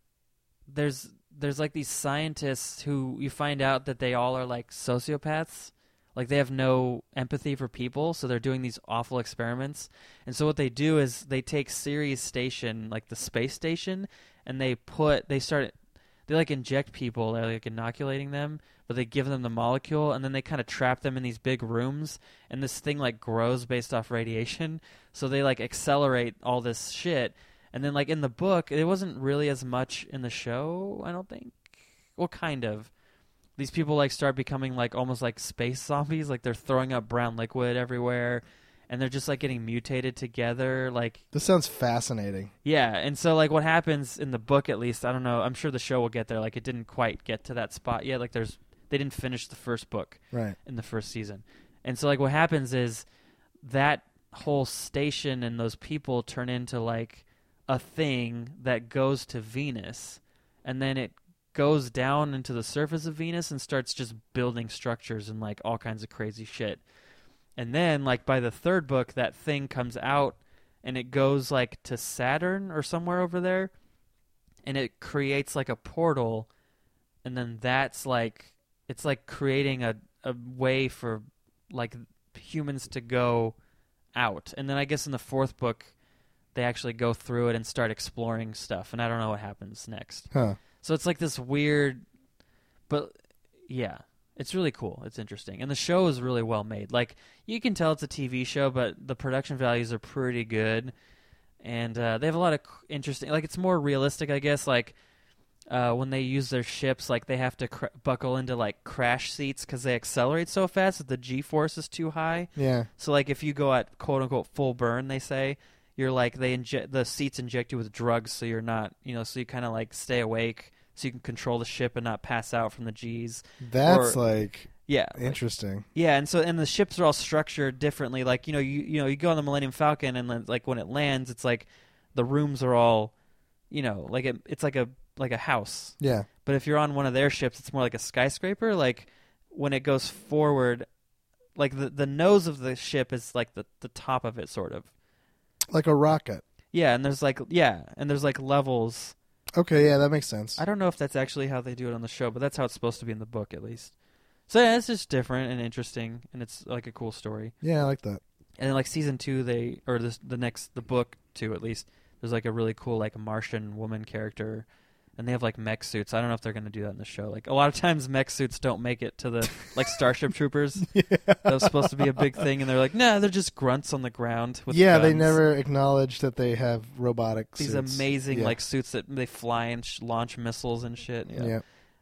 [SPEAKER 1] there's there's like these scientists who you find out that they all are like sociopaths. Like they have no empathy for people, so they're doing these awful experiments. And so what they do is they take Ceres station, like the space station, and they put they start they like inject people, they're like inoculating them, but they give them the molecule and then they kind of trap them in these big rooms and this thing like grows based off radiation. So they like accelerate all this shit. And then like in the book, it wasn't really as much in the show, I don't think. Well, kind of. These people like start becoming like almost like space zombies, like they're throwing up brown liquid everywhere and they're just like getting mutated together like
[SPEAKER 2] This sounds fascinating.
[SPEAKER 1] yeah, and so like what happens in the book at least, I don't know, I'm sure the show will get there. Like it didn't quite get to that spot yet. Like there's they didn't finish the first book
[SPEAKER 2] Right.
[SPEAKER 1] in the first season. And so like what happens is that whole station and those people turn into like a thing that goes to Venus and then it goes down into the surface of Venus and starts just building structures and like all kinds of crazy shit. And then like by the third book that thing comes out and it goes like to Saturn or somewhere over there and it creates like a portal and then that's like it's like creating a, a way for like humans to go out and then i guess in the fourth book they actually go through it and start exploring stuff and i don't know what happens next
[SPEAKER 2] Huh.
[SPEAKER 1] so it's like this weird, but yeah, it's really cool. It's interesting, and the show is really well made. Like you can tell it's a TV show, but the production values are pretty good, and uh, they have a lot of c- interesting. Like it's more realistic, I guess. Like uh, when they use their ships, like they have to cr- buckle into like crash seats because they accelerate so fast that the G force is too high.
[SPEAKER 2] Yeah.
[SPEAKER 1] So like if you go at quote unquote full burn, they say you're like they inject the seats inject you with drugs, so you're not you know so you kind of like stay awake, so you can control the ship and not pass out from the G's.
[SPEAKER 2] That's
[SPEAKER 1] Or-
[SPEAKER 2] like
[SPEAKER 1] Yeah,
[SPEAKER 2] interesting.
[SPEAKER 1] yeah, and so and the ships are all structured differently. Like you know you you know you go on the Millennium Falcon and then like when it lands, it's like the rooms are all you know like it, it's like a like a house
[SPEAKER 2] Yeah.
[SPEAKER 1] but if you're on one of their ships, it's more like a skyscraper. Like when it goes forward, like the the nose of the ship is like the the top of it, sort of.
[SPEAKER 2] Like a rocket.
[SPEAKER 1] Yeah, and there's like yeah, and there's like levels.
[SPEAKER 2] Okay, yeah, that makes sense.
[SPEAKER 1] I don't know if that's actually how they do it on the show, but that's how it's supposed to be in the book, at least. So yeah, it's just different and interesting, and it's like a cool story.
[SPEAKER 2] Yeah, I like that.
[SPEAKER 1] And then like season two, they or this the next the book two at least. There's like a really cool like Martian woman character, and they have like mech suits. I don't know if they're gonna do that in the show. Like a lot of times, mech suits don't make it to the like Starship Troopers. That was supposed to be a big thing, and they're like, nah, they're just grunts on the ground. With
[SPEAKER 2] yeah, they
[SPEAKER 1] guns."
[SPEAKER 2] never acknowledge that they have robotic
[SPEAKER 1] these
[SPEAKER 2] suits.
[SPEAKER 1] amazing
[SPEAKER 2] Yeah.
[SPEAKER 1] like suits that they fly and sh- launch missiles and shit.
[SPEAKER 2] Yeah.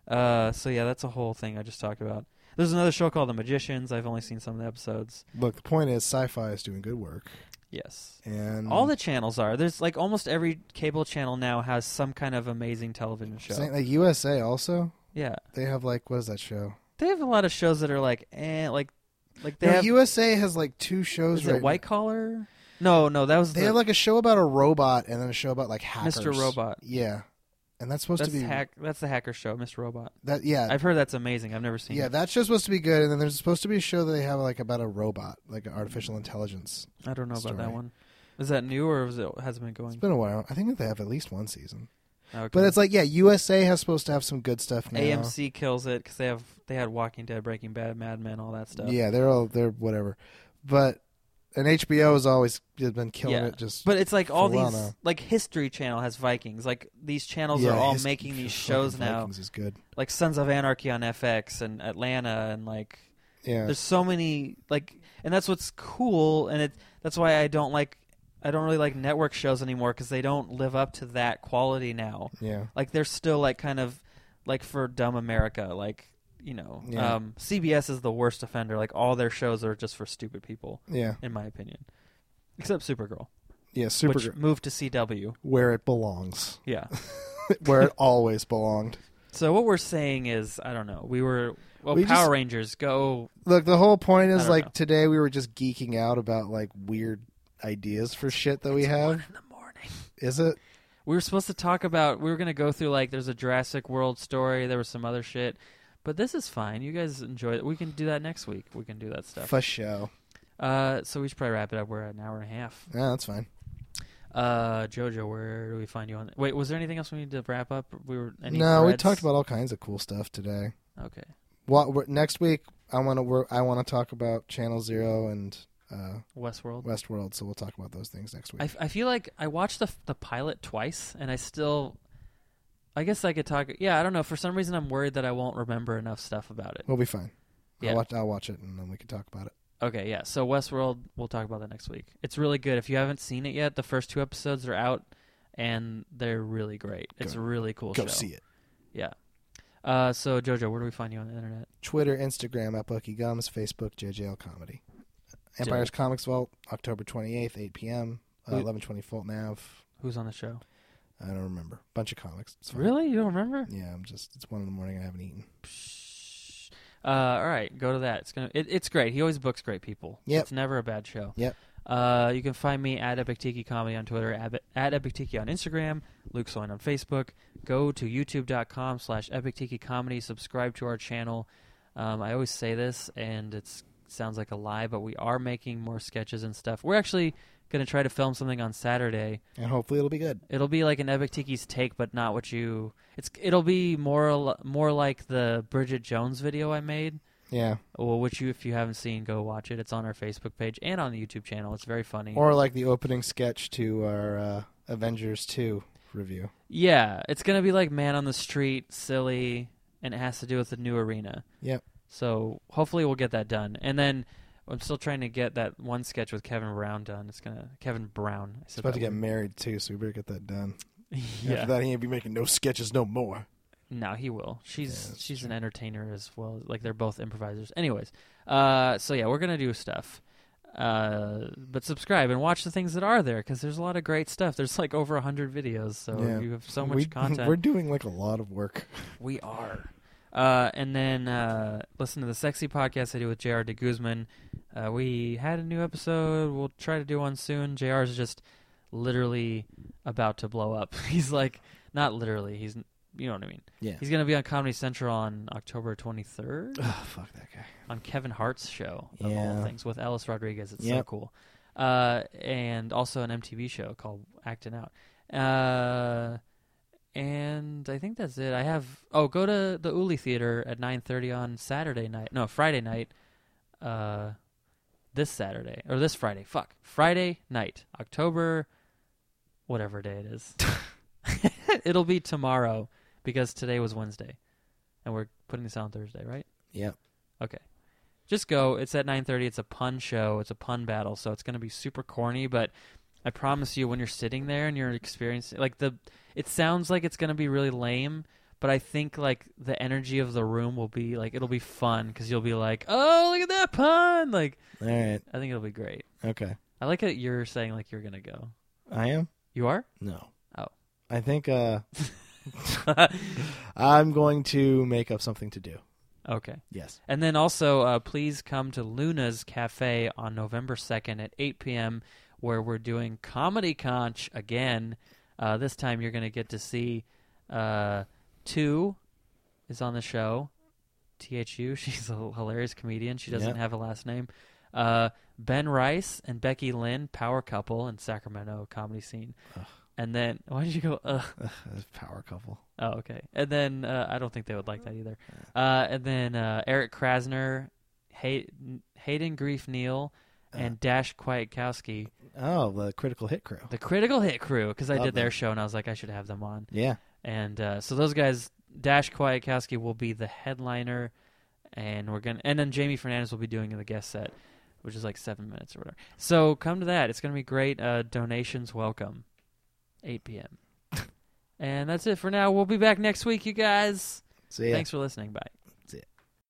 [SPEAKER 1] Uh, so yeah, that's a whole thing I just talked about. There's another show called The Magicians. I've only seen some of the episodes.
[SPEAKER 2] Look, the point is sci-fi is doing good work
[SPEAKER 1] Yes.
[SPEAKER 2] and
[SPEAKER 1] All the channels are. There's like almost every cable channel now has some kind of amazing television show.
[SPEAKER 2] Same- like USA also,
[SPEAKER 1] Yeah.
[SPEAKER 2] they have like what is that show?
[SPEAKER 1] They have a lot of shows that are like eh like like they
[SPEAKER 2] No,
[SPEAKER 1] have
[SPEAKER 2] USA has like two shows
[SPEAKER 1] is
[SPEAKER 2] right
[SPEAKER 1] it White Collar? No, no, that was
[SPEAKER 2] They
[SPEAKER 1] the,
[SPEAKER 2] have like a show about a robot and then a show about like hackers.
[SPEAKER 1] Mr. Robot.
[SPEAKER 2] Yeah. And that's supposed
[SPEAKER 1] That's
[SPEAKER 2] to be
[SPEAKER 1] hack that's the hacker show, Mr. Robot.
[SPEAKER 2] that yeah.
[SPEAKER 1] I've heard that's amazing. I've never seen
[SPEAKER 2] yeah,
[SPEAKER 1] it.
[SPEAKER 2] that show's supposed to be good, and then there's supposed to be a show that they have like about a robot, like an artificial intelligence.
[SPEAKER 1] I don't know
[SPEAKER 2] story.
[SPEAKER 1] about that one. Is that new or is it hasn't been
[SPEAKER 2] It's
[SPEAKER 1] going?
[SPEAKER 2] been a while. I think that they have at least one season.
[SPEAKER 1] Okay.
[SPEAKER 2] But it's like, yeah, USA has supposed to have some good stuff now.
[SPEAKER 1] AMC kills it cuz they have they had Walking Dead, Breaking Bad, Mad Men, all that stuff.
[SPEAKER 2] Yeah, they're all they're whatever. But and HBO has always been killing
[SPEAKER 1] yeah.
[SPEAKER 2] it. Just
[SPEAKER 1] but it's like all
[SPEAKER 2] for a while
[SPEAKER 1] these
[SPEAKER 2] now.
[SPEAKER 1] like History Channel has Vikings. Like these channels
[SPEAKER 2] Yeah,
[SPEAKER 1] are all
[SPEAKER 2] his-
[SPEAKER 1] making
[SPEAKER 2] fucking
[SPEAKER 1] these shows now,
[SPEAKER 2] Vikings is good.
[SPEAKER 1] like Sons of Anarchy on FX and Atlanta, and like
[SPEAKER 2] Yeah,
[SPEAKER 1] there's so many like, and that's what's cool, and it that's why I don't like I don't really like network shows anymore because they don't live up to that quality now.
[SPEAKER 2] yeah.
[SPEAKER 1] Like they're still like kind of like for dumb America, like. You know,
[SPEAKER 2] Yeah.
[SPEAKER 1] um, CBS is the worst offender. Like all their shows are just for stupid people,
[SPEAKER 2] Yeah,
[SPEAKER 1] in my opinion, except Supergirl.
[SPEAKER 2] yeah, Supergirl,
[SPEAKER 1] which moved to CW.
[SPEAKER 2] where it belongs,
[SPEAKER 1] Yeah.
[SPEAKER 2] where it always belonged.
[SPEAKER 1] So what we're saying is, I don't know. We were well,
[SPEAKER 2] We
[SPEAKER 1] Power
[SPEAKER 2] just-
[SPEAKER 1] Rangers go.
[SPEAKER 2] Look, the whole point
[SPEAKER 1] I
[SPEAKER 2] is
[SPEAKER 1] don't
[SPEAKER 2] like
[SPEAKER 1] know.
[SPEAKER 2] today we were just geeking out about like weird ideas for shit that we have.
[SPEAKER 1] in the morning.
[SPEAKER 2] Is it?
[SPEAKER 1] We were supposed to talk about. We were going to go through like there's a Jurassic World story. There was some other shit, but this is fine. You guys enjoy it. We can do that next week. We can do that stuff.
[SPEAKER 2] For show.
[SPEAKER 1] Uh, so we should probably wrap it up. We're at an hour and a half.
[SPEAKER 2] Yeah, that's fine.
[SPEAKER 1] Uh, Jojo, where do we find you on? Wait, was there anything else we need to wrap up? We were any
[SPEAKER 2] no, we
[SPEAKER 1] threads?
[SPEAKER 2] talked about all kinds of cool stuff today.
[SPEAKER 1] Okay.
[SPEAKER 2] What we're, next week? I want to. I want to talk about Channel Zero and uh,
[SPEAKER 1] Westworld.
[SPEAKER 2] Westworld. So we'll talk about those things next week.
[SPEAKER 1] I, f- I feel like I watched the f- the pilot twice, and I still, I guess I could talk. Yeah, I don't know. For some reason, I'm worried that I won't remember enough stuff about it.
[SPEAKER 2] we'll be fine.
[SPEAKER 1] Yeah.
[SPEAKER 2] I'll watch. I'll watch it and then we can talk about it.
[SPEAKER 1] Okay, yeah. So Westworld, we'll talk about that next week. It's really good. If you haven't seen it yet, the first two episodes are out, and they're really great. It's
[SPEAKER 2] Go-
[SPEAKER 1] a really cool.
[SPEAKER 2] Go
[SPEAKER 1] show.
[SPEAKER 2] see it.
[SPEAKER 1] Yeah. Uh, so Jojo, where do we find you on the internet?
[SPEAKER 2] Twitter, Instagram at Bucky Gums, Facebook JJL Comedy, Empire's Comics Vault, October twenty eighth, eight p.m. Uh,
[SPEAKER 1] We-
[SPEAKER 2] Eleven twenty Volt Nav.
[SPEAKER 1] Who's on the show?
[SPEAKER 2] I don't remember. Bunch of comics. It's fine.
[SPEAKER 1] Really, you don't remember?
[SPEAKER 2] Yeah, I'm just. It's one in the morning. I haven't eaten.
[SPEAKER 1] Uh, all right, go to that. It's gonna. It, it's great. He always books great people.
[SPEAKER 2] Yep.
[SPEAKER 1] It's never a bad show.
[SPEAKER 2] Yep.
[SPEAKER 1] Uh, you can find me at Epic Tiki Comedy on Twitter, at, at Epic Tiki on Instagram, Luke Soin on Facebook. Go to youtube.com slash Epic Tiki Comedy. Subscribe to our channel. Um, I always say this, and it sounds like a lie, but we are making more sketches and stuff. We're actually going to try to film something on Saturday.
[SPEAKER 2] And hopefully it'll be good.
[SPEAKER 1] It'll be like an Epic Tiki's take, but not what you. It's. It'll be more al- more like the Bridget Jones video I made.
[SPEAKER 2] Yeah.
[SPEAKER 1] Well, which you, if you haven't seen, go watch it. It's on our Facebook page and on the YouTube channel. It's very funny.
[SPEAKER 2] Or like the opening sketch to our uh, Avengers 2 review.
[SPEAKER 1] yeah, it's gonna be like man on the street, silly, and it has to do with the new arena.
[SPEAKER 2] Yep.
[SPEAKER 1] So hopefully we'll get that done. And then I'm still trying to get that one sketch with Kevin Brown done. It's gonna Kevin Brown. I
[SPEAKER 2] He's
[SPEAKER 1] said
[SPEAKER 2] about to
[SPEAKER 1] that
[SPEAKER 2] get married too, so we better get that done.
[SPEAKER 1] weird.
[SPEAKER 2] After
[SPEAKER 1] yeah.
[SPEAKER 2] that, he ain't be making no sketches no more.
[SPEAKER 1] No, he will. She's
[SPEAKER 2] Yeah, that's
[SPEAKER 1] she's an
[SPEAKER 2] true.
[SPEAKER 1] entertainer as well. Like they're both improvisers. Anyways, uh, so yeah, we're gonna do stuff. Uh, but subscribe and watch the things that are there because there's a lot of great stuff. There's like over a hundred videos, so
[SPEAKER 2] Yeah.
[SPEAKER 1] you have so much
[SPEAKER 2] we,
[SPEAKER 1] content.
[SPEAKER 2] We're doing like a lot of work.
[SPEAKER 1] We are. Uh, and then uh, listen to the sexy podcast I do with Jr. De Guzman. Uh, we had a new episode. We'll try to do one soon. Jr. is just literally about to blow up. he's like, not literally. He's, you know what I mean.
[SPEAKER 2] Yeah.
[SPEAKER 1] He's gonna be on Comedy Central on October 23rd
[SPEAKER 2] Oh, fuck that guy.
[SPEAKER 1] on Kevin Hart's show of all
[SPEAKER 2] Yeah.
[SPEAKER 1] things with Ellis Rodriguez. It's so
[SPEAKER 2] Yep.
[SPEAKER 1] cool. Uh, and also an MTV show called Acting Out. Uh, and I think that's it. I have oh, go to the Uli Theater at 9:30 on Saturday night. No, Friday night. Uh, this Saturday or this Friday. Fuck, Friday night, October, whatever day it is. It'll be tomorrow because today was Wednesday, and we're putting this out on Thursday, right?
[SPEAKER 2] Yep.
[SPEAKER 1] Okay. Just go. It's at 9:30. It's a pun show. It's a pun battle, so it's going to be super corny, but I promise you when you're sitting there and you're experiencing like the it sounds like it's going to be really lame, but I think like the energy of the room will be like it'll be fun cuz you'll be like, "Oh, look at that pun." Like
[SPEAKER 2] All right.
[SPEAKER 1] I think it'll be great.
[SPEAKER 2] Okay.
[SPEAKER 1] I like it you're saying like you're going to go.
[SPEAKER 2] I am?
[SPEAKER 1] You are?
[SPEAKER 2] No.
[SPEAKER 1] Oh.
[SPEAKER 2] I think uh, I'm going to make up something to do.
[SPEAKER 1] okay.
[SPEAKER 2] Yes.
[SPEAKER 1] And then also, uh, please come to Luna's Cafe on November 2nd at 8 p.m., where we're doing Comedy Conch again. Uh, this time, you're going to get to see uh, Two is on the show. THU, she's a hilarious comedian. She doesn't
[SPEAKER 2] Yeah.
[SPEAKER 1] have a last name. Uh, ben Rice and Becky Lynn, power couple in Sacramento comedy scene.
[SPEAKER 2] Ugh.
[SPEAKER 1] And then, why did you go, ugh?
[SPEAKER 2] Ugh, that's a power couple.
[SPEAKER 1] Oh, okay. And then uh, I don't think they would like that either. Uh, and then uh, Eric Krasner, Hay- Hayden Grief Neal,
[SPEAKER 2] Uh-huh.
[SPEAKER 1] and Dash Kwiatkowski,
[SPEAKER 2] Oh, the Critical Hit crew.
[SPEAKER 1] the Critical Hit crew, because I
[SPEAKER 2] Love
[SPEAKER 1] did their
[SPEAKER 2] them.
[SPEAKER 1] show and I was like, I should have them on.
[SPEAKER 2] Yeah.
[SPEAKER 1] And uh, so those guys, Dash Kwiatkowski will be the headliner, and we're gonna, and then Jamie Fernandez will be doing the guest set, which is like seven minutes or whatever. So come to that; it's gonna be great. Uh, donations welcome, eight p.m. and that's it for now. We'll be back next week, you guys.
[SPEAKER 2] See ya.
[SPEAKER 1] Thanks for listening. Bye.